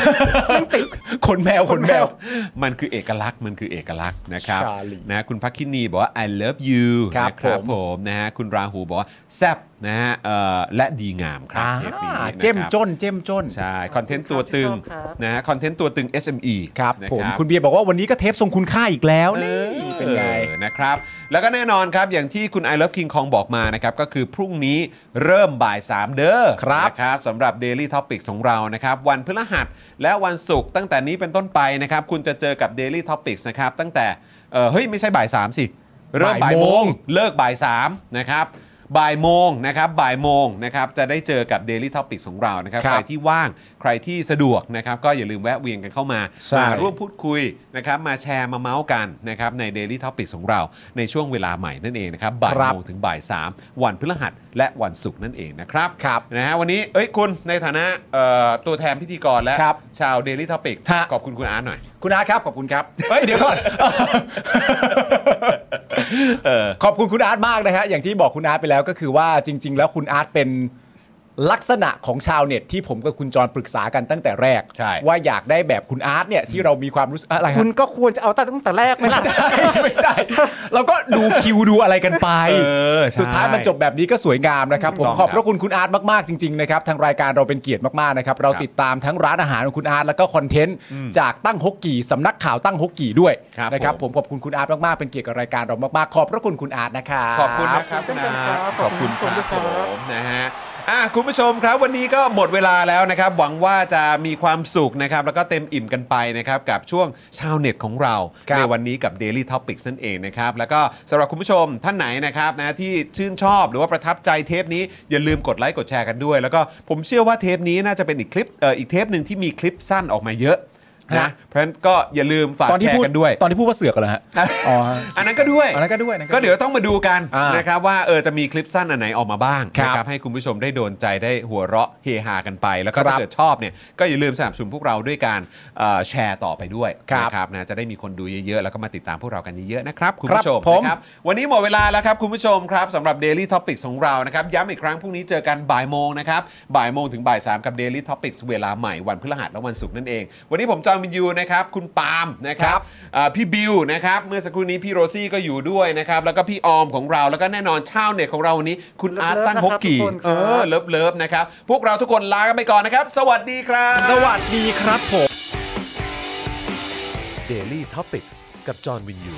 แม่งติด
ขนแมวขนแมว
มันคือเอกลักษณ์มันคือเอกลักษณ์นะครับ
ชาลี
นะคุณพักคินีบอกว่า I love you
ครับ
นะ
ผม
ผมนะฮะคุณราหูบอกว่าแซบนะฮะเอ่อและดีงามครับ
า
เทปนี้นะครับ
เจ้มจนเจ้มจน
ใช่คอนเทนต์ตัวตึง
ขอบคุณครับ
นะฮะคอนเทนต์ตัวตึง SME
ครับ
นะ
ผมคุณเบียร์บอกว่าวันนี้ก็เทปทรงคุณค่าอีกแล้วนี่เป็นไง
ออนะครับ แล้วก็แน่นอนครับ อย่างที่คุณ I Love King Kong บอกมานะครับ ก็คือพรุ่งนี้เริ่มบ่าย 3 เด้อ
ครับ
นะครับสำหรับ Daily Topic ของเรานะครับ วันพฤหัสและวันศุกร์ตั้งแต่นี้เป็นต้นไปนะครับ คุณจะเจอกับ Daily Topics นะครับ ตั้งแต่เออเฮ้ย ไม่ใช่บ่าย 3 สิ เริ่มบ่ายโม
บ่าย
ง
โมง
เลิกบ่าย3นะครับบ่ายโมงนะครับบ่ายโมงนะครับจะได้เจอกับ Daily Topic ของเรานะครับ
ครับ
ใครที่ว่างใครที่สะดวกนะครับก็อย่าลืมแวะเวียนกันเข้ามา
ใช่
มาร่วม พูดคุยนะครับมาแชร์มาเมาส์กันนะครับใน Daily t o p i c ของเราในช่วงเวลาใหม่นั่นเองนะครับบ่าย
ครับ
โมงถึงบ่ายสามวันพฤหัสและวันศุกร์นั่นเองนะครับ
ครับ
นะฮะวันนี้เอ้ยคุณในฐานะเอ่อตัวแทนพิธีกรและ
ครับ
ชาว Daily t o p i c
ฮะ
ขอบคุณคุณอาร์ตหน่อย
คุณอาร์ตครับขอบคุณครับเฮ้ยเดี๋ยว ก่อน ขอบคุณคุณอาร์ตมากนะฮะอย่างที่บอกคุณอาร์ตไปแล้วก็คือว่าจริง ๆ แล้วคุณอาร์ตเป็นลักษณะของชาวเน็ตที่ผมกับคุณจรปรึกษากันตั้งแต่แรก
ใช่
ว่าอยากได้แบบคุณอาร์ตเนี่ยที่เรามีความรู้สึกอะไรฮะ
คุณก็ควรจะเอาตั้งแต่แรกไหม
ไม่
ล่ะ
ใช่ไม่ใช่เราก็ดูคิวดูอะไรกันไป
อ
สุดท้ายมันจบแบบนี้ก็สวยงามนะครับผม
ถูกต้อง
ขอบพระคุณคุณอาร์ตมาก ๆ จริง ๆ นะครับ ทางรายการเราเป็นเกียรติมาก ๆ นะครับ เรา
ครับ
ติดตามทั้งร้านอาหารของคุณอาร์ตแล้วก็คอนเทนต์จากตั้งฮกกี่สำนักข่าวตั้งฮกกี่ด้วย
ครับ
นะครับ
ผ
ผม มขอบคุณคุณอาร์ตมาก ๆ เป็นเกียรติกับรายการเรามาก ๆ ขอบพระคุณคุณอาร์ตนะครับ
ขอบคุณนะครับ
ขอบคุ
คุณอาร์ตขอบคุณค
ณครับขอบคุณ
รับ
ครับ
ผมนะฮะอ่ะคุณผู้ชมครับวันนี้ก็หมดเวลาแล้วนะครับ หวังว่าจะมีความสุขนะครับ แล้วก็เต็มอิ่มกันไปนะครับ กับช่วงชาวเน็ตของเรา
ครับ
ในวันนี้กับ Daily Topics นั่นเองนะครับ แล้วก็สำหรับคุณผู้ชมท่านไหนนะครับนะที่ชื่นชอบหรือว่าประทับใจเทปนี้อย่าลืมกดไลค์กดแชร์กันด้วย แล้วก็ผมเชื่อว่าเทปนี้น่าจะเป็นอีกคลิปเอ่ออีกเทปหนึ่งที่มีคลิปสั้นออกมาเยอะ นะเพราะฉะนั้นก็อย่าลืมฝาก
ตอน
แช
ที่พู
ร์
ด
กันด้วย
ตอนที่พูดว่าเสือกเหรอฮะอ๋อ
อันนั้นก็ด้วย
อันนั้นก็ด้วยนะครั
ก็
บ
เดี๋ยวต้องมาดูกัน
อ่าน
นะครับว่าเออจะมีคลิปสั้นอันไหนออกมาบ้าง
ครับ
นะครับให้คุณผู้ชมได้โดนใจได้หัวเราะเฮฮากันไป แล้วก็ถ้า
ครับ
เกิดชอบเนี่ยก็อย่าลืมสนับสนุนพวกเราด้วยการเอ่อแชร์ต่อไปด้วย
ครับ
นะครับนะจะได้มีคนดูเยอะๆ แล้วก็มาติดตามพวกเรากันเยอะๆนะครับคุณ
ครับ
ผู้ชม
ผม
นะครับวันนี้หมดเวลาแล้วครับคุณผู้ชมครับสำหรับ Daily Topics ของเรานะครับย้ำอีกครั้งพรุ่งนี้เจอกันบ่ายโมงนะครับบ่ายโมงถึงบ่ายสามกับ Daily Topics เวลาใหม่วันพฤหัสและวันศุกร์นั่นเอง วันนี้ผมจอห์นวินยูนะครับคุณปาล์มนะครั
ครับ บ
อ่าพี่บิวนะครับเมื่อสักครู่นี้พี่โรซี่ก็อยู่ด้วยนะครับแล้วก็พี่ออมของเราแล้วก็แน่นอนชาวเน็ตของเราวันนี้ คุณอาร์ตตั้งฮกกี่
เลิฟๆนะครับทุกคนครั
เออ
บ
เลิฟเลิฟๆนะครับพวกเราทุกคนลากันไปก่อนนะครับ สวัสดีครับ
สวัสดีครับผม
Daily Topics กับจอห์นวินยู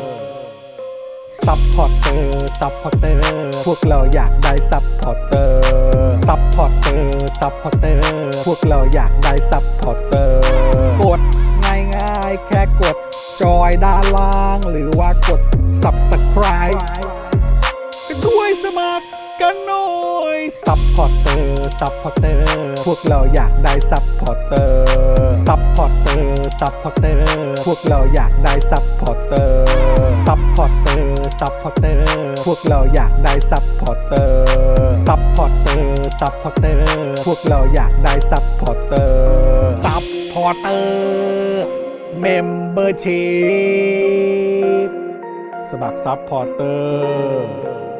ซัพพอร์เตอร์ ซัพพอร์เตอร์ พวกเราอยากได้ซัพพอร์เตอร์ ซัพพอร์เตอร์ ซัพพอร์เตอร์ พวกเราอยากได้ซัพพอร์เตอร์ กดง่ายง่ายๆแค่กดจอยด้านล่าง หรือว่ากด subscribe ก็ด้วยสมัครกันหน่อย ซัพพอร์เตอร์ ซัพพอร์เตอร์ พวกเราอยากได้ซัพพอร์เตอร์ ซัพพอร์เตอร์ ซัพพอร์เตอร์ พวกเราอยากได้ซัพพอร์เตอร์ ซัพพอร์เตอร์ ซัพพอร์เตอร์ พวกเราอยากได้ซัพพอร์เตอร์ ซัพพอร์เตอร์ ซัพพอร์เตอร์ พวกเราอยากได้ซัพพอร์เตอร์ ซัพพอร์เตอร์ เมมเบอร์ชีพสมัครซัพพอร์เตอร์